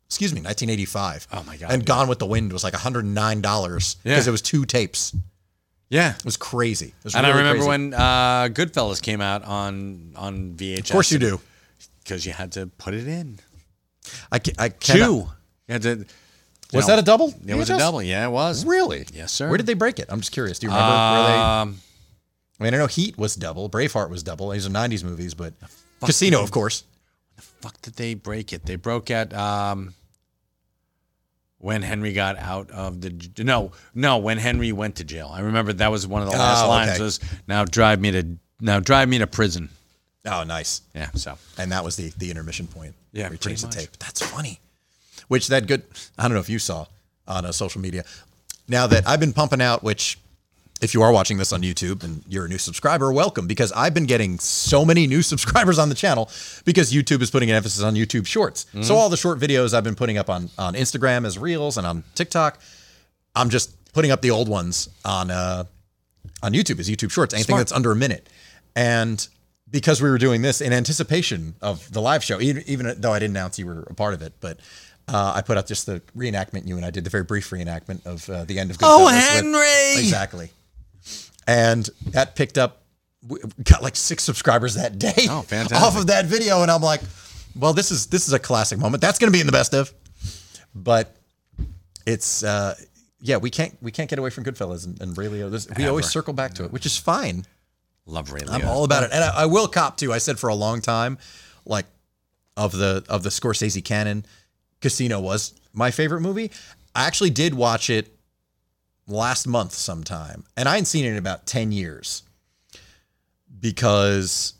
[SPEAKER 3] excuse me, 1985.
[SPEAKER 4] Oh my God,
[SPEAKER 3] And
[SPEAKER 4] dude.
[SPEAKER 3] Gone with the Wind was like $109 because
[SPEAKER 4] Yeah.
[SPEAKER 3] it was two tapes. It
[SPEAKER 4] yeah.
[SPEAKER 3] was crazy. It was
[SPEAKER 4] And I
[SPEAKER 3] really
[SPEAKER 4] remember
[SPEAKER 3] crazy.
[SPEAKER 4] when uh, Goodfellas came out on on VHS.
[SPEAKER 3] Of course you do.
[SPEAKER 4] because you had to put it in.
[SPEAKER 3] I ca- I cannot-
[SPEAKER 4] Two. You had to. you
[SPEAKER 3] Was
[SPEAKER 4] know,
[SPEAKER 3] that a double?
[SPEAKER 4] It was a
[SPEAKER 3] VHS?
[SPEAKER 4] double. Yeah, it was.
[SPEAKER 3] Really?
[SPEAKER 4] Yes, sir.
[SPEAKER 3] Where did they break it? I'm just curious. Do you remember where they
[SPEAKER 4] Um,
[SPEAKER 3] I mean, I know Heat was double, Braveheart was double. These are 90s movies, but Casino, of course.
[SPEAKER 4] fuck did they break it? They broke at um when Henry got out of the j- no no when Henry went to jail. I remember that was one of the last
[SPEAKER 3] Oh,
[SPEAKER 4] lines
[SPEAKER 3] okay.
[SPEAKER 4] was now drive me to now drive me to prison.
[SPEAKER 3] Oh, nice.
[SPEAKER 4] Yeah, so
[SPEAKER 3] and that was the the intermission point.
[SPEAKER 4] Yeah,
[SPEAKER 3] we
[SPEAKER 4] pretty
[SPEAKER 3] changed the
[SPEAKER 4] much.
[SPEAKER 3] tape. That's funny. Which that good. I don't know if you saw on uh, social media. Now that I've been pumping out, which if you are watching this on YouTube and you're a new subscriber, welcome because I've been getting so many new *laughs* subscribers on the channel because YouTube is putting an emphasis on YouTube Shorts.
[SPEAKER 4] Mm-hmm.
[SPEAKER 3] So all the short videos I've been putting up on on Instagram as reels and on TikTok, I'm just putting up the old ones on uh on YouTube is YouTube Shorts, anything that's under a minute. And because we were doing this in anticipation of the live show, even, even though I didn't announce you were a part of it, but uh, I put out just the reenactment you and I did, the very brief reenactment of uh, the end of Goodfellas.
[SPEAKER 4] Oh,
[SPEAKER 3] with-
[SPEAKER 4] Henry!
[SPEAKER 3] exactly. And that picked up, we got like six subscribers that day
[SPEAKER 4] Oh, fantastic.
[SPEAKER 3] *laughs* off of that video. And I'm like, well, this is this is a classic moment. That's going to be in the best of. But it's uh yeah we can't we can't get away from goodfellas and, and ray leo this, we always circle back to it which is fine
[SPEAKER 4] love Ray
[SPEAKER 3] i'm
[SPEAKER 4] Liotta.
[SPEAKER 3] all about it and I, I will cop too i said for a long time like of the of the scorsese canon Casino was my favorite movie. I actually did watch it last month sometime, and I hadn't seen it in about 10 years because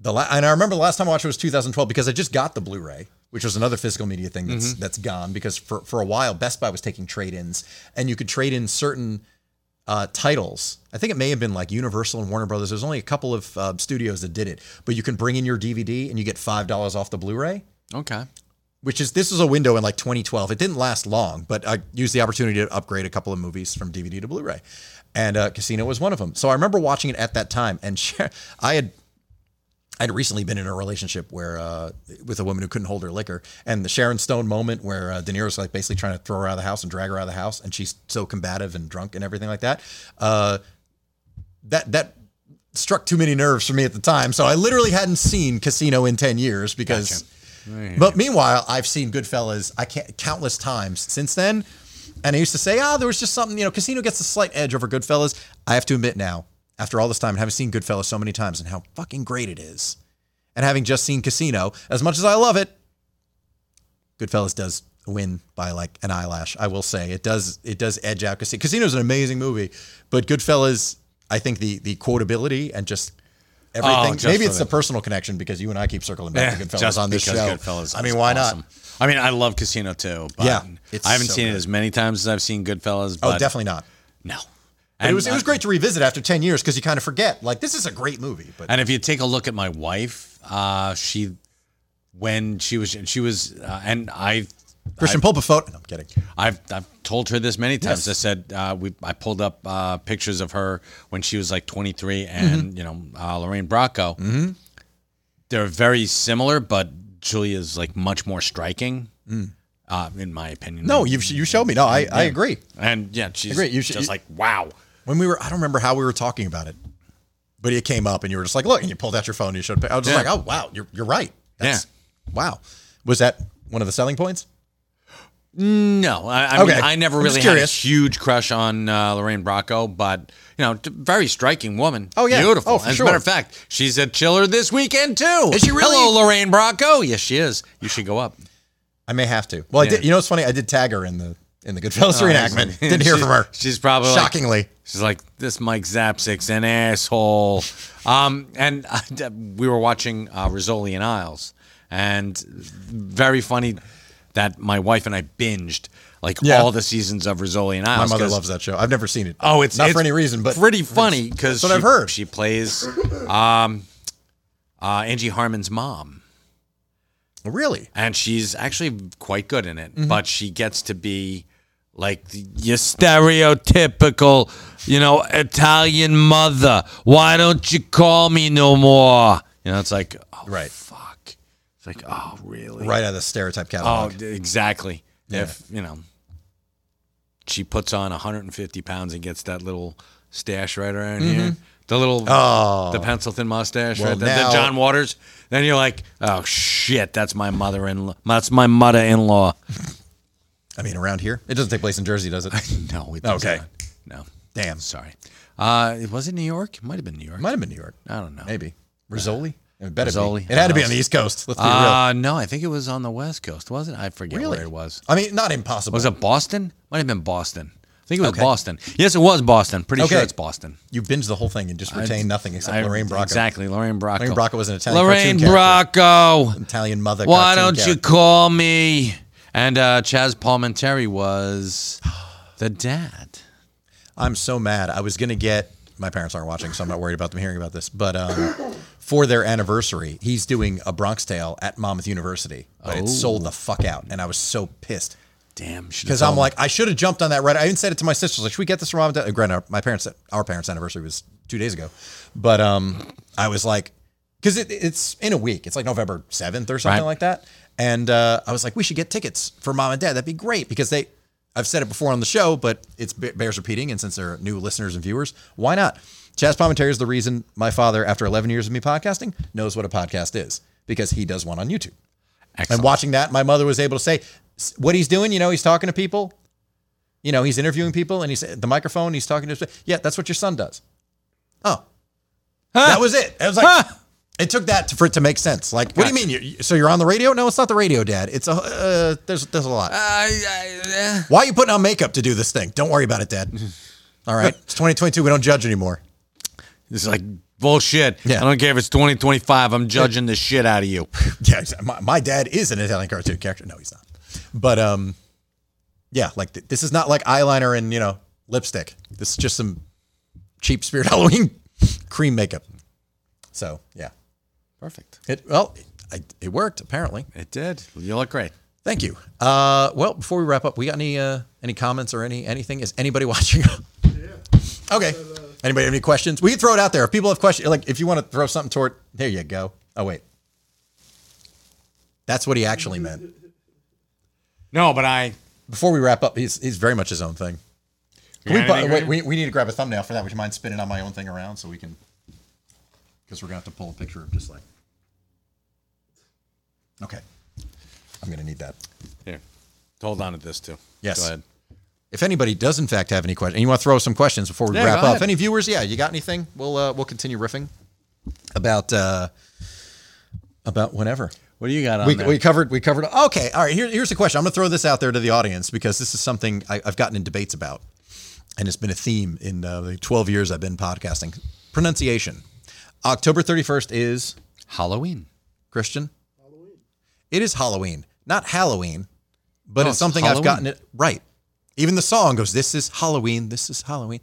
[SPEAKER 3] the la- and I remember the last time I watched it was 2012 because I just got the Blu-ray, which was another physical media thing that's that's gone because for for a while Best Buy was taking trade-ins and you could trade in certain uh, titles. I think it may have been like Universal and Warner Brothers. There's only a couple of uh, studios that did it, but you can bring in your DVD and you get five dollars off the Blu-ray Eh,
[SPEAKER 4] Okay.
[SPEAKER 3] which is this was a window in like 2012. It didn't last long, but I used the opportunity to upgrade a couple of movies from DVD to Blu-ray, and uh, Casino was one of them. So I remember watching it at that time, and *laughs* Cher- I had I had recently been in a relationship where uh, with a woman who couldn't hold her liquor, and the Sharon Stone moment where uh, De Niro's like basically trying to throw her out of the house and drag her out of the house, and she's so combative and drunk and everything like that. Uh, that that struck too many nerves for me at the time, so I literally hadn't seen Casino in ten years because. But meanwhile, I've seen Goodfellas I can't countless times since then, and I used to say, ah, there was just something. You know, Casino gets a slight edge over Goodfellas. I have to admit now, after all this time and having seen Goodfellas so many times and how fucking great it is, and having just seen Casino, as much as I love it, Goodfellas does win by like an eyelash. I will say it does. It does edge out Casino. Casino's an amazing movie, but Goodfellas, I think the the quotability and just. Everything.
[SPEAKER 4] Oh, just
[SPEAKER 3] Maybe
[SPEAKER 4] for
[SPEAKER 3] it's
[SPEAKER 4] the-
[SPEAKER 3] the personal connection because you and I keep circling back to Goodfellas
[SPEAKER 4] just
[SPEAKER 3] on this show.
[SPEAKER 4] because Goodfellas
[SPEAKER 3] I mean,
[SPEAKER 4] is
[SPEAKER 3] why
[SPEAKER 4] awesome.
[SPEAKER 3] not?
[SPEAKER 4] I mean, I love Casino too, but
[SPEAKER 3] Yeah, it's
[SPEAKER 4] I haven't
[SPEAKER 3] so
[SPEAKER 4] seen
[SPEAKER 3] good.
[SPEAKER 4] it as many times as I've seen Goodfellas.
[SPEAKER 3] Oh,
[SPEAKER 4] But
[SPEAKER 3] definitely not.
[SPEAKER 4] No.
[SPEAKER 3] But it was it
[SPEAKER 4] uh,
[SPEAKER 3] was great to revisit after ten years because you kind of forget. Like this is a great movie, but
[SPEAKER 4] And if you take a look at my wife, uh, she when she was she was uh, and I
[SPEAKER 3] Christian Pulpafot. No, I'm kidding.
[SPEAKER 4] I've I've told her this many times.
[SPEAKER 3] Yes.
[SPEAKER 4] I said uh, we I pulled up uh, pictures of her when she was like 23 and
[SPEAKER 3] Mm-hmm.
[SPEAKER 4] you know uh, Lorraine Bracco. Mm-hmm. They're very similar, but Julia's like much more striking, uh, in my opinion.
[SPEAKER 3] Mm. No, you you showed me. No, I, I agree.
[SPEAKER 4] and yeah, she's
[SPEAKER 3] Agree. You should-
[SPEAKER 4] just
[SPEAKER 3] you-
[SPEAKER 4] like wow.
[SPEAKER 3] When we were, I don't remember how we were talking about it, but it came up and you were just like, look, and you pulled out your phone. and You showed. I was just
[SPEAKER 4] Yeah.
[SPEAKER 3] like, oh wow, you're you're right.
[SPEAKER 4] Yeah.
[SPEAKER 3] Wow. Was that one of the selling points?
[SPEAKER 4] No, I, I,
[SPEAKER 3] Okay.
[SPEAKER 4] mean, I never
[SPEAKER 3] I'm just
[SPEAKER 4] really had a
[SPEAKER 3] curious.
[SPEAKER 4] huge crush on uh, Lorraine Bracco, but you know, t- very striking woman.
[SPEAKER 3] Oh, yeah.
[SPEAKER 4] beautiful.
[SPEAKER 3] Oh, for
[SPEAKER 4] As
[SPEAKER 3] sure.
[SPEAKER 4] a matter of fact, she's at Chiller this weekend too.
[SPEAKER 3] Is she really?
[SPEAKER 4] Hello, Lorraine Bracco. Yes, she is. You should go up.
[SPEAKER 3] I may have to. Well, I
[SPEAKER 4] Yeah. Oh,
[SPEAKER 3] did. You know, it's funny. I did tag her in the in the Goodfellas
[SPEAKER 4] *laughs*
[SPEAKER 3] reenactment. Didn't hear
[SPEAKER 4] She's-
[SPEAKER 3] from her.
[SPEAKER 4] She's probably like-
[SPEAKER 3] shockingly.
[SPEAKER 4] she's like this Mike Zapsik's an asshole. um, and *laughs* uh, d- we were watching uh, Rizzoli and Isles, and very funny that my wife and I binged like
[SPEAKER 3] Yeah.
[SPEAKER 4] all the seasons of Rizzoli and
[SPEAKER 3] My
[SPEAKER 4] Isles.
[SPEAKER 3] mother
[SPEAKER 4] 'cause-
[SPEAKER 3] loves that show. I've never seen it.
[SPEAKER 4] Oh, it's
[SPEAKER 3] not
[SPEAKER 4] it's
[SPEAKER 3] for any reason, but
[SPEAKER 4] pretty funny because
[SPEAKER 3] that's what I've heard.
[SPEAKER 4] She plays um, uh, Angie Harmon's mom,
[SPEAKER 3] really.
[SPEAKER 4] and she's actually quite good in it.
[SPEAKER 3] Mm-hmm.
[SPEAKER 4] But she gets to be like the- your stereotypical, you know, Italian mother. Why don't you call me no more? You know, it's like oh,
[SPEAKER 3] Right.
[SPEAKER 4] fuck. It's like oh, really?
[SPEAKER 3] Right out of the stereotype
[SPEAKER 4] Oh,
[SPEAKER 3] catalog.
[SPEAKER 4] d- exactly. If you know, she puts on 150 pounds and gets that little stash right around here, the little Oh. the pencil thin mustache,
[SPEAKER 3] Mm-hmm. Oh. Well,
[SPEAKER 4] right? there,
[SPEAKER 3] now-
[SPEAKER 4] the John Waters. Then you're like, oh shit, that's my mother-in-law. That's
[SPEAKER 3] *laughs*
[SPEAKER 4] my mother-in-law.
[SPEAKER 3] I mean, around here, it doesn't take place in Jersey,
[SPEAKER 4] *laughs*
[SPEAKER 3] does it?
[SPEAKER 4] No, it does
[SPEAKER 3] Okay.
[SPEAKER 4] not. No,
[SPEAKER 3] Damn,
[SPEAKER 4] sorry. Uh, it was it New York. It might have been New York.
[SPEAKER 3] might have been New York.
[SPEAKER 4] I don't know.
[SPEAKER 3] Maybe Rizzoli. It better
[SPEAKER 4] Rizzoli.
[SPEAKER 3] be. It had to be on
[SPEAKER 4] Who
[SPEAKER 3] the
[SPEAKER 4] knows?
[SPEAKER 3] East Coast. Let's be
[SPEAKER 4] Uh, no, I think it was on the West Coast, wasn't it? I forget
[SPEAKER 3] real.
[SPEAKER 4] where it was.
[SPEAKER 3] I mean, not impossible.
[SPEAKER 4] Was it Boston? Might have been Boston. I think it was
[SPEAKER 3] Okay.
[SPEAKER 4] Boston. Yes, it was Boston. Pretty
[SPEAKER 3] Okay.
[SPEAKER 4] sure it's Boston.
[SPEAKER 3] you binged the whole thing and just retained nothing except
[SPEAKER 4] I-
[SPEAKER 3] Lorraine Bracco.
[SPEAKER 4] Exactly, Lorraine Bracco.
[SPEAKER 3] Lorraine Bracco was an Italian
[SPEAKER 4] Lorraine
[SPEAKER 3] cartoon character.
[SPEAKER 4] Bracco.
[SPEAKER 3] Italian mother.
[SPEAKER 4] Why
[SPEAKER 3] cartoon
[SPEAKER 4] don't you
[SPEAKER 3] character.
[SPEAKER 4] call me? And uh, Chaz
[SPEAKER 3] *sighs*
[SPEAKER 4] Palminteri was the dad.
[SPEAKER 3] I'm so mad. I was gonna get. My parents aren't watching, so I'm not worried about them hearing about this. But
[SPEAKER 4] *laughs*
[SPEAKER 3] um, for their anniversary, he's doing a Bronx Tale at Monmouth University, but it
[SPEAKER 4] Oh.
[SPEAKER 3] sold the fuck out, and I was so pissed.
[SPEAKER 4] Damn. should've
[SPEAKER 3] Because
[SPEAKER 4] told
[SPEAKER 3] I'm
[SPEAKER 4] him.
[SPEAKER 3] like, I should have jumped on that right. I even said it to my sisters. Like, should we get this for mom and dad? Granted, our- my parents, our parents' anniversary was two days ago, but um, I was like, because it, it's in a week. It's like November seventh or something
[SPEAKER 4] Right.
[SPEAKER 3] like that. And uh, I was like, we should get tickets for mom and dad. That'd be great because they. I've said it before on the show, but it's it bears repeating. And since they're new listeners and viewers, why not? Chaz Palminteri is the reason my father, after 11 years of me podcasting, knows what a podcast is because he does one on YouTube.
[SPEAKER 4] Excellent.
[SPEAKER 3] And watching that, my mother was able to say "S- what he's doing. You know, he's talking to people. You know, he's interviewing people, and he's at the microphone. He's talking to. Yeah, that's what your son does. Oh, that was it. I was like,
[SPEAKER 4] Huh.
[SPEAKER 3] It took that to, for it to make sense. Like, what do you mean? You, so you're on the radio? No, it's not the radio, Dad. It's a uh, there's there's a lot.
[SPEAKER 4] I, I, eh.
[SPEAKER 3] Why are you putting on makeup to do this thing? Don't worry about it, Dad. All right, it's 2022. We don't judge anymore.
[SPEAKER 4] It's like bullshit.
[SPEAKER 3] Yeah.
[SPEAKER 4] I don't care if it's 2025. I'm judging the shit out
[SPEAKER 3] *sighs*
[SPEAKER 4] of you.
[SPEAKER 3] Yeah, exa- my, my dad is an Italian cartoon character. No, he's not. But um, yeah, like th- this is not like eyeliner and you know lipstick. This is just some cheap spirit *laughs* Halloween cream makeup. So yeah,
[SPEAKER 4] Perfect.
[SPEAKER 3] it well, I, it worked apparently.
[SPEAKER 4] It did. You look great.
[SPEAKER 3] Thank you. Uh, well, before we wrap up, we got any uh, any comments or any anything? Is anybody *laughs* watching? okay. Anybody have any questions? We can throw it out there. If people have questions, like if you want to throw something toward, there you go. Oh wait, that's what he actually meant.
[SPEAKER 4] No, but I.
[SPEAKER 3] Before we wrap up, he's he's very much his own thing. Can we, bu- wait, we, we need to grab a thumbnail for that. Would you mind spinning on my own thing around so we can? Because we're gonna have to pull a picture of just like. Okay, I'm gonna need that.
[SPEAKER 4] Here. Hold on to this too.
[SPEAKER 3] Yes.
[SPEAKER 4] Go ahead.
[SPEAKER 3] if anybody does in fact have any questions, and you want to throw some questions before we
[SPEAKER 4] Yeah,
[SPEAKER 3] wrap
[SPEAKER 4] go
[SPEAKER 3] up,
[SPEAKER 4] ahead.
[SPEAKER 3] any viewers, yeah, you got anything? We'll uh, we'll continue riffing about uh, about whenever
[SPEAKER 4] What do you got on
[SPEAKER 3] we,
[SPEAKER 4] there?
[SPEAKER 3] we covered we covered. Okay, all right. Here, here's a question. I'm going to throw this out there to the audience because this is something I, I've gotten in debates about, and it's been a theme in uh, the 12 years I've been podcasting. Pronunciation. October 31st is
[SPEAKER 4] Halloween.
[SPEAKER 3] Christian? Halloween. It is Halloween, not Halloween, but
[SPEAKER 4] No,
[SPEAKER 3] it's
[SPEAKER 4] it's
[SPEAKER 3] something I've
[SPEAKER 4] Halloween.
[SPEAKER 3] gotten it right. Even the song goes, "This is Halloween, this is Halloween,"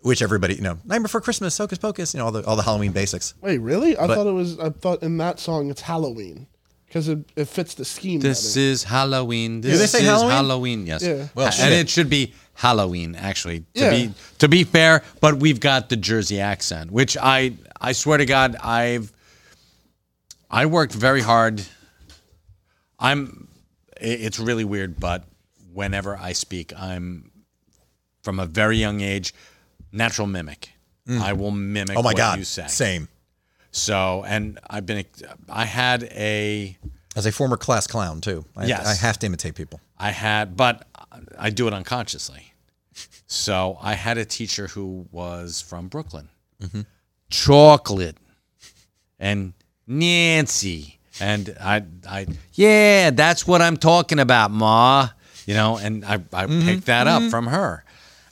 [SPEAKER 3] which everybody, you know, Night Before Christmas, Hocus Pocus, you know, all the all the Halloween basics.
[SPEAKER 6] Wait, really? I thought it was. I thought in that song it's Halloween because it, it fits the scheme.
[SPEAKER 4] This
[SPEAKER 6] better.
[SPEAKER 4] is Halloween. This
[SPEAKER 3] they say
[SPEAKER 4] is
[SPEAKER 3] Halloween?
[SPEAKER 4] Yes.
[SPEAKER 6] Yeah.
[SPEAKER 3] Well,
[SPEAKER 4] and
[SPEAKER 3] shit.
[SPEAKER 4] it should be Halloween actually. To
[SPEAKER 6] Yeah.
[SPEAKER 4] be to be fair, but we've got the Jersey accent, which I I swear to God, I've I worked very hard. I'm i- it's really weird, but whenever I speak, I'm from a very young age natural mimic. I will mimic
[SPEAKER 3] Oh my
[SPEAKER 4] what
[SPEAKER 3] God,
[SPEAKER 4] you say.
[SPEAKER 3] same.
[SPEAKER 4] So, and I've been I had a
[SPEAKER 3] As a former class clown too, I,
[SPEAKER 4] Yes.
[SPEAKER 3] I have to imitate people.
[SPEAKER 4] I had, but I do it unconsciously. So I had a teacher who was from Brooklyn. Chocolate and Nancy. And I, I, yeah, that's what I'm talking about, Ma. You know, and I, I
[SPEAKER 3] Mm-hmm,
[SPEAKER 4] picked that up from her.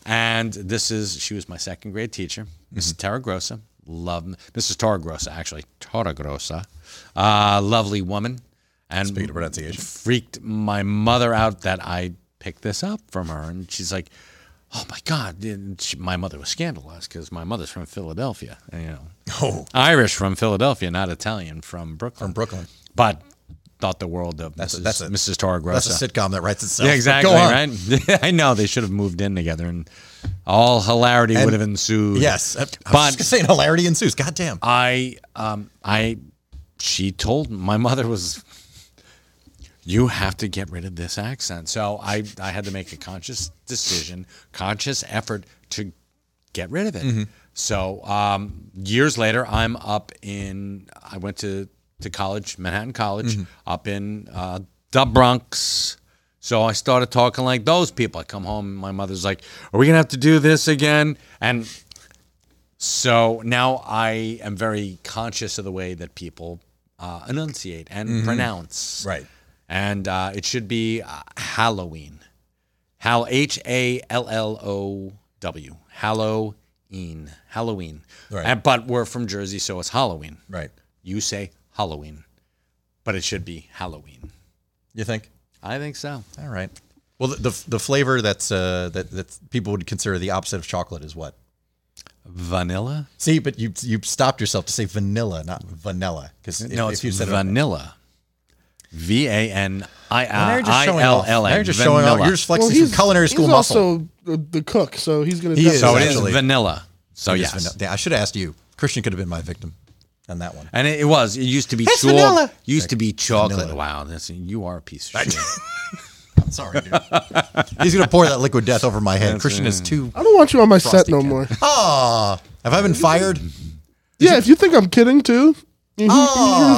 [SPEAKER 4] And this is, she was my second grade teacher, Mrs.
[SPEAKER 3] Mm-hmm.
[SPEAKER 4] Tara Grossa. Love, Mrs. Tara Grossa, actually, Tara Grossa. Uh, lovely woman. And
[SPEAKER 3] Speaking of pronunciation.
[SPEAKER 4] freaked my mother out that I picked this up from her. And she's like, oh my God. And she, my mother was scandalized because my mother's from Philadelphia, you know.
[SPEAKER 3] Oh,
[SPEAKER 4] Irish from Philadelphia, not Italian from Brooklyn.
[SPEAKER 3] from Brooklyn.
[SPEAKER 4] But thought the world of Mrs.
[SPEAKER 3] that's a-
[SPEAKER 4] Mrs. Tara
[SPEAKER 3] That's
[SPEAKER 4] Grossa.
[SPEAKER 3] a sitcom that writes itself.
[SPEAKER 4] yeah,
[SPEAKER 3] But
[SPEAKER 4] exactly.
[SPEAKER 3] Go on.
[SPEAKER 4] Right? *laughs* I know they should have moved in together, and all hilarity would have ensued.
[SPEAKER 3] Yes, I, I was
[SPEAKER 4] but
[SPEAKER 3] just saying hilarity ensues. Goddamn.
[SPEAKER 4] I, um, I, she told my mother was, you have to get rid of this accent. So I, I had to make a conscious decision, conscious effort to get rid of it. So um, years later, I'm up in, I went to to college, Manhattan College, up in uh, the Bronx. So I started talking like those people. I come home, my mother's like, "Are we gonna have to do this again?" And so now I am very conscious of the way that people uh, enunciate and pronounce.
[SPEAKER 3] Mm-hmm. Right.
[SPEAKER 4] And uh, it should be uh, Halloween. Hal H A L L O W. Halloween. Halloween.
[SPEAKER 3] Right.
[SPEAKER 4] And, but we're from Jersey, so it's Halloween.
[SPEAKER 3] Right.
[SPEAKER 4] You say Halloween, but it should be Halloween.
[SPEAKER 3] You think?
[SPEAKER 4] I think so.
[SPEAKER 3] All right. Well, the the, the flavor that's uh, that that people would consider the opposite of chocolate is what?
[SPEAKER 4] Vanilla?
[SPEAKER 3] See, but you you stopped yourself to say vanilla, not vanilla, because
[SPEAKER 4] no,
[SPEAKER 3] if,
[SPEAKER 4] it's
[SPEAKER 3] you said it-
[SPEAKER 4] vanilla. V A N I
[SPEAKER 3] Now you're
[SPEAKER 4] L
[SPEAKER 3] just
[SPEAKER 4] Ah, I
[SPEAKER 3] showing
[SPEAKER 4] L
[SPEAKER 3] off.
[SPEAKER 4] L A.
[SPEAKER 3] Now you're just showing off. You're just flexing some culinary school
[SPEAKER 6] he's
[SPEAKER 3] muscle.
[SPEAKER 6] also the, the cook, so he's gonna.
[SPEAKER 3] He is,
[SPEAKER 4] So
[SPEAKER 6] definitely-
[SPEAKER 4] it is
[SPEAKER 3] Actually.
[SPEAKER 4] vanilla. So
[SPEAKER 3] It is
[SPEAKER 4] yes,
[SPEAKER 3] vanilla. Yeah, I should have asked you. Christian could have been my victim on that
[SPEAKER 4] *laughs*
[SPEAKER 3] one.
[SPEAKER 4] and it, it was. It used to be
[SPEAKER 3] It's
[SPEAKER 4] chor-
[SPEAKER 3] vanilla.
[SPEAKER 4] Used to be chocolate.
[SPEAKER 3] vanilla.
[SPEAKER 4] Wow, that's, you are a piece of shit.
[SPEAKER 3] I'm sorry, dude. He's gonna pour that liquid death over my head. Christian is too.
[SPEAKER 6] I don't want you on my set
[SPEAKER 3] Frosty
[SPEAKER 6] no
[SPEAKER 3] Cat. *laughs*
[SPEAKER 6] more.
[SPEAKER 3] Ah, have I been fired?
[SPEAKER 6] yeah, if you think I'm kidding too. You,
[SPEAKER 3] Oh,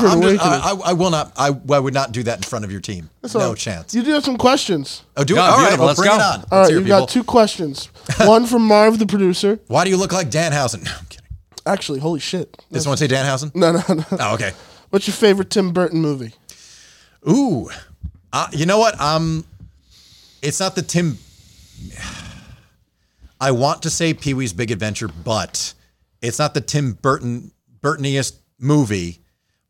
[SPEAKER 6] you, you,
[SPEAKER 3] I'm
[SPEAKER 6] you,
[SPEAKER 3] just- I, I, I will not. I, I would not do that in front of your team. no chance.
[SPEAKER 6] you do have some questions.
[SPEAKER 3] Oh, do it.
[SPEAKER 4] No,
[SPEAKER 3] All right,
[SPEAKER 4] beautiful.
[SPEAKER 3] well,
[SPEAKER 4] Let's
[SPEAKER 3] bring
[SPEAKER 4] go.
[SPEAKER 3] it on.
[SPEAKER 6] All
[SPEAKER 3] Let's
[SPEAKER 6] right,
[SPEAKER 3] hear
[SPEAKER 6] you've
[SPEAKER 3] it,
[SPEAKER 6] got
[SPEAKER 3] *laughs* people.
[SPEAKER 6] two questions. One from Marv, the producer.
[SPEAKER 3] Why do you look like Danhausen? *laughs* No, I'm kidding.
[SPEAKER 6] Actually, holy shit.
[SPEAKER 3] Does someone say Danhausen?
[SPEAKER 6] No, no, no.
[SPEAKER 3] Oh, okay.
[SPEAKER 6] What's your favorite Tim Burton movie?
[SPEAKER 3] Ooh, uh, you know what? Um, it's not the Tim. I want to say Pee Wee's Big Adventure, but it's not the Tim Burton Burtoniest movie.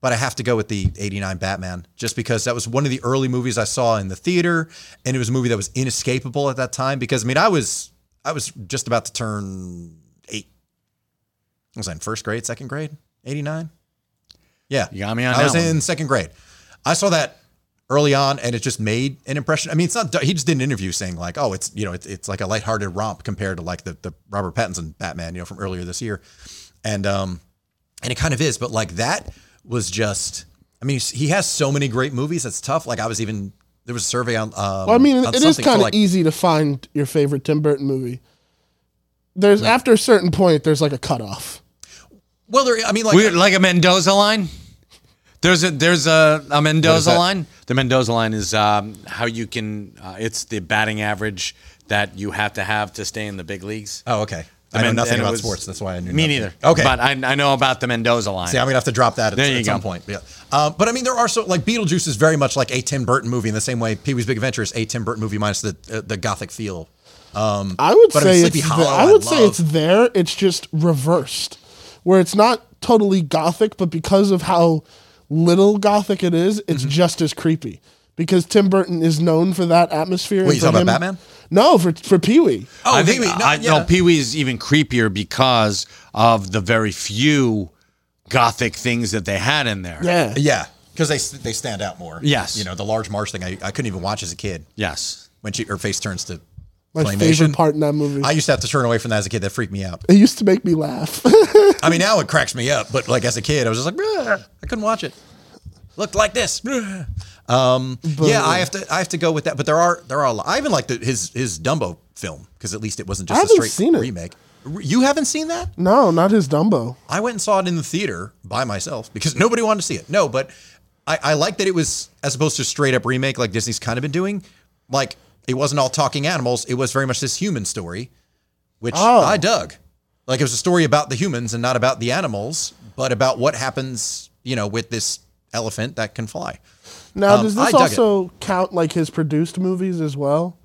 [SPEAKER 3] But I have to go with the '89 Batman, just because that was one of the early movies I saw in the theater, and it was a movie that was inescapable at that time. Because I mean, I was I was just about to turn eight. Was I in first grade, second grade, '89? Yeah,
[SPEAKER 4] You got me on
[SPEAKER 3] I
[SPEAKER 4] that
[SPEAKER 3] was
[SPEAKER 4] one.
[SPEAKER 3] in second grade. I saw that early on, and it just made an impression. I mean, it's not. He just did an interview saying like, "Oh, it's you know, it's, it's like a lighthearted romp compared to like the the Robert Pattinson Batman, you know, from earlier this year," and um, and it kind of is. But like that was just. I mean, he has so many great movies. That's tough. Like I was even there was a survey on. Um,
[SPEAKER 6] Well, I mean,
[SPEAKER 3] on
[SPEAKER 6] it is
[SPEAKER 3] something for,
[SPEAKER 6] kind of
[SPEAKER 3] like,
[SPEAKER 6] easy to find your favorite Tim Burton movie. There's after a certain point, there's like a cutoff.
[SPEAKER 3] Well, there, I mean, like
[SPEAKER 4] *laughs* We like a Mendoza line. There's a there's a, a Mendoza
[SPEAKER 3] that?
[SPEAKER 4] line. The Mendoza line is um, how you can. Uh, it's the batting average that you have to have to stay in the big leagues.
[SPEAKER 3] Oh, okay. I,
[SPEAKER 4] The
[SPEAKER 3] know
[SPEAKER 4] Men-
[SPEAKER 3] nothing
[SPEAKER 4] and it
[SPEAKER 3] about
[SPEAKER 4] was-
[SPEAKER 3] sports. That's why I knew
[SPEAKER 4] Me
[SPEAKER 3] nothing.
[SPEAKER 4] neither.
[SPEAKER 3] Okay.
[SPEAKER 4] but I, I know about the Mendoza line.
[SPEAKER 3] See, I'm gonna have to drop that at,
[SPEAKER 4] There
[SPEAKER 3] at
[SPEAKER 4] you
[SPEAKER 3] some
[SPEAKER 4] go.
[SPEAKER 3] point. Yeah. Um, but I mean, there are so like Beetlejuice is very much like a Tim Burton movie in the same way Pee Wee's Big Adventure is a Tim Burton movie minus the uh, the gothic feel.
[SPEAKER 6] I would
[SPEAKER 3] But in
[SPEAKER 6] say it's
[SPEAKER 3] Sleepy Hollow,
[SPEAKER 6] the-
[SPEAKER 3] I
[SPEAKER 6] I would say
[SPEAKER 3] love-
[SPEAKER 6] it's there. It's just reversed, where it's not totally gothic, but because of how little gothic it is,
[SPEAKER 3] Mm-hmm.
[SPEAKER 6] it's just as creepy. Because Tim Burton is known for that atmosphere.
[SPEAKER 3] Wait,
[SPEAKER 6] and
[SPEAKER 3] you
[SPEAKER 6] for
[SPEAKER 3] talking
[SPEAKER 6] him-
[SPEAKER 3] about Batman?
[SPEAKER 6] No, for for Pee Wee.
[SPEAKER 3] Oh,
[SPEAKER 4] I think
[SPEAKER 3] Pee-wee.
[SPEAKER 4] I, no. Pee Wee is even creepier because of the very few gothic things that they had in there.
[SPEAKER 6] Yeah.
[SPEAKER 3] yeah, because they s- they stand out more.
[SPEAKER 4] Yes.
[SPEAKER 3] You know, the large march thing I, I couldn't even watch as a kid
[SPEAKER 4] Yes.
[SPEAKER 3] when she her face turns to
[SPEAKER 6] My
[SPEAKER 3] claymation.
[SPEAKER 6] favorite part in that movie.
[SPEAKER 3] I used to have to turn away from that as a kid. That freaked me out.
[SPEAKER 6] it used to make me laugh. *laughs*
[SPEAKER 3] I mean, now it cracks me up, but like as a kid, I was just like, "Bleh." I couldn't watch it. Looked like this. Bleh. Um, yeah, I have to, I have to go with that. But there are, there are. A lot. I even like the, his his Dumbo film because at least it wasn't just a
[SPEAKER 6] I haven't
[SPEAKER 3] straight
[SPEAKER 6] seen it.
[SPEAKER 3] remake. Re- You haven't seen that?
[SPEAKER 6] no, not his Dumbo.
[SPEAKER 3] I went and saw it in the theater by myself because *laughs* nobody wanted to see it. No, but I, I like that it was as opposed to straight up remake like Disney's kind of been doing. Like it wasn't all talking animals; it was very much this human story, which
[SPEAKER 6] Oh.
[SPEAKER 3] I dug. Like it was a story about the humans and not about the animals, but about what happens, you know, with this elephant that can fly.
[SPEAKER 6] Now,
[SPEAKER 3] Um,
[SPEAKER 6] does
[SPEAKER 3] I
[SPEAKER 6] this
[SPEAKER 3] dug it.
[SPEAKER 6] also count like his produced movies as well?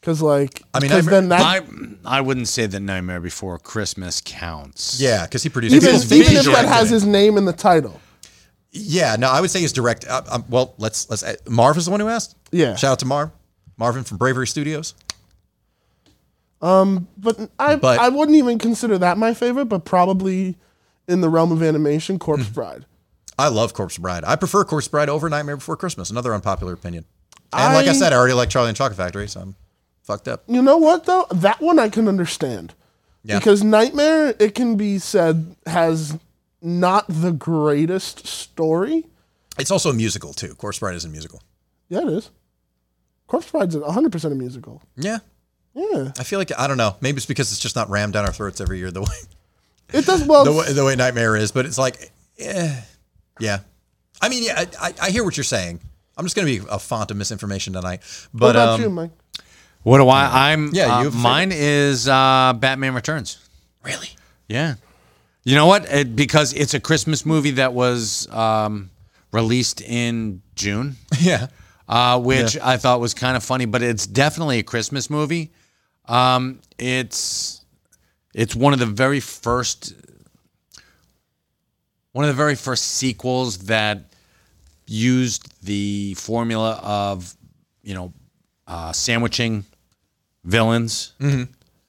[SPEAKER 6] Because like,
[SPEAKER 3] I mean,
[SPEAKER 6] 'cause
[SPEAKER 3] I've-
[SPEAKER 6] then that
[SPEAKER 4] I I wouldn't say that Nightmare Before Christmas counts.
[SPEAKER 3] Yeah, because he produced.
[SPEAKER 6] even,
[SPEAKER 3] People's
[SPEAKER 6] even if
[SPEAKER 3] visual
[SPEAKER 6] that has
[SPEAKER 3] activity.
[SPEAKER 6] his name in the title,
[SPEAKER 3] Yeah, no, I would say he's direct. Uh, um, well, let's let's. Uh, Marv is the one who asked.
[SPEAKER 6] Yeah.
[SPEAKER 3] Shout out to Marv, Marvin from Bravery Studios.
[SPEAKER 6] but I
[SPEAKER 3] But-
[SPEAKER 6] I wouldn't even consider that my favorite, but probably in the realm of animation,
[SPEAKER 3] Mm-hmm.
[SPEAKER 6] Corpse Bride.
[SPEAKER 3] I love Corpse Bride. I prefer Corpse Bride over Nightmare Before Christmas. Another unpopular opinion. And like I
[SPEAKER 6] I-
[SPEAKER 3] said, I already like Charlie and Chocolate Factory, so I'm fucked up.
[SPEAKER 6] You know what though? That one I can understand.
[SPEAKER 3] Yeah.
[SPEAKER 6] Because Nightmare, it can be said, has not the greatest story.
[SPEAKER 3] It's also a musical too. Corpse Bride is a musical.
[SPEAKER 6] Yeah, it is. Corpse Bride's 100% a musical.
[SPEAKER 3] Yeah,
[SPEAKER 6] Yeah.
[SPEAKER 3] I feel like I don't know. Maybe it's because it's just not rammed down our throats every year the
[SPEAKER 6] *laughs*
[SPEAKER 3] way
[SPEAKER 6] It does well.
[SPEAKER 3] the way, the way Nightmare is. But it's like, eh, yeah. I mean, yeah, I, I, I hear what you're saying. I'm just gonna be a font of misinformation tonight.
[SPEAKER 6] what
[SPEAKER 3] But
[SPEAKER 6] about
[SPEAKER 3] um,
[SPEAKER 6] you, Mike?
[SPEAKER 4] What do I? I'm.
[SPEAKER 3] Yeah,
[SPEAKER 4] Yeah.
[SPEAKER 3] you
[SPEAKER 4] Uh,
[SPEAKER 3] have a
[SPEAKER 4] mine is uh, Batman Returns.
[SPEAKER 3] really,
[SPEAKER 4] Yeah. You know what? It, because it's a Christmas movie that was um, released in June,
[SPEAKER 3] *laughs* yeah.
[SPEAKER 4] uh, which I thought was kind of funny, but it's definitely a Christmas movie. Um, it's it's one of the very first one of the very first sequels that used the formula of you know uh, sandwiching villains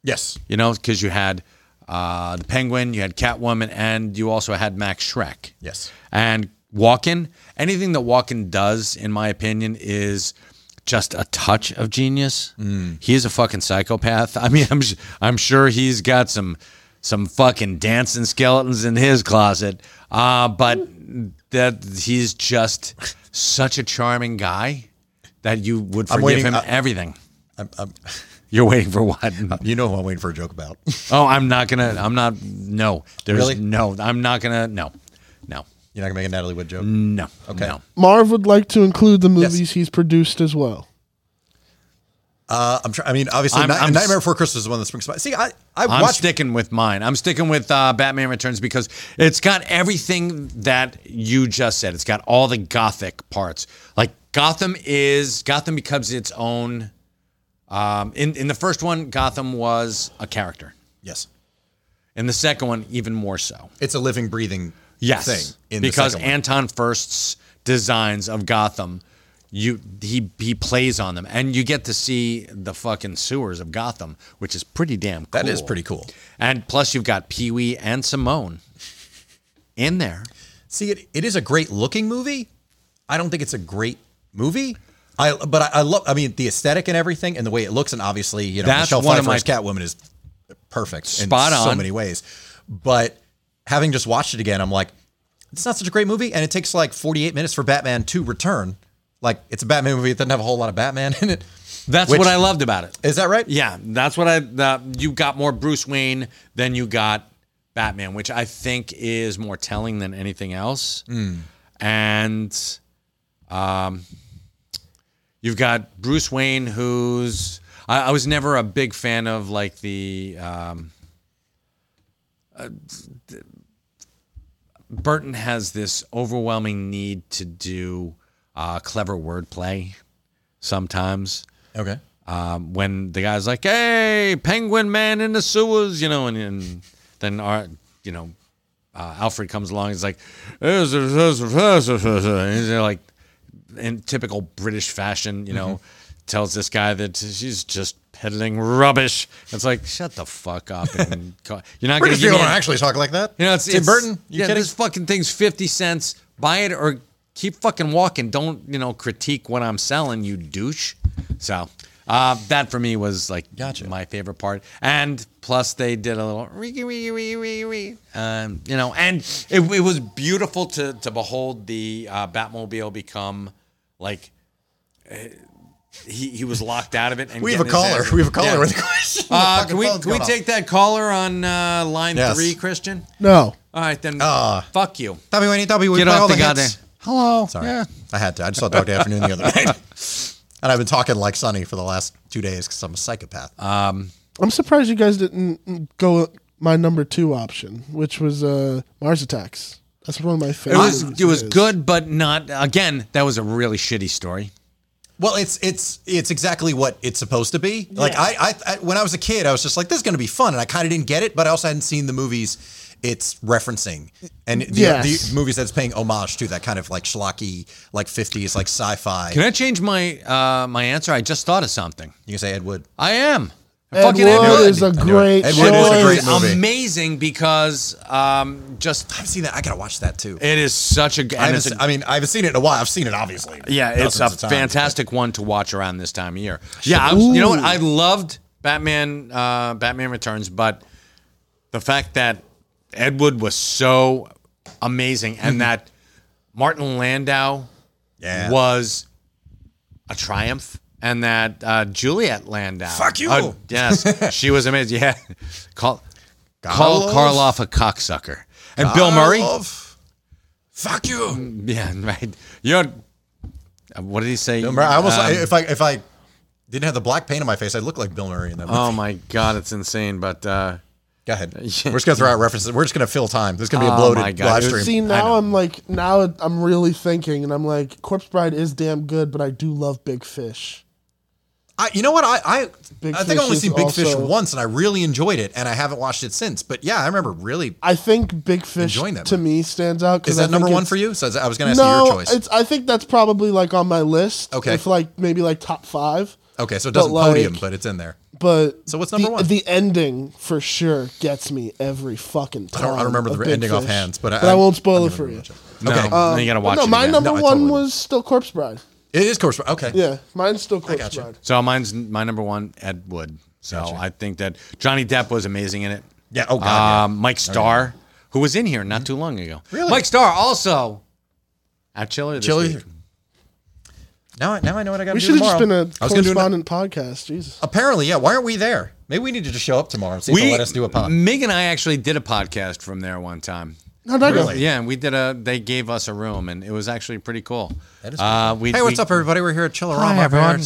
[SPEAKER 3] Yes.
[SPEAKER 4] you know, because you had uh, the Penguin, you had Catwoman, and you also had Max Shrek.
[SPEAKER 3] Yes.
[SPEAKER 4] And Walken, anything that Walken does, in my opinion, is just a touch of genius.
[SPEAKER 3] Mm.
[SPEAKER 4] He is a fucking psychopath. *laughs* I mean, I'm s- I'm sure he's got some some fucking dancing skeletons in his closet, uh, but that he's just such a charming guy that you would forgive
[SPEAKER 3] waiting- uh,
[SPEAKER 4] him
[SPEAKER 3] I-
[SPEAKER 4] everything.
[SPEAKER 3] I'm, I'm,
[SPEAKER 4] You're waiting for
[SPEAKER 3] *laughs*
[SPEAKER 4] what?
[SPEAKER 3] you know who I'm waiting for a joke about. *laughs*
[SPEAKER 4] Oh, I'm not gonna. I'm not. No, there's
[SPEAKER 3] Really?
[SPEAKER 4] no. I'm not gonna. No, no,
[SPEAKER 3] You're not gonna make a Natalie Wood joke.
[SPEAKER 4] no. Okay. No.
[SPEAKER 6] Marv would like to include the movies he's produced as well.
[SPEAKER 3] Uh, I'm trying. I mean, obviously,
[SPEAKER 4] I'm-
[SPEAKER 3] Night-
[SPEAKER 4] I'm
[SPEAKER 3] Nightmare
[SPEAKER 4] s-
[SPEAKER 3] Before Christmas is one that springs to mind. See, I I
[SPEAKER 4] I'm
[SPEAKER 3] watched
[SPEAKER 4] sticking with mine. I'm sticking with uh, Batman Returns because it's got everything that you just said. It's got all the gothic parts. Like Gotham is Gotham becomes its own. Um, in in the first one, Gotham was a character.
[SPEAKER 3] yes,
[SPEAKER 4] In the second one, even more so.
[SPEAKER 3] it's a living, breathing
[SPEAKER 4] Yes,
[SPEAKER 3] thing. In
[SPEAKER 4] because
[SPEAKER 3] the second one.
[SPEAKER 4] Anton First's designs of Gotham, you he he plays on them, and you get to see the fucking sewers of Gotham, which is pretty damn. cool.
[SPEAKER 3] that is pretty cool.
[SPEAKER 4] And plus, you've got Pee Wee and Simone in there.
[SPEAKER 3] See, it, it is a great looking movie. I don't think it's a great movie. I but I, I love. I mean, the aesthetic and everything, and the way it looks, and obviously, you know,
[SPEAKER 4] That's
[SPEAKER 3] Michelle
[SPEAKER 4] one of
[SPEAKER 3] Pfeiffer's
[SPEAKER 4] my-
[SPEAKER 3] Catwoman is perfect
[SPEAKER 4] Spot
[SPEAKER 3] in so
[SPEAKER 4] on.
[SPEAKER 3] many ways. But having just watched it again, I'm like, it's not such a great movie, and it takes like 48 minutes for Batman to return. Like, it's a Batman movie. It doesn't have a whole lot of Batman in it.
[SPEAKER 4] That's
[SPEAKER 3] Which-
[SPEAKER 4] what I loved about it.
[SPEAKER 3] Is that right?
[SPEAKER 4] Yeah, that's what I. Uh, you got more Bruce Wayne than you got Batman, which I think is more telling than anything else. And um, you've got Bruce Wayne, who's I, I was never a big fan of like the um, uh, th- Burton has this overwhelming need to do uh, clever wordplay sometimes
[SPEAKER 3] Okay.
[SPEAKER 4] um, when the guy's like, "Hey, Penguin Man in the sewers," you know, and, and then our, you know, uh, Alfred comes along. He's like, "Is it- is it- is it- is it-" and he's like, in typical British fashion, you know,
[SPEAKER 3] Mm-hmm.
[SPEAKER 4] tells this guy that she's just peddling rubbish. It's like, shut the fuck up, and
[SPEAKER 3] *laughs*
[SPEAKER 4] co- you're not going
[SPEAKER 3] British
[SPEAKER 4] to give
[SPEAKER 3] people
[SPEAKER 4] me.
[SPEAKER 3] don't
[SPEAKER 4] a-
[SPEAKER 3] actually talk like that.
[SPEAKER 4] You know, it's,
[SPEAKER 3] Tim
[SPEAKER 4] it's
[SPEAKER 3] Burton. You
[SPEAKER 4] yeah,
[SPEAKER 3] kidding?
[SPEAKER 4] this fucking thing's fifty cents. Buy it or keep fucking walking. Don't you know critique what I'm selling, you douche. So uh, that for me was like
[SPEAKER 3] Gotcha.
[SPEAKER 4] my favorite part. And plus, they did a little wee wee wee wee wee. Um, you know, and it, it was beautiful to to behold the uh, Batmobile become like. uh, He, he was locked out of it. And
[SPEAKER 3] we have a
[SPEAKER 4] getting his
[SPEAKER 3] caller.
[SPEAKER 4] ass-
[SPEAKER 3] We have a caller
[SPEAKER 4] Yeah.
[SPEAKER 3] with a question.
[SPEAKER 4] Uh,
[SPEAKER 3] The
[SPEAKER 4] can we
[SPEAKER 3] fucking phone's
[SPEAKER 4] can we
[SPEAKER 3] going off.
[SPEAKER 4] take that caller on uh, line
[SPEAKER 3] Yes.
[SPEAKER 4] three, Christian?
[SPEAKER 6] No.
[SPEAKER 4] All right, then.
[SPEAKER 3] Ah.
[SPEAKER 4] fuck you.
[SPEAKER 3] WNEW. We
[SPEAKER 4] Get
[SPEAKER 3] play
[SPEAKER 4] off
[SPEAKER 3] all
[SPEAKER 4] the
[SPEAKER 3] hits.
[SPEAKER 4] goddamn. Hello.
[SPEAKER 3] Sorry. I had to. I just saw *laughs* Dog Day Afternoon the other night. And I've been talking like Sonny for the last two days because I'm a psychopath.
[SPEAKER 4] Uh,
[SPEAKER 6] I'm surprised you guys didn't go with my number two option, which was uh, Mars Attacks. That's one of my
[SPEAKER 4] It
[SPEAKER 6] favorites.
[SPEAKER 4] was it was good, but not again. That was a really shitty story.
[SPEAKER 3] well, it's it's it's exactly what it's supposed to be. Like I, I, I when I was a kid, I was just like, "This is going to be fun," and I kind of didn't get it, but I also hadn't seen the movies it's referencing and the,
[SPEAKER 6] Yes.
[SPEAKER 3] the movies that's paying homage to that kind of like schlocky, like fifties, like sci-fi.
[SPEAKER 4] Can I change my uh, my answer? I just thought of something.
[SPEAKER 3] you can say Ed Wood.
[SPEAKER 4] I am.
[SPEAKER 6] Ed
[SPEAKER 4] Fucking Ed
[SPEAKER 6] Wood
[SPEAKER 4] Wood.
[SPEAKER 6] is a great
[SPEAKER 3] Ed
[SPEAKER 6] choice.
[SPEAKER 3] Wood is a great
[SPEAKER 4] It's
[SPEAKER 3] movie.
[SPEAKER 4] amazing because um, just
[SPEAKER 3] I've seen that. I gotta watch that too.
[SPEAKER 4] it is such a.
[SPEAKER 3] I,
[SPEAKER 4] and
[SPEAKER 3] haven't
[SPEAKER 4] it's a-
[SPEAKER 3] se- I mean, I haven't seen it in a while. I've seen it obviously.
[SPEAKER 4] Yeah, it's a
[SPEAKER 3] dozens of times,
[SPEAKER 4] fantastic one to watch around this time of year. Yeah, I was, you know what? I loved Batman, uh, Batman Returns, but the fact that Ed Wood was so amazing and that Martin Landau
[SPEAKER 3] but- Mm-hmm. Yeah.
[SPEAKER 4] was a triumph, and that uh, Juliet Landau,
[SPEAKER 3] Fuck you.
[SPEAKER 4] Uh,
[SPEAKER 3] *laughs*
[SPEAKER 4] yes, she was amazing. Yeah, call
[SPEAKER 3] Karloff?
[SPEAKER 4] call Karloff a cocksucker, and Bill Murray. Mm.
[SPEAKER 3] Karloff. Fuck you.
[SPEAKER 4] Yeah, right. You're. uh, What did he say?
[SPEAKER 3] Bill Murray. I almost
[SPEAKER 4] Um,
[SPEAKER 3] if I if I didn't have the black paint on my face, I'd look like Bill Murray in that movie.
[SPEAKER 4] Oh my god, it's insane. But uh,
[SPEAKER 3] Go
[SPEAKER 4] *laughs*
[SPEAKER 3] ahead. We're just gonna throw out references. We're just gonna fill time. There's gonna be a
[SPEAKER 4] Oh
[SPEAKER 3] bloated
[SPEAKER 4] my God.
[SPEAKER 3] live
[SPEAKER 4] It was-
[SPEAKER 3] stream.
[SPEAKER 6] See
[SPEAKER 4] know.
[SPEAKER 6] now I'm like now I'm really thinking and I'm like Corpse Bride is damn good, but I do love Big Fish.
[SPEAKER 3] I, you know what? I I,
[SPEAKER 6] Big
[SPEAKER 3] I think I
[SPEAKER 6] Fish
[SPEAKER 3] only
[SPEAKER 6] is
[SPEAKER 3] seen Big Fish
[SPEAKER 6] also-
[SPEAKER 3] once, and I really enjoyed it, and I haven't watched it since. But yeah, I remember really.
[SPEAKER 6] I think Big Fish
[SPEAKER 3] Enjoying that
[SPEAKER 6] to
[SPEAKER 3] movie.
[SPEAKER 6] me stands out. 'cause
[SPEAKER 3] Is
[SPEAKER 6] I
[SPEAKER 3] that
[SPEAKER 6] think
[SPEAKER 3] number one
[SPEAKER 6] it's-
[SPEAKER 3] for you? So I was gonna ask you your
[SPEAKER 6] No,
[SPEAKER 3] choice.
[SPEAKER 6] it's I think that's probably like on my list.
[SPEAKER 3] Okay.
[SPEAKER 6] it's like maybe like top five.
[SPEAKER 3] okay, so it
[SPEAKER 6] but
[SPEAKER 3] doesn't podium,
[SPEAKER 6] like-
[SPEAKER 3] but it's in there.
[SPEAKER 6] But
[SPEAKER 3] So what's number
[SPEAKER 6] the,
[SPEAKER 3] one?
[SPEAKER 6] The ending for sure gets me every fucking time.
[SPEAKER 3] I don't, I don't remember
[SPEAKER 6] of
[SPEAKER 3] the
[SPEAKER 6] Big
[SPEAKER 3] ending
[SPEAKER 6] Fish.
[SPEAKER 3] offhand, but,
[SPEAKER 6] but I, won't spoil it for you.
[SPEAKER 4] no,
[SPEAKER 3] Okay. um,
[SPEAKER 4] then you gotta
[SPEAKER 6] But
[SPEAKER 4] watch
[SPEAKER 6] no,
[SPEAKER 4] it.
[SPEAKER 6] my
[SPEAKER 4] again.
[SPEAKER 6] number
[SPEAKER 3] No, I
[SPEAKER 6] one
[SPEAKER 3] totally-
[SPEAKER 6] was still Corpse Bride.
[SPEAKER 3] It is course. Okay.
[SPEAKER 6] Yeah, mine's still Corpse
[SPEAKER 3] gotcha.
[SPEAKER 6] Bride.
[SPEAKER 4] So mine's my number one, Ed Wood. So I think that Johnny Depp was amazing in it.
[SPEAKER 3] Yeah, oh, God,
[SPEAKER 4] Um, Mike Starr, who was in here not too long ago.
[SPEAKER 3] Mm-hmm. Really?
[SPEAKER 4] Mike Starr also at Chiller. This
[SPEAKER 3] Chili.
[SPEAKER 4] Week.
[SPEAKER 3] Now, I- now I know what I got to
[SPEAKER 6] We
[SPEAKER 3] do
[SPEAKER 6] should have just
[SPEAKER 3] tomorrow.
[SPEAKER 6] been a
[SPEAKER 3] I was gonna do an-
[SPEAKER 6] correspondent podcast. Jesus.
[SPEAKER 3] Apparently, yeah. Why aren't we there? Maybe we need to just show up tomorrow and see if
[SPEAKER 4] We
[SPEAKER 3] they'll let us do a pod.
[SPEAKER 4] Meg and I actually did a podcast from there one time.
[SPEAKER 6] No, no, no.
[SPEAKER 4] Yeah, and we did a. They gave us a room, and it was actually pretty cool. That
[SPEAKER 3] is
[SPEAKER 4] Uh, we,
[SPEAKER 3] Hey, what's
[SPEAKER 4] we-
[SPEAKER 3] up, everybody? We're here at Chillerama.
[SPEAKER 4] Hi, everyone.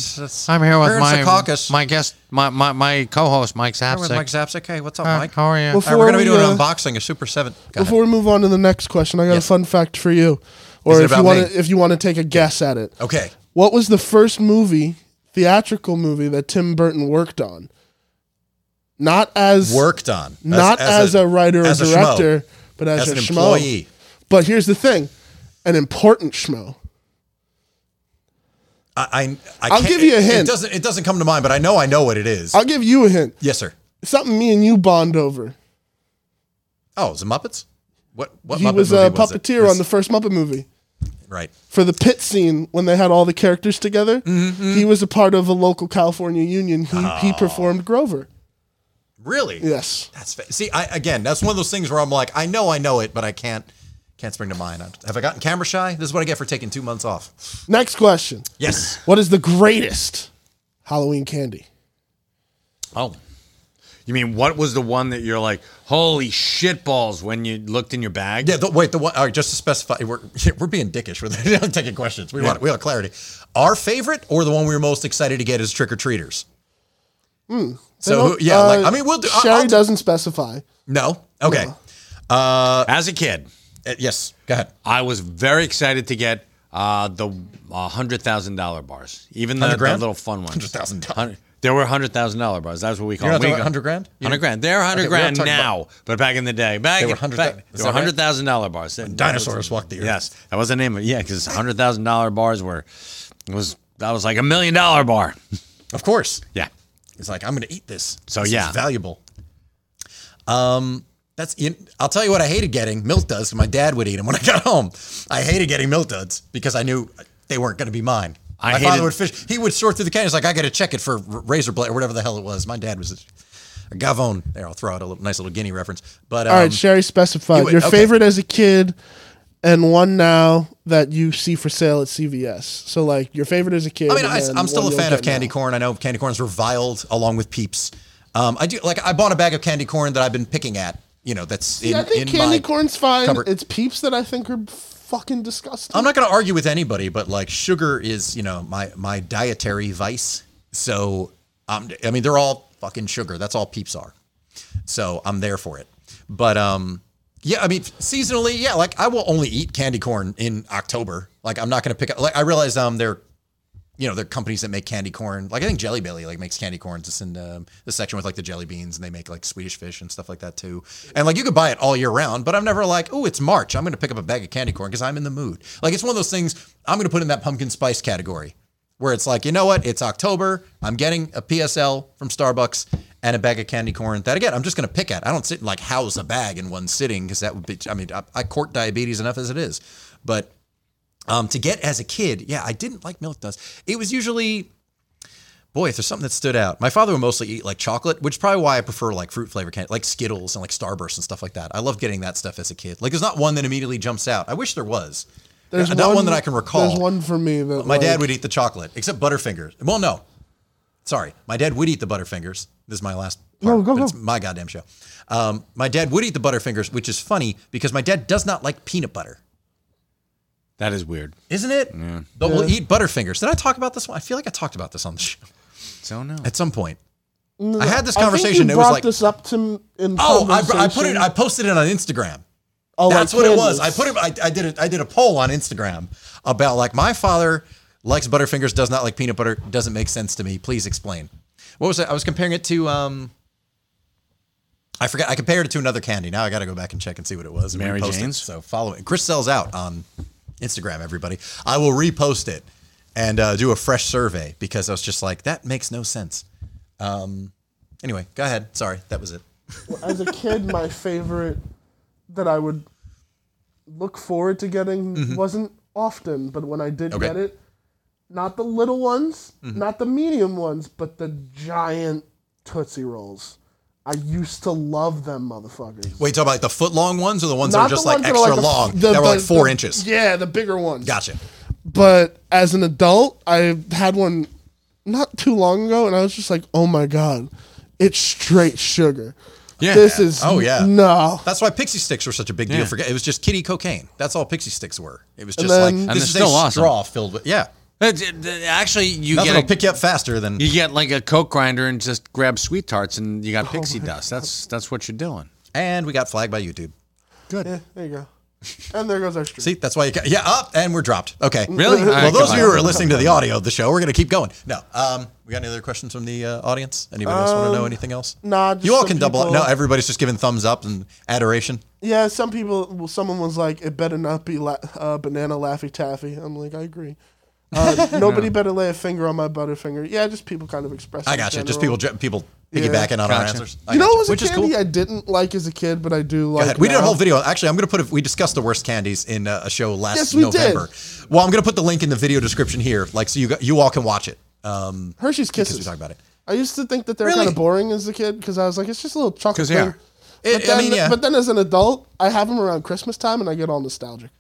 [SPEAKER 4] I'm here with my my guest, my my, my co-host Mike
[SPEAKER 3] with Mike
[SPEAKER 4] Zapsik.
[SPEAKER 3] Zapsik. Hey, what's up,
[SPEAKER 4] Uh,
[SPEAKER 3] Mike?
[SPEAKER 4] how are you?
[SPEAKER 3] All right, we're gonna be
[SPEAKER 6] Before
[SPEAKER 3] doing
[SPEAKER 6] we,
[SPEAKER 3] an
[SPEAKER 6] uh,
[SPEAKER 3] unboxing of Super Seven. Go ahead.
[SPEAKER 6] Before we move on to the next question, I got
[SPEAKER 3] Yes.
[SPEAKER 6] a fun fact for you, or
[SPEAKER 3] it
[SPEAKER 6] if you
[SPEAKER 3] about
[SPEAKER 6] want
[SPEAKER 3] me?
[SPEAKER 6] to, if you want to take a guess at it.
[SPEAKER 3] Okay.
[SPEAKER 6] What was the first movie, theatrical movie that Tim Burton worked on? Not as
[SPEAKER 3] Worked on.
[SPEAKER 6] not as, a, writer
[SPEAKER 3] as
[SPEAKER 6] or
[SPEAKER 3] a schmo.
[SPEAKER 6] director, but as,
[SPEAKER 3] as
[SPEAKER 6] a
[SPEAKER 3] an
[SPEAKER 6] schmo.
[SPEAKER 3] employee.
[SPEAKER 6] But here's the thing, an important schmo.
[SPEAKER 3] I, I, I
[SPEAKER 6] I'll
[SPEAKER 3] can't-
[SPEAKER 6] give you a
[SPEAKER 3] it- It
[SPEAKER 6] hint.
[SPEAKER 3] doesn't, it doesn't come to mind, but I know I know what it is.
[SPEAKER 6] I'll give you a hint.
[SPEAKER 3] yes, sir.
[SPEAKER 6] Something me and you bond over.
[SPEAKER 3] Oh, is it Muppets? What, what
[SPEAKER 6] He
[SPEAKER 3] Muppet
[SPEAKER 6] was
[SPEAKER 3] movie
[SPEAKER 6] a
[SPEAKER 3] was it?
[SPEAKER 6] puppeteer
[SPEAKER 3] This-
[SPEAKER 6] on the first Muppet movie.
[SPEAKER 3] Right.
[SPEAKER 6] for the pit scene when they had all the characters together.
[SPEAKER 3] Mm-hmm,
[SPEAKER 6] He was a part of a local California union. He,
[SPEAKER 3] Ah.
[SPEAKER 6] he performed Grover.
[SPEAKER 3] Really?
[SPEAKER 6] Yes.
[SPEAKER 3] That's fa- see, I again, that's one of those things where I'm like, I know I know it, but I can't can't spring to mind. I'm- Have I gotten camera shy? This is what I get for taking two months off.
[SPEAKER 6] Next question. *laughs*
[SPEAKER 3] Yes.
[SPEAKER 6] What is the greatest Halloween candy?
[SPEAKER 4] Oh, you mean what was the one that you're like, holy shit balls when you looked in your bag?
[SPEAKER 3] Yeah. The, wait. The one. All right. Just to specify, we're *laughs* we're being dickish. *laughs* We're not taking questions. We want we want clarity. Our favorite or the one we were most excited to get is trick or treaters. So who, yeah, like
[SPEAKER 6] Hmm. Uh,
[SPEAKER 3] I mean, we'll do. I-
[SPEAKER 6] Sherry
[SPEAKER 3] I'll do-
[SPEAKER 6] doesn't specify.
[SPEAKER 3] no. Okay.
[SPEAKER 4] As a kid,
[SPEAKER 3] Uh, yes. Go ahead.
[SPEAKER 4] I was very excited to get uh, the uh, hundred thousand dollar bars, even the,
[SPEAKER 3] 100
[SPEAKER 4] the
[SPEAKER 3] grand?
[SPEAKER 4] little fun ones.
[SPEAKER 3] $100,000.
[SPEAKER 4] Hun- There were hundred thousand dollar bars. That's what we call.
[SPEAKER 3] You're not
[SPEAKER 4] them.
[SPEAKER 3] talking
[SPEAKER 4] We-
[SPEAKER 3] about 100 grand? You
[SPEAKER 4] Hundred
[SPEAKER 3] didn't-
[SPEAKER 4] grand. They're hundred
[SPEAKER 3] Okay, we're not
[SPEAKER 4] grand
[SPEAKER 3] talking
[SPEAKER 4] now,
[SPEAKER 3] about-
[SPEAKER 4] but back in the day, back
[SPEAKER 3] They were
[SPEAKER 4] in-
[SPEAKER 3] 100,000 is
[SPEAKER 4] back- They
[SPEAKER 3] that
[SPEAKER 4] were
[SPEAKER 3] right?
[SPEAKER 4] hundred thousand dollar bars. That-
[SPEAKER 3] dinosaurs walked the earth.
[SPEAKER 4] Yes, that was the name of it. Yeah, because hundred thousand dollar bars were it was that was like a million dollar bar. *laughs*
[SPEAKER 3] Of course.
[SPEAKER 4] Yeah.
[SPEAKER 3] It's like I'm going to eat this.
[SPEAKER 4] So,
[SPEAKER 3] This is
[SPEAKER 4] yeah.
[SPEAKER 3] valuable. Um, that's you I'll tell you what I hated getting milk duds. 'cause My dad would eat them when I got home. I hated getting milk duds because I knew they weren't going to be mine.
[SPEAKER 4] I
[SPEAKER 3] my father
[SPEAKER 4] hated-
[SPEAKER 3] would fish. He would sort through the can. He's like, I got to check it for r- razor blade or whatever the hell it was. My dad was a, a gavone. There, I'll throw out a little, nice little guinea reference. But um,
[SPEAKER 6] All right, Sherry specified.
[SPEAKER 3] you would-
[SPEAKER 6] Your
[SPEAKER 3] okay.
[SPEAKER 6] favorite as a kid and one now that you see for sale at CVS. So like your favorite as a kid.
[SPEAKER 3] I mean,
[SPEAKER 6] and
[SPEAKER 3] I,
[SPEAKER 6] then
[SPEAKER 3] am still
[SPEAKER 6] one
[SPEAKER 3] a
[SPEAKER 6] you'll
[SPEAKER 3] fan of
[SPEAKER 6] get
[SPEAKER 3] candy
[SPEAKER 6] now.
[SPEAKER 3] corn. I know candy corns reviled along with Peeps. Um, I do like. I bought a bag of candy corn that I've been picking at. You know, that's in,
[SPEAKER 6] Yeah, I
[SPEAKER 3] in
[SPEAKER 6] think candy
[SPEAKER 3] my
[SPEAKER 6] corn's fine.
[SPEAKER 3] cupboard.
[SPEAKER 6] It's peeps that I think are fucking disgusting.
[SPEAKER 3] I'm not going to argue with anybody, but like sugar is, you know, my my dietary vice. So um, I mean, they're all fucking sugar. That's all peeps are. So I'm there for it. But um, yeah, I mean, seasonally, yeah, like I will only eat candy corn in October. Like I'm not going to pick up. Like I realize um, they're, you know, they're companies that make candy corn. Like I think Jelly Belly like makes candy corns. It's in um, the section with like the jelly beans, and they make like Swedish fish and stuff like that too. And like you could buy it all year round, but I'm never like, oh, it's March. I'm going to pick up a bag of candy corn because I'm in the mood. Like it's one of those things I'm going to put in that pumpkin spice category where it's like, you know what? It's October. I'm getting a PSL from Starbucks and a bag of candy corn. That again, I'm just going to pick at. I don't sit and like house a bag in one sitting because that would be. I mean, I, I court diabetes enough as it is, but um, to get as a kid, yeah, I didn't like milk duds. It was usually. Boy, if there's something that stood out, my father would mostly eat like chocolate, which is probably why I prefer like fruit flavor candy, like Skittles and like Starburst and stuff like that. I love getting that stuff as a kid. Like, there's not one that immediately jumps out. I wish there was.
[SPEAKER 6] There's
[SPEAKER 3] not one, that I can recall.
[SPEAKER 6] There's one for me that
[SPEAKER 3] My dad
[SPEAKER 6] like-
[SPEAKER 3] would eat the chocolate, except Butterfingers. Well, no, sorry, my dad would eat the Butterfingers. This is my last. Part,
[SPEAKER 6] No, go,
[SPEAKER 3] but
[SPEAKER 6] go.
[SPEAKER 3] It's my goddamn show. Um, my dad would eat the Butterfingers, which is funny because my dad does not like peanut butter,
[SPEAKER 4] That is weird.
[SPEAKER 3] isn't it? But we'll eat Butterfingers. Did I talk about this one? I feel like I talked about this on the show
[SPEAKER 4] So no.
[SPEAKER 3] at some point. I had this
[SPEAKER 6] I think
[SPEAKER 3] conversation.
[SPEAKER 6] you
[SPEAKER 3] it was
[SPEAKER 6] brought
[SPEAKER 3] like,
[SPEAKER 6] this up to m- in
[SPEAKER 3] oh,
[SPEAKER 6] conversation.
[SPEAKER 3] I, I put it. I posted it on Instagram.
[SPEAKER 6] Oh, like
[SPEAKER 3] That's what it was. I
[SPEAKER 6] candles.
[SPEAKER 3] put it. I, I did it. I did a poll on Instagram about like my father likes Butterfingers, does not like peanut butter. Doesn't make sense to me. Please explain. What was it? I was comparing it to. um I forgot. I compared it to another candy. Now I got to go back and check and see what it was. and
[SPEAKER 4] Mary
[SPEAKER 3] repost it.
[SPEAKER 4] Jane's?
[SPEAKER 3] So follow it. Chris sells out on Instagram. Everybody, I will repost it and uh, do a fresh survey because I was just like that makes no sense. Um. Anyway, go ahead. Sorry, that was it.
[SPEAKER 6] As a kid, my favorite that I would look forward to getting wasn't often, but when I did
[SPEAKER 3] Mm-hmm. Okay. Mm-hmm.
[SPEAKER 6] get it, not the little ones, not the medium ones, but the giant Tootsie Rolls. I used to love them, motherfuckers.
[SPEAKER 3] Wait, talk about like the foot long ones or the ones that
[SPEAKER 6] Not
[SPEAKER 3] are just
[SPEAKER 6] the
[SPEAKER 3] like
[SPEAKER 6] ones that are
[SPEAKER 3] extra
[SPEAKER 6] the-
[SPEAKER 3] long
[SPEAKER 6] the-
[SPEAKER 3] that were like
[SPEAKER 6] the-
[SPEAKER 3] four
[SPEAKER 6] the-
[SPEAKER 3] inches.
[SPEAKER 6] Yeah, the bigger ones.
[SPEAKER 3] Gotcha.
[SPEAKER 6] but as an adult, I had one not too long ago, and I was just like, "Oh my god, it's straight sugar."
[SPEAKER 4] Yeah.
[SPEAKER 6] This is
[SPEAKER 3] Oh, yeah.
[SPEAKER 6] no.
[SPEAKER 3] That's why pixie sticks were such a big deal.
[SPEAKER 4] Yeah.
[SPEAKER 3] for It was just kitty cocaine. That's all pixie sticks were. It was just
[SPEAKER 6] then-
[SPEAKER 3] like
[SPEAKER 4] And
[SPEAKER 3] this
[SPEAKER 4] they're
[SPEAKER 3] is
[SPEAKER 4] still
[SPEAKER 3] a
[SPEAKER 4] awesome.
[SPEAKER 3] straw filled with yeah.
[SPEAKER 4] That's- that- Actually, you
[SPEAKER 3] Nothing will
[SPEAKER 4] get a,
[SPEAKER 3] pick you up faster than
[SPEAKER 4] you get like a coke grinder and just grab sweet tarts and you got
[SPEAKER 6] Oh
[SPEAKER 4] pixie dust. That's that's what you're doing.
[SPEAKER 3] and we got flagged by YouTube.
[SPEAKER 6] Yeah, there you go. And there goes our stream.
[SPEAKER 3] See, that's why you got, yeah up and we're dropped. Okay,
[SPEAKER 4] Really?
[SPEAKER 3] Well,
[SPEAKER 4] All right,
[SPEAKER 3] those of
[SPEAKER 4] goodbye.
[SPEAKER 3] you who are listening to the audio of the show, we're gonna keep going. No, um, we got any other questions from the uh, audience? Anybody else want to know anything else?
[SPEAKER 6] nah, Um, just
[SPEAKER 3] you all
[SPEAKER 6] some
[SPEAKER 3] can double.
[SPEAKER 6] people-
[SPEAKER 3] No, everybody's just giving thumbs up and adoration.
[SPEAKER 6] Yeah, some people. Well, someone was like, "It better not be la- uh, banana laffy taffy." I'm like, I agree.
[SPEAKER 3] *laughs*
[SPEAKER 6] Uh, nobody better lay a finger on my butterfinger. Yeah, just people kind of expressing.
[SPEAKER 3] I got you. Just people,
[SPEAKER 6] general.
[SPEAKER 3] ju- people piggybacking on our
[SPEAKER 4] Gotcha.
[SPEAKER 3] answers. I
[SPEAKER 6] You know,
[SPEAKER 3] got
[SPEAKER 6] what was
[SPEAKER 3] which
[SPEAKER 6] a
[SPEAKER 3] is
[SPEAKER 6] candy
[SPEAKER 3] cool.
[SPEAKER 6] I didn't like as a kid, but I do like.
[SPEAKER 3] Go ahead. We did a
[SPEAKER 6] now?
[SPEAKER 3] whole video. Actually, I'm going to put. A, we discussed the worst candies in uh, a show last
[SPEAKER 6] Yes, we did.
[SPEAKER 3] November. Well, I'm going to put the link in the video description here, like so you got, you all can watch it. Um,
[SPEAKER 6] Hershey's
[SPEAKER 3] because we
[SPEAKER 6] Kisses.
[SPEAKER 3] talk about it.
[SPEAKER 6] I used to think that they were
[SPEAKER 3] Really?
[SPEAKER 6] kind of boring as a kid because I was like, it's just a little chocolate.
[SPEAKER 4] 'Cause they
[SPEAKER 6] thing.
[SPEAKER 4] are.
[SPEAKER 6] But,
[SPEAKER 3] It- I
[SPEAKER 6] then,
[SPEAKER 3] mean, yeah.
[SPEAKER 6] but then as an adult, I have them around Christmas time and I get all nostalgic.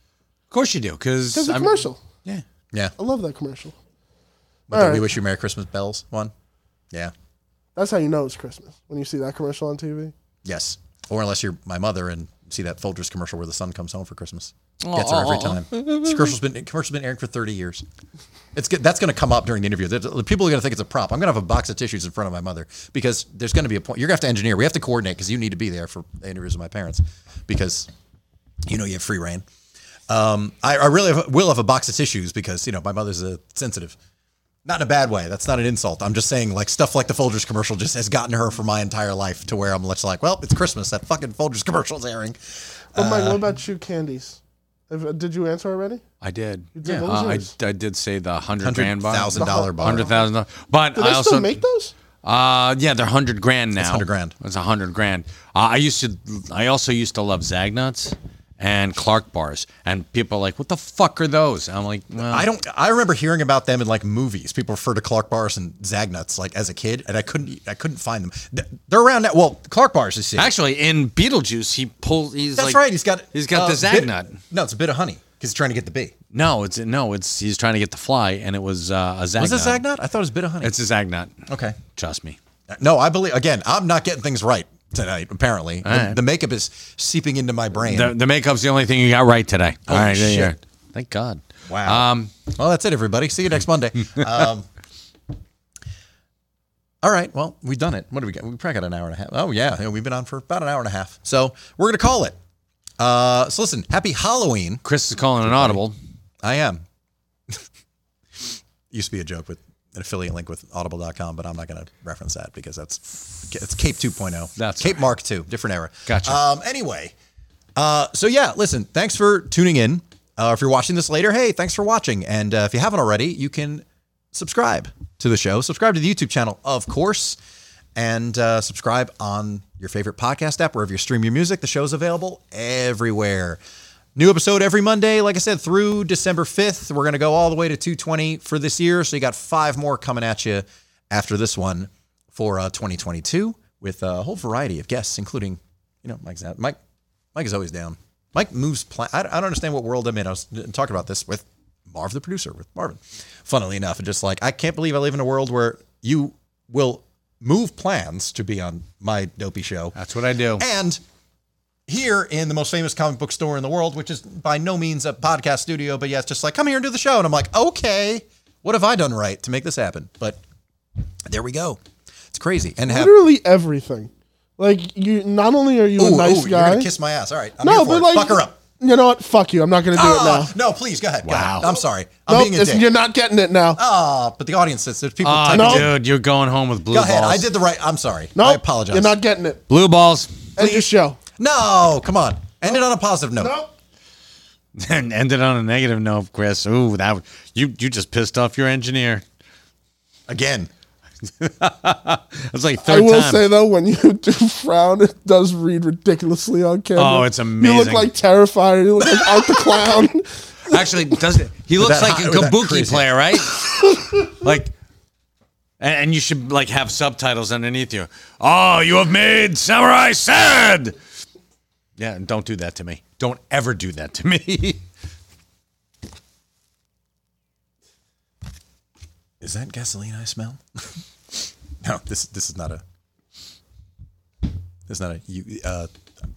[SPEAKER 4] Of course you do, because
[SPEAKER 6] There's a commercial.
[SPEAKER 4] Yeah.
[SPEAKER 3] Yeah,
[SPEAKER 6] I love that commercial.
[SPEAKER 3] but the
[SPEAKER 6] All right.
[SPEAKER 3] we wish you Merry Christmas bells one. Yeah.
[SPEAKER 6] That's how you know it's Christmas when you see that commercial on TV.
[SPEAKER 3] Yes. Or unless you're my mother and see that Folgers commercial where the son comes home for Christmas.
[SPEAKER 4] Oh,
[SPEAKER 3] Gets her every
[SPEAKER 4] oh, oh.
[SPEAKER 3] time. This commercial's been commercial's been airing for 30 years. It's good. That's going to come up during the interview. The- the People are going to think it's a prop. I'm going to have a box of tissues in front of my mother because there's going to be a point. You're going to have to engineer. We have to coordinate because you need to be there for the interviews with my parents because you know you have free reign. Um, I, I really have, will have a box of tissues because you know my mother's a sensitive. Not in a bad way. That's not an insult. I'm just saying, like stuff like the Folgers commercial just has gotten her for my entire life to where I'm just like, well, it's Christmas. That fucking Folgers commercial's airing.
[SPEAKER 4] Uh-huh.
[SPEAKER 6] But Mike,
[SPEAKER 3] Uh,
[SPEAKER 6] what about you candies? If- Did you answer already?
[SPEAKER 4] I did.
[SPEAKER 6] did. What was
[SPEAKER 4] Uh, I,
[SPEAKER 6] yours?
[SPEAKER 4] I did say the hundred grand bar,
[SPEAKER 3] Thousand dollar bar.
[SPEAKER 4] hundred thousand dollars. But
[SPEAKER 6] Do
[SPEAKER 4] I
[SPEAKER 6] they
[SPEAKER 4] also
[SPEAKER 6] still make those?
[SPEAKER 4] Uh, yeah, they're hundred grand now.
[SPEAKER 3] 100 grand.
[SPEAKER 4] It's a hundred grand. Uh, I used to. I also used to love Zagnuts and Clark bars, and people are like, "What the fuck are those?" I'm like, well,
[SPEAKER 3] I don't. I remember hearing about them in like movies. People refer to Clark bars and Zagnuts like as a kid, and I couldn't. I couldn't find them. Th- They're around now. Well, Clark bars is shit.
[SPEAKER 4] Actually, in Beetlejuice, he pulls. He's
[SPEAKER 3] That's
[SPEAKER 4] like,
[SPEAKER 3] right. He's got.
[SPEAKER 4] He's got
[SPEAKER 3] uh,
[SPEAKER 4] the
[SPEAKER 3] bit-
[SPEAKER 4] Zagnut.
[SPEAKER 3] no, it's a bit of honey because he's trying to get the bee.
[SPEAKER 4] No, it's no, it's he's trying to get the fly, and it was uh, a Zagnut.
[SPEAKER 3] Was it Zagnut? Oh. I thought it was a bit of honey.
[SPEAKER 4] It's a Zagnut.
[SPEAKER 3] okay.
[SPEAKER 4] Trust me.
[SPEAKER 3] No, I believe again. I'm not getting things right tonight. Apparently, the,
[SPEAKER 4] right.
[SPEAKER 3] the makeup is seeping into my brain.
[SPEAKER 4] The, the makeup's the only thing you got right today. All right, there you
[SPEAKER 3] Oh, shit.
[SPEAKER 4] are. Thank God.
[SPEAKER 3] Wow.
[SPEAKER 4] Um,
[SPEAKER 3] well, that's it, everybody. See you next Monday. Um, all right. Well, we've done it. What do we got? We probably got an hour and a half. Oh yeah, yeah, we've been on for about an hour and a half. So we're gonna call it. Uh, so listen, happy Halloween.
[SPEAKER 4] Chris is calling an audible.
[SPEAKER 3] I am. *laughs* Used to be a joke with an affiliate link with audible.com, but I'm not going to reference that because that's it's Cape 2.0.
[SPEAKER 4] That's
[SPEAKER 3] Cape
[SPEAKER 4] all right.
[SPEAKER 3] Mark 2, different era.
[SPEAKER 4] Gotcha.
[SPEAKER 3] Um, anyway, uh, so yeah, listen, thanks for tuning in. Uh, if you're watching this later, hey, thanks for watching. And uh, if you haven't already, you can subscribe to the show. Subscribe to the YouTube channel, of course, and uh, subscribe on your favorite podcast app, wherever you stream your music. The show's available everywhere. New episode every Monday, like I said, through December 5th. We're going to go all the way to 220 for this year. So you got five more coming at you after this one for uh, 2022 with a whole variety of guests, including, you know, Mike's out. Mike, Mike is always down. Mike moves. Pla- I, I don't understand what world I'm in. I was talking about this with Marv, the producer, with Marvin. Funnily enough, and just like I can't believe I live in a world where you will move plans to be on my dopey show.
[SPEAKER 4] That's what I do.
[SPEAKER 3] And here in the most famous comic book store in the world, which is by no means a podcast studio, but yeah, it's just like, come here and do the show. And I'm like, okay, what have I done right to make this happen? But there we go. It's crazy. And have,
[SPEAKER 6] Literally everything. Like you, not only are you a
[SPEAKER 3] ooh,
[SPEAKER 6] nice
[SPEAKER 3] ooh, you're
[SPEAKER 6] guy.
[SPEAKER 3] gonna kiss my ass. All right, I'm
[SPEAKER 6] no,
[SPEAKER 3] here for
[SPEAKER 6] but
[SPEAKER 3] it.
[SPEAKER 6] like,
[SPEAKER 3] fuck her up.
[SPEAKER 6] You know what? Fuck you. I'm not going to do
[SPEAKER 3] Ah,
[SPEAKER 6] it now.
[SPEAKER 3] no, please go ahead. Go
[SPEAKER 4] Wow.
[SPEAKER 3] ahead. I'm sorry. I'm
[SPEAKER 6] Nope,
[SPEAKER 3] being a
[SPEAKER 6] it's-
[SPEAKER 3] dick.
[SPEAKER 6] you're not getting it now.
[SPEAKER 3] Ah, but the audience says there's people.
[SPEAKER 4] Oh,
[SPEAKER 3] typing
[SPEAKER 6] no.
[SPEAKER 3] in.
[SPEAKER 4] dude, you're going home with blue
[SPEAKER 3] Go
[SPEAKER 4] balls.
[SPEAKER 3] ahead. I did the right. I'm sorry.
[SPEAKER 6] no,
[SPEAKER 3] I apologize.
[SPEAKER 6] You're not getting it.
[SPEAKER 4] blue balls. *laughs*
[SPEAKER 6] End your show.
[SPEAKER 3] no, come on. End it on a positive note.
[SPEAKER 6] Nope.
[SPEAKER 4] and ended on a negative note, Chris. Ooh, that w- you you just pissed off your engineer.
[SPEAKER 3] Again.
[SPEAKER 4] It's like
[SPEAKER 6] I
[SPEAKER 4] third
[SPEAKER 6] will
[SPEAKER 4] time.
[SPEAKER 6] say though, when *laughs* you do frown, it does read ridiculously on camera.
[SPEAKER 4] Oh, it's
[SPEAKER 6] You look
[SPEAKER 4] amazing.
[SPEAKER 6] like terrified. You look like Art the Clown.
[SPEAKER 4] Actually, does it? He looks
[SPEAKER 3] that
[SPEAKER 4] like a
[SPEAKER 3] hot- with that
[SPEAKER 4] kabuki
[SPEAKER 3] crazy- *laughs*
[SPEAKER 4] player, right? like, and, and you should like have subtitles underneath you. Oh, you have made samurai sad. Yeah, and don't do that to me. Don't ever do that to me. *laughs*
[SPEAKER 3] Is that *laughs* gasoline I smell? no, this this is not a. It's not a. You, uh,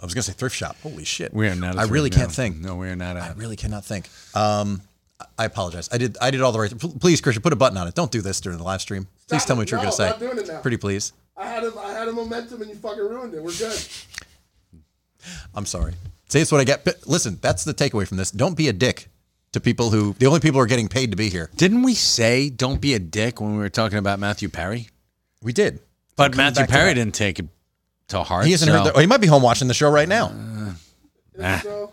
[SPEAKER 3] I was gonna say thrift shop. Holy shit.
[SPEAKER 4] We are not. a
[SPEAKER 3] I
[SPEAKER 4] threat
[SPEAKER 3] really
[SPEAKER 4] now.
[SPEAKER 3] can't think.
[SPEAKER 4] No, we are not.
[SPEAKER 3] I
[SPEAKER 4] A,
[SPEAKER 3] really cannot think. Um, I- I apologize. I did. I did all the right. Pl- Please, Christian, put a button on it. Don't do this during the live stream. Please
[SPEAKER 6] Stop
[SPEAKER 3] tell me
[SPEAKER 6] it.
[SPEAKER 3] what you're
[SPEAKER 6] No,
[SPEAKER 3] gonna say.
[SPEAKER 6] I'm not doing it now.
[SPEAKER 3] Pretty please.
[SPEAKER 6] *laughs* I had a, I had a momentum and you fucking ruined it. We're good.
[SPEAKER 3] I'm sorry. See, it's what I get. But listen, that's the takeaway from this. Don't be a dick to people who the only people who are getting paid to be here.
[SPEAKER 4] didn't we say don't be a dick when we were talking about Matthew Perry?
[SPEAKER 3] We did.
[SPEAKER 4] But Matthew
[SPEAKER 3] back to
[SPEAKER 4] Perry
[SPEAKER 3] that.
[SPEAKER 4] didn't take it to heart.
[SPEAKER 3] He hasn't
[SPEAKER 4] so-
[SPEAKER 3] heard. The, oh, he might be home watching the show right now.
[SPEAKER 6] So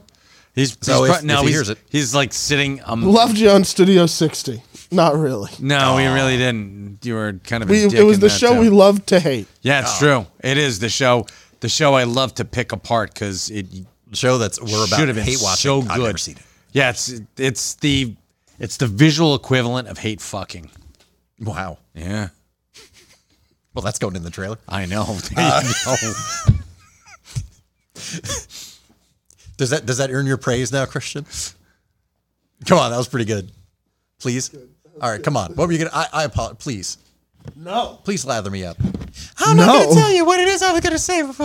[SPEAKER 4] He's,
[SPEAKER 3] oh, So
[SPEAKER 4] he's
[SPEAKER 3] if-
[SPEAKER 4] pro- no,
[SPEAKER 3] if he
[SPEAKER 4] he's,
[SPEAKER 3] hears it-
[SPEAKER 4] he's like sitting. Um,
[SPEAKER 6] loved you on Studio 60. Not really.
[SPEAKER 4] no, we really didn't. You were kind of. a
[SPEAKER 6] We,
[SPEAKER 4] dick
[SPEAKER 6] it was
[SPEAKER 4] in
[SPEAKER 6] the
[SPEAKER 4] that,
[SPEAKER 6] show
[SPEAKER 4] too.
[SPEAKER 6] we loved to hate.
[SPEAKER 4] Yeah,
[SPEAKER 3] Oh.
[SPEAKER 4] it's true. It is the show. The show I love to pick apart because it
[SPEAKER 3] The show that's we're about
[SPEAKER 4] should have been
[SPEAKER 3] hate watching.
[SPEAKER 4] so good.
[SPEAKER 3] I've never seen it.
[SPEAKER 4] Yeah, it's it's the it's the visual equivalent of hate fucking.
[SPEAKER 3] Wow.
[SPEAKER 4] Yeah,
[SPEAKER 3] Well, that's going in the trailer.
[SPEAKER 4] I know. *laughs*
[SPEAKER 3] Uh, Does that does that earn your praise now, Christian? Come on, that was pretty good. Please. All right, come on. What were you gonna? I, I apologize. Please,
[SPEAKER 6] No.
[SPEAKER 3] please lather me up.
[SPEAKER 6] I'm no. not going to tell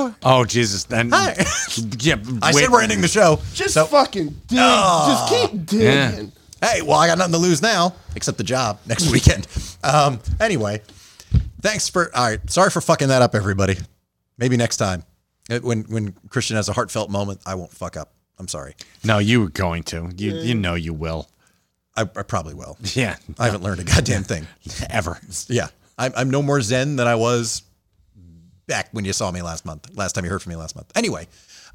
[SPEAKER 6] you.
[SPEAKER 4] oh Jesus! Then
[SPEAKER 3] Hi.
[SPEAKER 4] *laughs* yeah,
[SPEAKER 3] I
[SPEAKER 4] wait.
[SPEAKER 3] said we're ending the show.
[SPEAKER 6] Just
[SPEAKER 3] so,
[SPEAKER 6] fucking dig. Just keep digging.
[SPEAKER 3] hey, well, I got nothing to lose now except the job *laughs* next weekend. Um, anyway, thanks for. All right, sorry for fucking that up, everybody. Maybe next time, Uh, when when Christian has a heartfelt moment, I won't fuck up. I'm sorry.
[SPEAKER 4] No, you were going to. You you know you will.
[SPEAKER 3] I, I probably will.
[SPEAKER 4] Yeah,
[SPEAKER 3] I haven't learned a goddamn thing. *laughs*
[SPEAKER 4] ever.
[SPEAKER 3] Yeah. I'm, I'm no more Zen than I was back when you saw me last month, last time you heard from me last month. Anyway,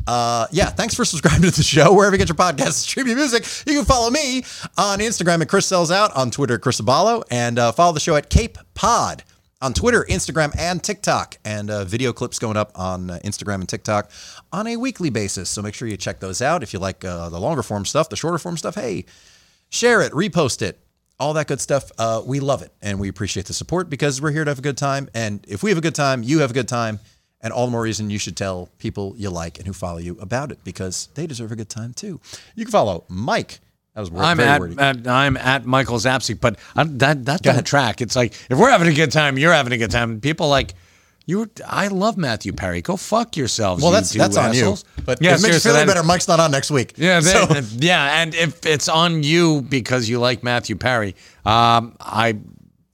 [SPEAKER 3] uh, yeah, thanks for subscribing to the show. Wherever you get your podcasts, stream your music. You can follow me on Instagram at Chris Sells Out, on Twitter at Chris Abalo, and uh, follow the show at Cape Pod on Twitter, Instagram, and TikTok. And uh, video clips going up on uh, Instagram and TikTok on a weekly basis. So make sure you check those out. If you like uh, the longer form stuff, the shorter form stuff, hey, share it, repost it, all that good stuff. Uh, we love it and we appreciate the support because we're here to have a good time. And if we have a good time, you have a good time. And all the more reason you should tell people you like and who follow you about it because they deserve a good time too. You can follow Mike. That was word,
[SPEAKER 4] I'm
[SPEAKER 3] very
[SPEAKER 4] at,
[SPEAKER 3] wordy.
[SPEAKER 4] at I'm at Michael Zapsik, but I, that that doesn't track. It's like if we're having a good time, you're having a good time. People like you. I love Matthew Perry. Go fuck yourselves.
[SPEAKER 3] well,
[SPEAKER 4] you
[SPEAKER 3] that's
[SPEAKER 4] two
[SPEAKER 3] that's
[SPEAKER 4] assholes.
[SPEAKER 3] on you. But
[SPEAKER 4] yeah,
[SPEAKER 3] it makes
[SPEAKER 4] seriously,
[SPEAKER 3] you feel
[SPEAKER 4] that-
[SPEAKER 3] better. Mike's not on next week.
[SPEAKER 4] *laughs*
[SPEAKER 3] *laughs*
[SPEAKER 4] Yeah,
[SPEAKER 3] so,
[SPEAKER 4] that- *laughs* yeah, and if it's on you because you like Matthew Perry, um, I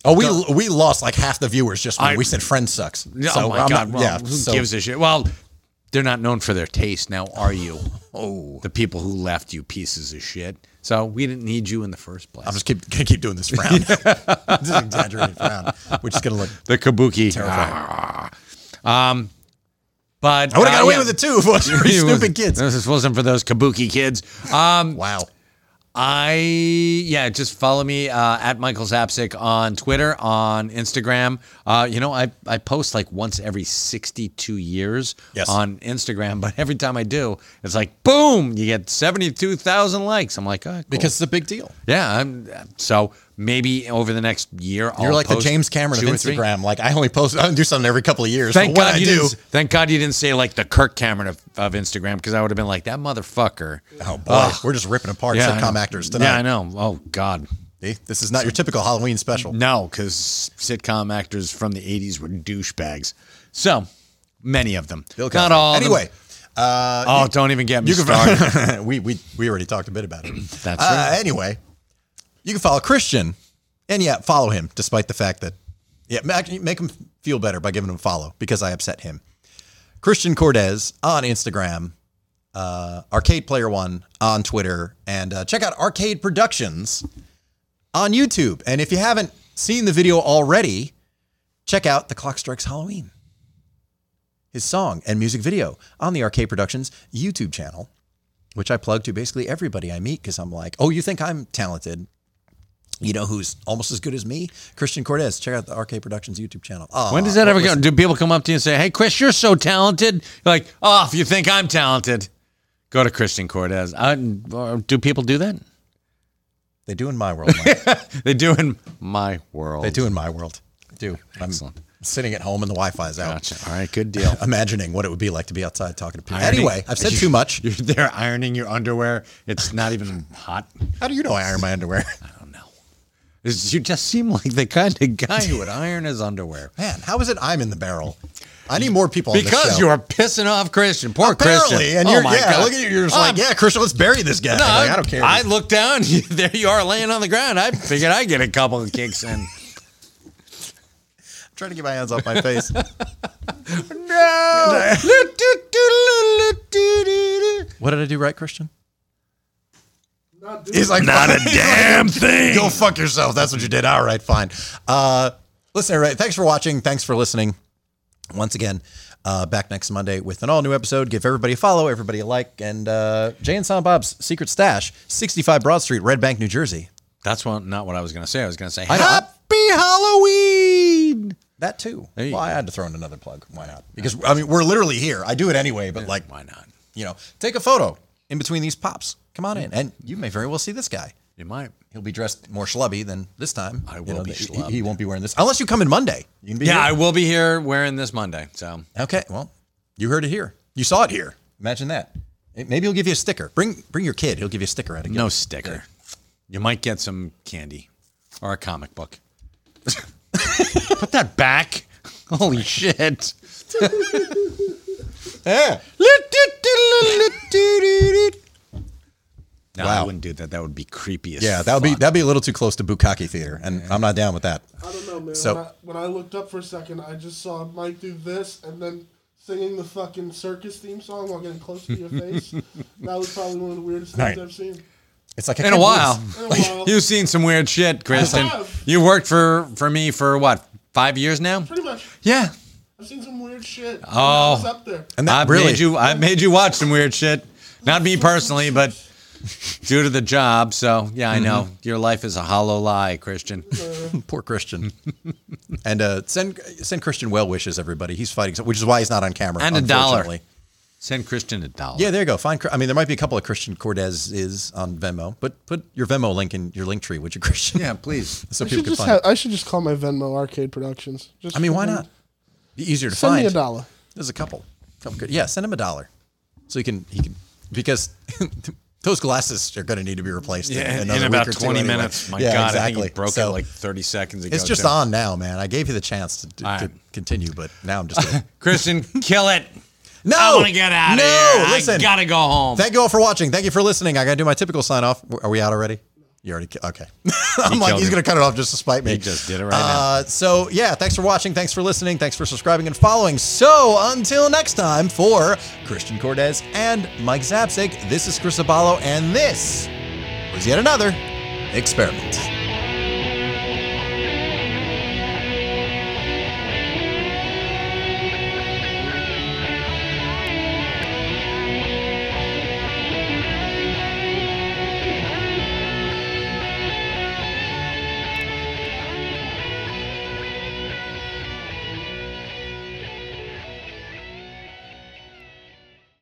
[SPEAKER 3] oh, we we lost like half the viewers just when
[SPEAKER 4] I-
[SPEAKER 3] we said friend sucks.
[SPEAKER 4] oh my
[SPEAKER 3] I'm
[SPEAKER 4] god,
[SPEAKER 3] not-
[SPEAKER 4] well,
[SPEAKER 3] yeah,
[SPEAKER 4] who
[SPEAKER 3] so-
[SPEAKER 4] gives a shit? Well, they're not known for their taste now, are
[SPEAKER 3] *laughs*
[SPEAKER 4] you? oh, the people who left you pieces of shit. So we didn't need you in the first place.
[SPEAKER 3] I'm just keep gonna keep doing this frown, *laughs*
[SPEAKER 4] *laughs*
[SPEAKER 3] this exaggerated frown, which is gonna look
[SPEAKER 4] the kabuki. Ah. Um, but
[SPEAKER 3] I would have got
[SPEAKER 4] uh,
[SPEAKER 3] away
[SPEAKER 4] yeah.
[SPEAKER 3] with it too if it *laughs* wasn't
[SPEAKER 4] *laughs*
[SPEAKER 3] for you
[SPEAKER 4] wasn't-
[SPEAKER 3] stupid kids.
[SPEAKER 4] This wasn't for those kabuki kids. Um,
[SPEAKER 3] Wow.
[SPEAKER 4] I yeah, just follow me uh, at Michael Zapsik on Twitter, on Instagram. Uh, you know, I I post like once every sixty-two years
[SPEAKER 3] Yes.
[SPEAKER 4] on Instagram, but every time I do, it's like boom, you get seventy-two thousand likes. I'm like, oh, cool.
[SPEAKER 3] Because it's a big deal.
[SPEAKER 4] yeah, I'm so maybe over the next year,
[SPEAKER 3] You're
[SPEAKER 4] I'll
[SPEAKER 3] like the
[SPEAKER 4] post
[SPEAKER 3] James Cameron
[SPEAKER 4] two
[SPEAKER 3] of
[SPEAKER 4] or three.
[SPEAKER 3] Instagram. Like I only post, I do something every couple of years.
[SPEAKER 4] Thank
[SPEAKER 3] but when
[SPEAKER 4] God
[SPEAKER 3] I
[SPEAKER 4] you
[SPEAKER 3] do,
[SPEAKER 4] didn't. Thank God you didn't say like the Kirk Cameron of, of Instagram because I would have been like that motherfucker.
[SPEAKER 3] oh boy, we're just ripping apart
[SPEAKER 4] Yeah, I
[SPEAKER 3] sitcom
[SPEAKER 4] know.
[SPEAKER 3] actors tonight.
[SPEAKER 4] Yeah, I know. Oh God,
[SPEAKER 3] See? This is not your typical Halloween special.
[SPEAKER 4] no, because sitcom actors from the '80s were douchebags. So many of them,
[SPEAKER 3] Bill
[SPEAKER 4] not
[SPEAKER 3] Cosby.
[SPEAKER 4] all. of them.
[SPEAKER 3] Anyway, uh,
[SPEAKER 4] oh, don't even get me
[SPEAKER 3] you *laughs*
[SPEAKER 4] started.
[SPEAKER 3] can. we we we already talked a bit about it.
[SPEAKER 4] That's
[SPEAKER 3] uh,
[SPEAKER 4] right.
[SPEAKER 3] Anyway, you can follow Christian, and yeah, follow him despite the fact that yeah, ma- actually make him feel better by giving him a follow because I upset him. Christian Cortez on Instagram, uh, Arcade Player One on Twitter, and uh, check out Arcade Productions on YouTube. And if you haven't seen the video already, check out The Clock Strikes Halloween, his song and music video on the Arcade Productions YouTube channel, which I plug to basically everybody I meet because I'm like, oh, you think I'm talented? You know who's almost as good as me? Christian Cortez. Check out the Arcade Productions YouTube channel. Ah, Aw,
[SPEAKER 4] when does that ever
[SPEAKER 3] listen-
[SPEAKER 4] go? Do people come up to you and say, "Hey, Chris, you're so talented"? You're like, oh, if you think I'm talented, go to Christian Cortez. Uh, do people do that?
[SPEAKER 3] They do in my world.
[SPEAKER 4] *laughs*
[SPEAKER 3] Mike.
[SPEAKER 4] They do in my world.
[SPEAKER 3] they do in my world. They do. I'm
[SPEAKER 4] Excellent.
[SPEAKER 3] sitting at home and the Wi-Fi's out,
[SPEAKER 4] Gotcha. All right, good deal.
[SPEAKER 3] imagining what it would be like to be outside talking to people.
[SPEAKER 4] Ironing-
[SPEAKER 3] Anyway, I've
[SPEAKER 4] *laughs*
[SPEAKER 3] said too much.
[SPEAKER 4] You're there ironing your underwear. It's not even hot.
[SPEAKER 3] How do you know I iron my underwear?
[SPEAKER 4] *laughs* I don't know. It's- you just seem like the kind of guy who would iron his underwear.
[SPEAKER 3] Man, how is it I'm in the barrel? I need more people on this
[SPEAKER 4] Because
[SPEAKER 3] show.
[SPEAKER 4] you are pissing off Christian. Poor
[SPEAKER 3] apparently,
[SPEAKER 4] Christian.
[SPEAKER 3] and
[SPEAKER 4] Oh
[SPEAKER 3] you're
[SPEAKER 4] my
[SPEAKER 3] yeah,
[SPEAKER 4] God.
[SPEAKER 3] look at you. You're just
[SPEAKER 4] I'm-
[SPEAKER 3] like, yeah, Christian, let's bury this guy.
[SPEAKER 4] No,
[SPEAKER 3] Like, I don't care.
[SPEAKER 4] I look down. *laughs* there you are laying on the ground. I figured I get a couple of
[SPEAKER 3] *laughs*
[SPEAKER 4] kicks in.
[SPEAKER 3] trying to get my hands off my face.
[SPEAKER 4] *laughs*
[SPEAKER 3] *laughs*
[SPEAKER 4] No.
[SPEAKER 3] what did I do right, Christian?
[SPEAKER 6] Not
[SPEAKER 3] *laughs* He's like,
[SPEAKER 5] Not a damn thing.
[SPEAKER 3] Go fuck yourself. That's what you did. All right, fine. Uh, listen, everybody, thanks for watching. Thanks for listening. Once again, uh, back next Monday with an all new episode. Give everybody a follow, everybody a like, and uh, Jay and Silent Bob's Secret Stash, 65 Broad Street, Red Bank, New Jersey.
[SPEAKER 4] That's what, not what I was going to say. I was going to say,
[SPEAKER 3] I know.
[SPEAKER 4] Happy Halloween.
[SPEAKER 3] That too. Well,
[SPEAKER 4] you go.
[SPEAKER 3] I had to throw in another plug. Why not? Because I mean, we're literally here. I do it anyway, but like,
[SPEAKER 4] Why not?
[SPEAKER 3] you know, take a photo in between these pops. Come on in, and you may very well see this guy.
[SPEAKER 4] You might.
[SPEAKER 3] He'll be dressed more schlubby than this time.
[SPEAKER 4] I
[SPEAKER 3] You
[SPEAKER 4] will be
[SPEAKER 3] the- he-
[SPEAKER 4] schlubbed.
[SPEAKER 3] He won't be wearing this unless you come in Monday. You can be
[SPEAKER 4] Yeah,
[SPEAKER 3] here.
[SPEAKER 4] I will be here wearing this Monday. So
[SPEAKER 3] Okay. Well, you heard it here. You saw it here. Imagine that. It- maybe he'll give you a sticker. Bring bring your kid. He'll give you a sticker
[SPEAKER 4] *laughs*
[SPEAKER 3] at a
[SPEAKER 4] no sticker. You might get some candy or a comic book. *laughs* Put that back. Holy shit.
[SPEAKER 3] Yeah.
[SPEAKER 4] No, I
[SPEAKER 3] Wow.
[SPEAKER 4] wouldn't do that. That would be creepy as
[SPEAKER 3] Yeah. That would be
[SPEAKER 4] *laughs* fuck.
[SPEAKER 3] that'd be a little too close to Bukaki Theater, and I'm not down with that.
[SPEAKER 6] I don't know, man.
[SPEAKER 3] So-
[SPEAKER 6] when, I, when I looked up for a second, I just saw Mike do this and then singing the fucking circus theme song while getting close to your face. That was probably one of the weirdest things
[SPEAKER 3] Right.
[SPEAKER 6] I've seen.
[SPEAKER 3] It's like I
[SPEAKER 4] In a
[SPEAKER 3] can't believe
[SPEAKER 4] while.
[SPEAKER 3] this.
[SPEAKER 6] In a while.
[SPEAKER 4] You've seen some weird shit, Kristen.
[SPEAKER 6] have.
[SPEAKER 4] You worked for for me for what, five years now?
[SPEAKER 6] Pretty much.
[SPEAKER 4] Yeah.
[SPEAKER 6] I've seen some weird shit.
[SPEAKER 4] Oh.
[SPEAKER 6] It's up there.
[SPEAKER 3] And that
[SPEAKER 4] I've
[SPEAKER 3] really
[SPEAKER 4] made you I've made you watch some weird shit. Not me personally, but due to the job. So yeah, I know. Your life is a hollow lie, Christian.
[SPEAKER 3] *laughs* poor Christian. and uh, send send Christian well wishes, everybody. He's fighting, which is why he's not on camera.
[SPEAKER 4] And a dollar.
[SPEAKER 3] unfortunately.
[SPEAKER 4] Send Christian a dollar.
[SPEAKER 3] Yeah, there you go. Find. Chr- I mean, there might be a couple of Christian Cordes is on Venmo, but put your Venmo link in your link tree, would you, Christian?
[SPEAKER 4] Yeah, please.
[SPEAKER 3] *laughs* So
[SPEAKER 6] I
[SPEAKER 3] people
[SPEAKER 6] should,
[SPEAKER 3] can
[SPEAKER 6] just
[SPEAKER 3] find.
[SPEAKER 6] have,
[SPEAKER 3] it.
[SPEAKER 6] I should just call my Venmo Arcade Productions. Just
[SPEAKER 3] I mean, why
[SPEAKER 6] fucking
[SPEAKER 3] not? Be easier to
[SPEAKER 6] Send
[SPEAKER 3] find.
[SPEAKER 6] me a dollar.
[SPEAKER 3] There's a couple. couple good. Yeah, send him a dollar, so he can he can because *laughs* those glasses are going to need to be replaced.
[SPEAKER 4] Yeah, in,
[SPEAKER 3] another week
[SPEAKER 4] about
[SPEAKER 3] or two
[SPEAKER 4] 20
[SPEAKER 3] anyway.
[SPEAKER 4] minutes. My
[SPEAKER 3] Yeah,
[SPEAKER 4] God, I
[SPEAKER 3] exactly.
[SPEAKER 4] think you broke
[SPEAKER 3] So
[SPEAKER 4] it like 30 seconds ago.
[SPEAKER 3] It's just
[SPEAKER 4] too.
[SPEAKER 3] on now, man. I gave you the chance to, to,
[SPEAKER 4] All
[SPEAKER 3] to
[SPEAKER 4] right.
[SPEAKER 3] continue, but now
[SPEAKER 4] *laughs*
[SPEAKER 3] I'm just. Gonna,
[SPEAKER 4] Christian, kill it.
[SPEAKER 3] no,
[SPEAKER 4] I want to get out
[SPEAKER 3] no,
[SPEAKER 4] of here.
[SPEAKER 3] listen.
[SPEAKER 4] I got to go home.
[SPEAKER 3] Thank you all for watching. Thank you for listening. I gotta do my typical sign off. Are we out already? You already ki-
[SPEAKER 4] *laughs*
[SPEAKER 3] okay. I'm like
[SPEAKER 4] killed
[SPEAKER 3] he's
[SPEAKER 4] it.
[SPEAKER 3] gonna cut it off just to spite me.
[SPEAKER 4] He just did it right
[SPEAKER 3] uh, So yeah, thanks for watching. Thanks for listening. Thanks for subscribing and following. So until next time, for Christian Cortez and Mike Zapsik, this is Chris Abalo, and this was yet another experiment.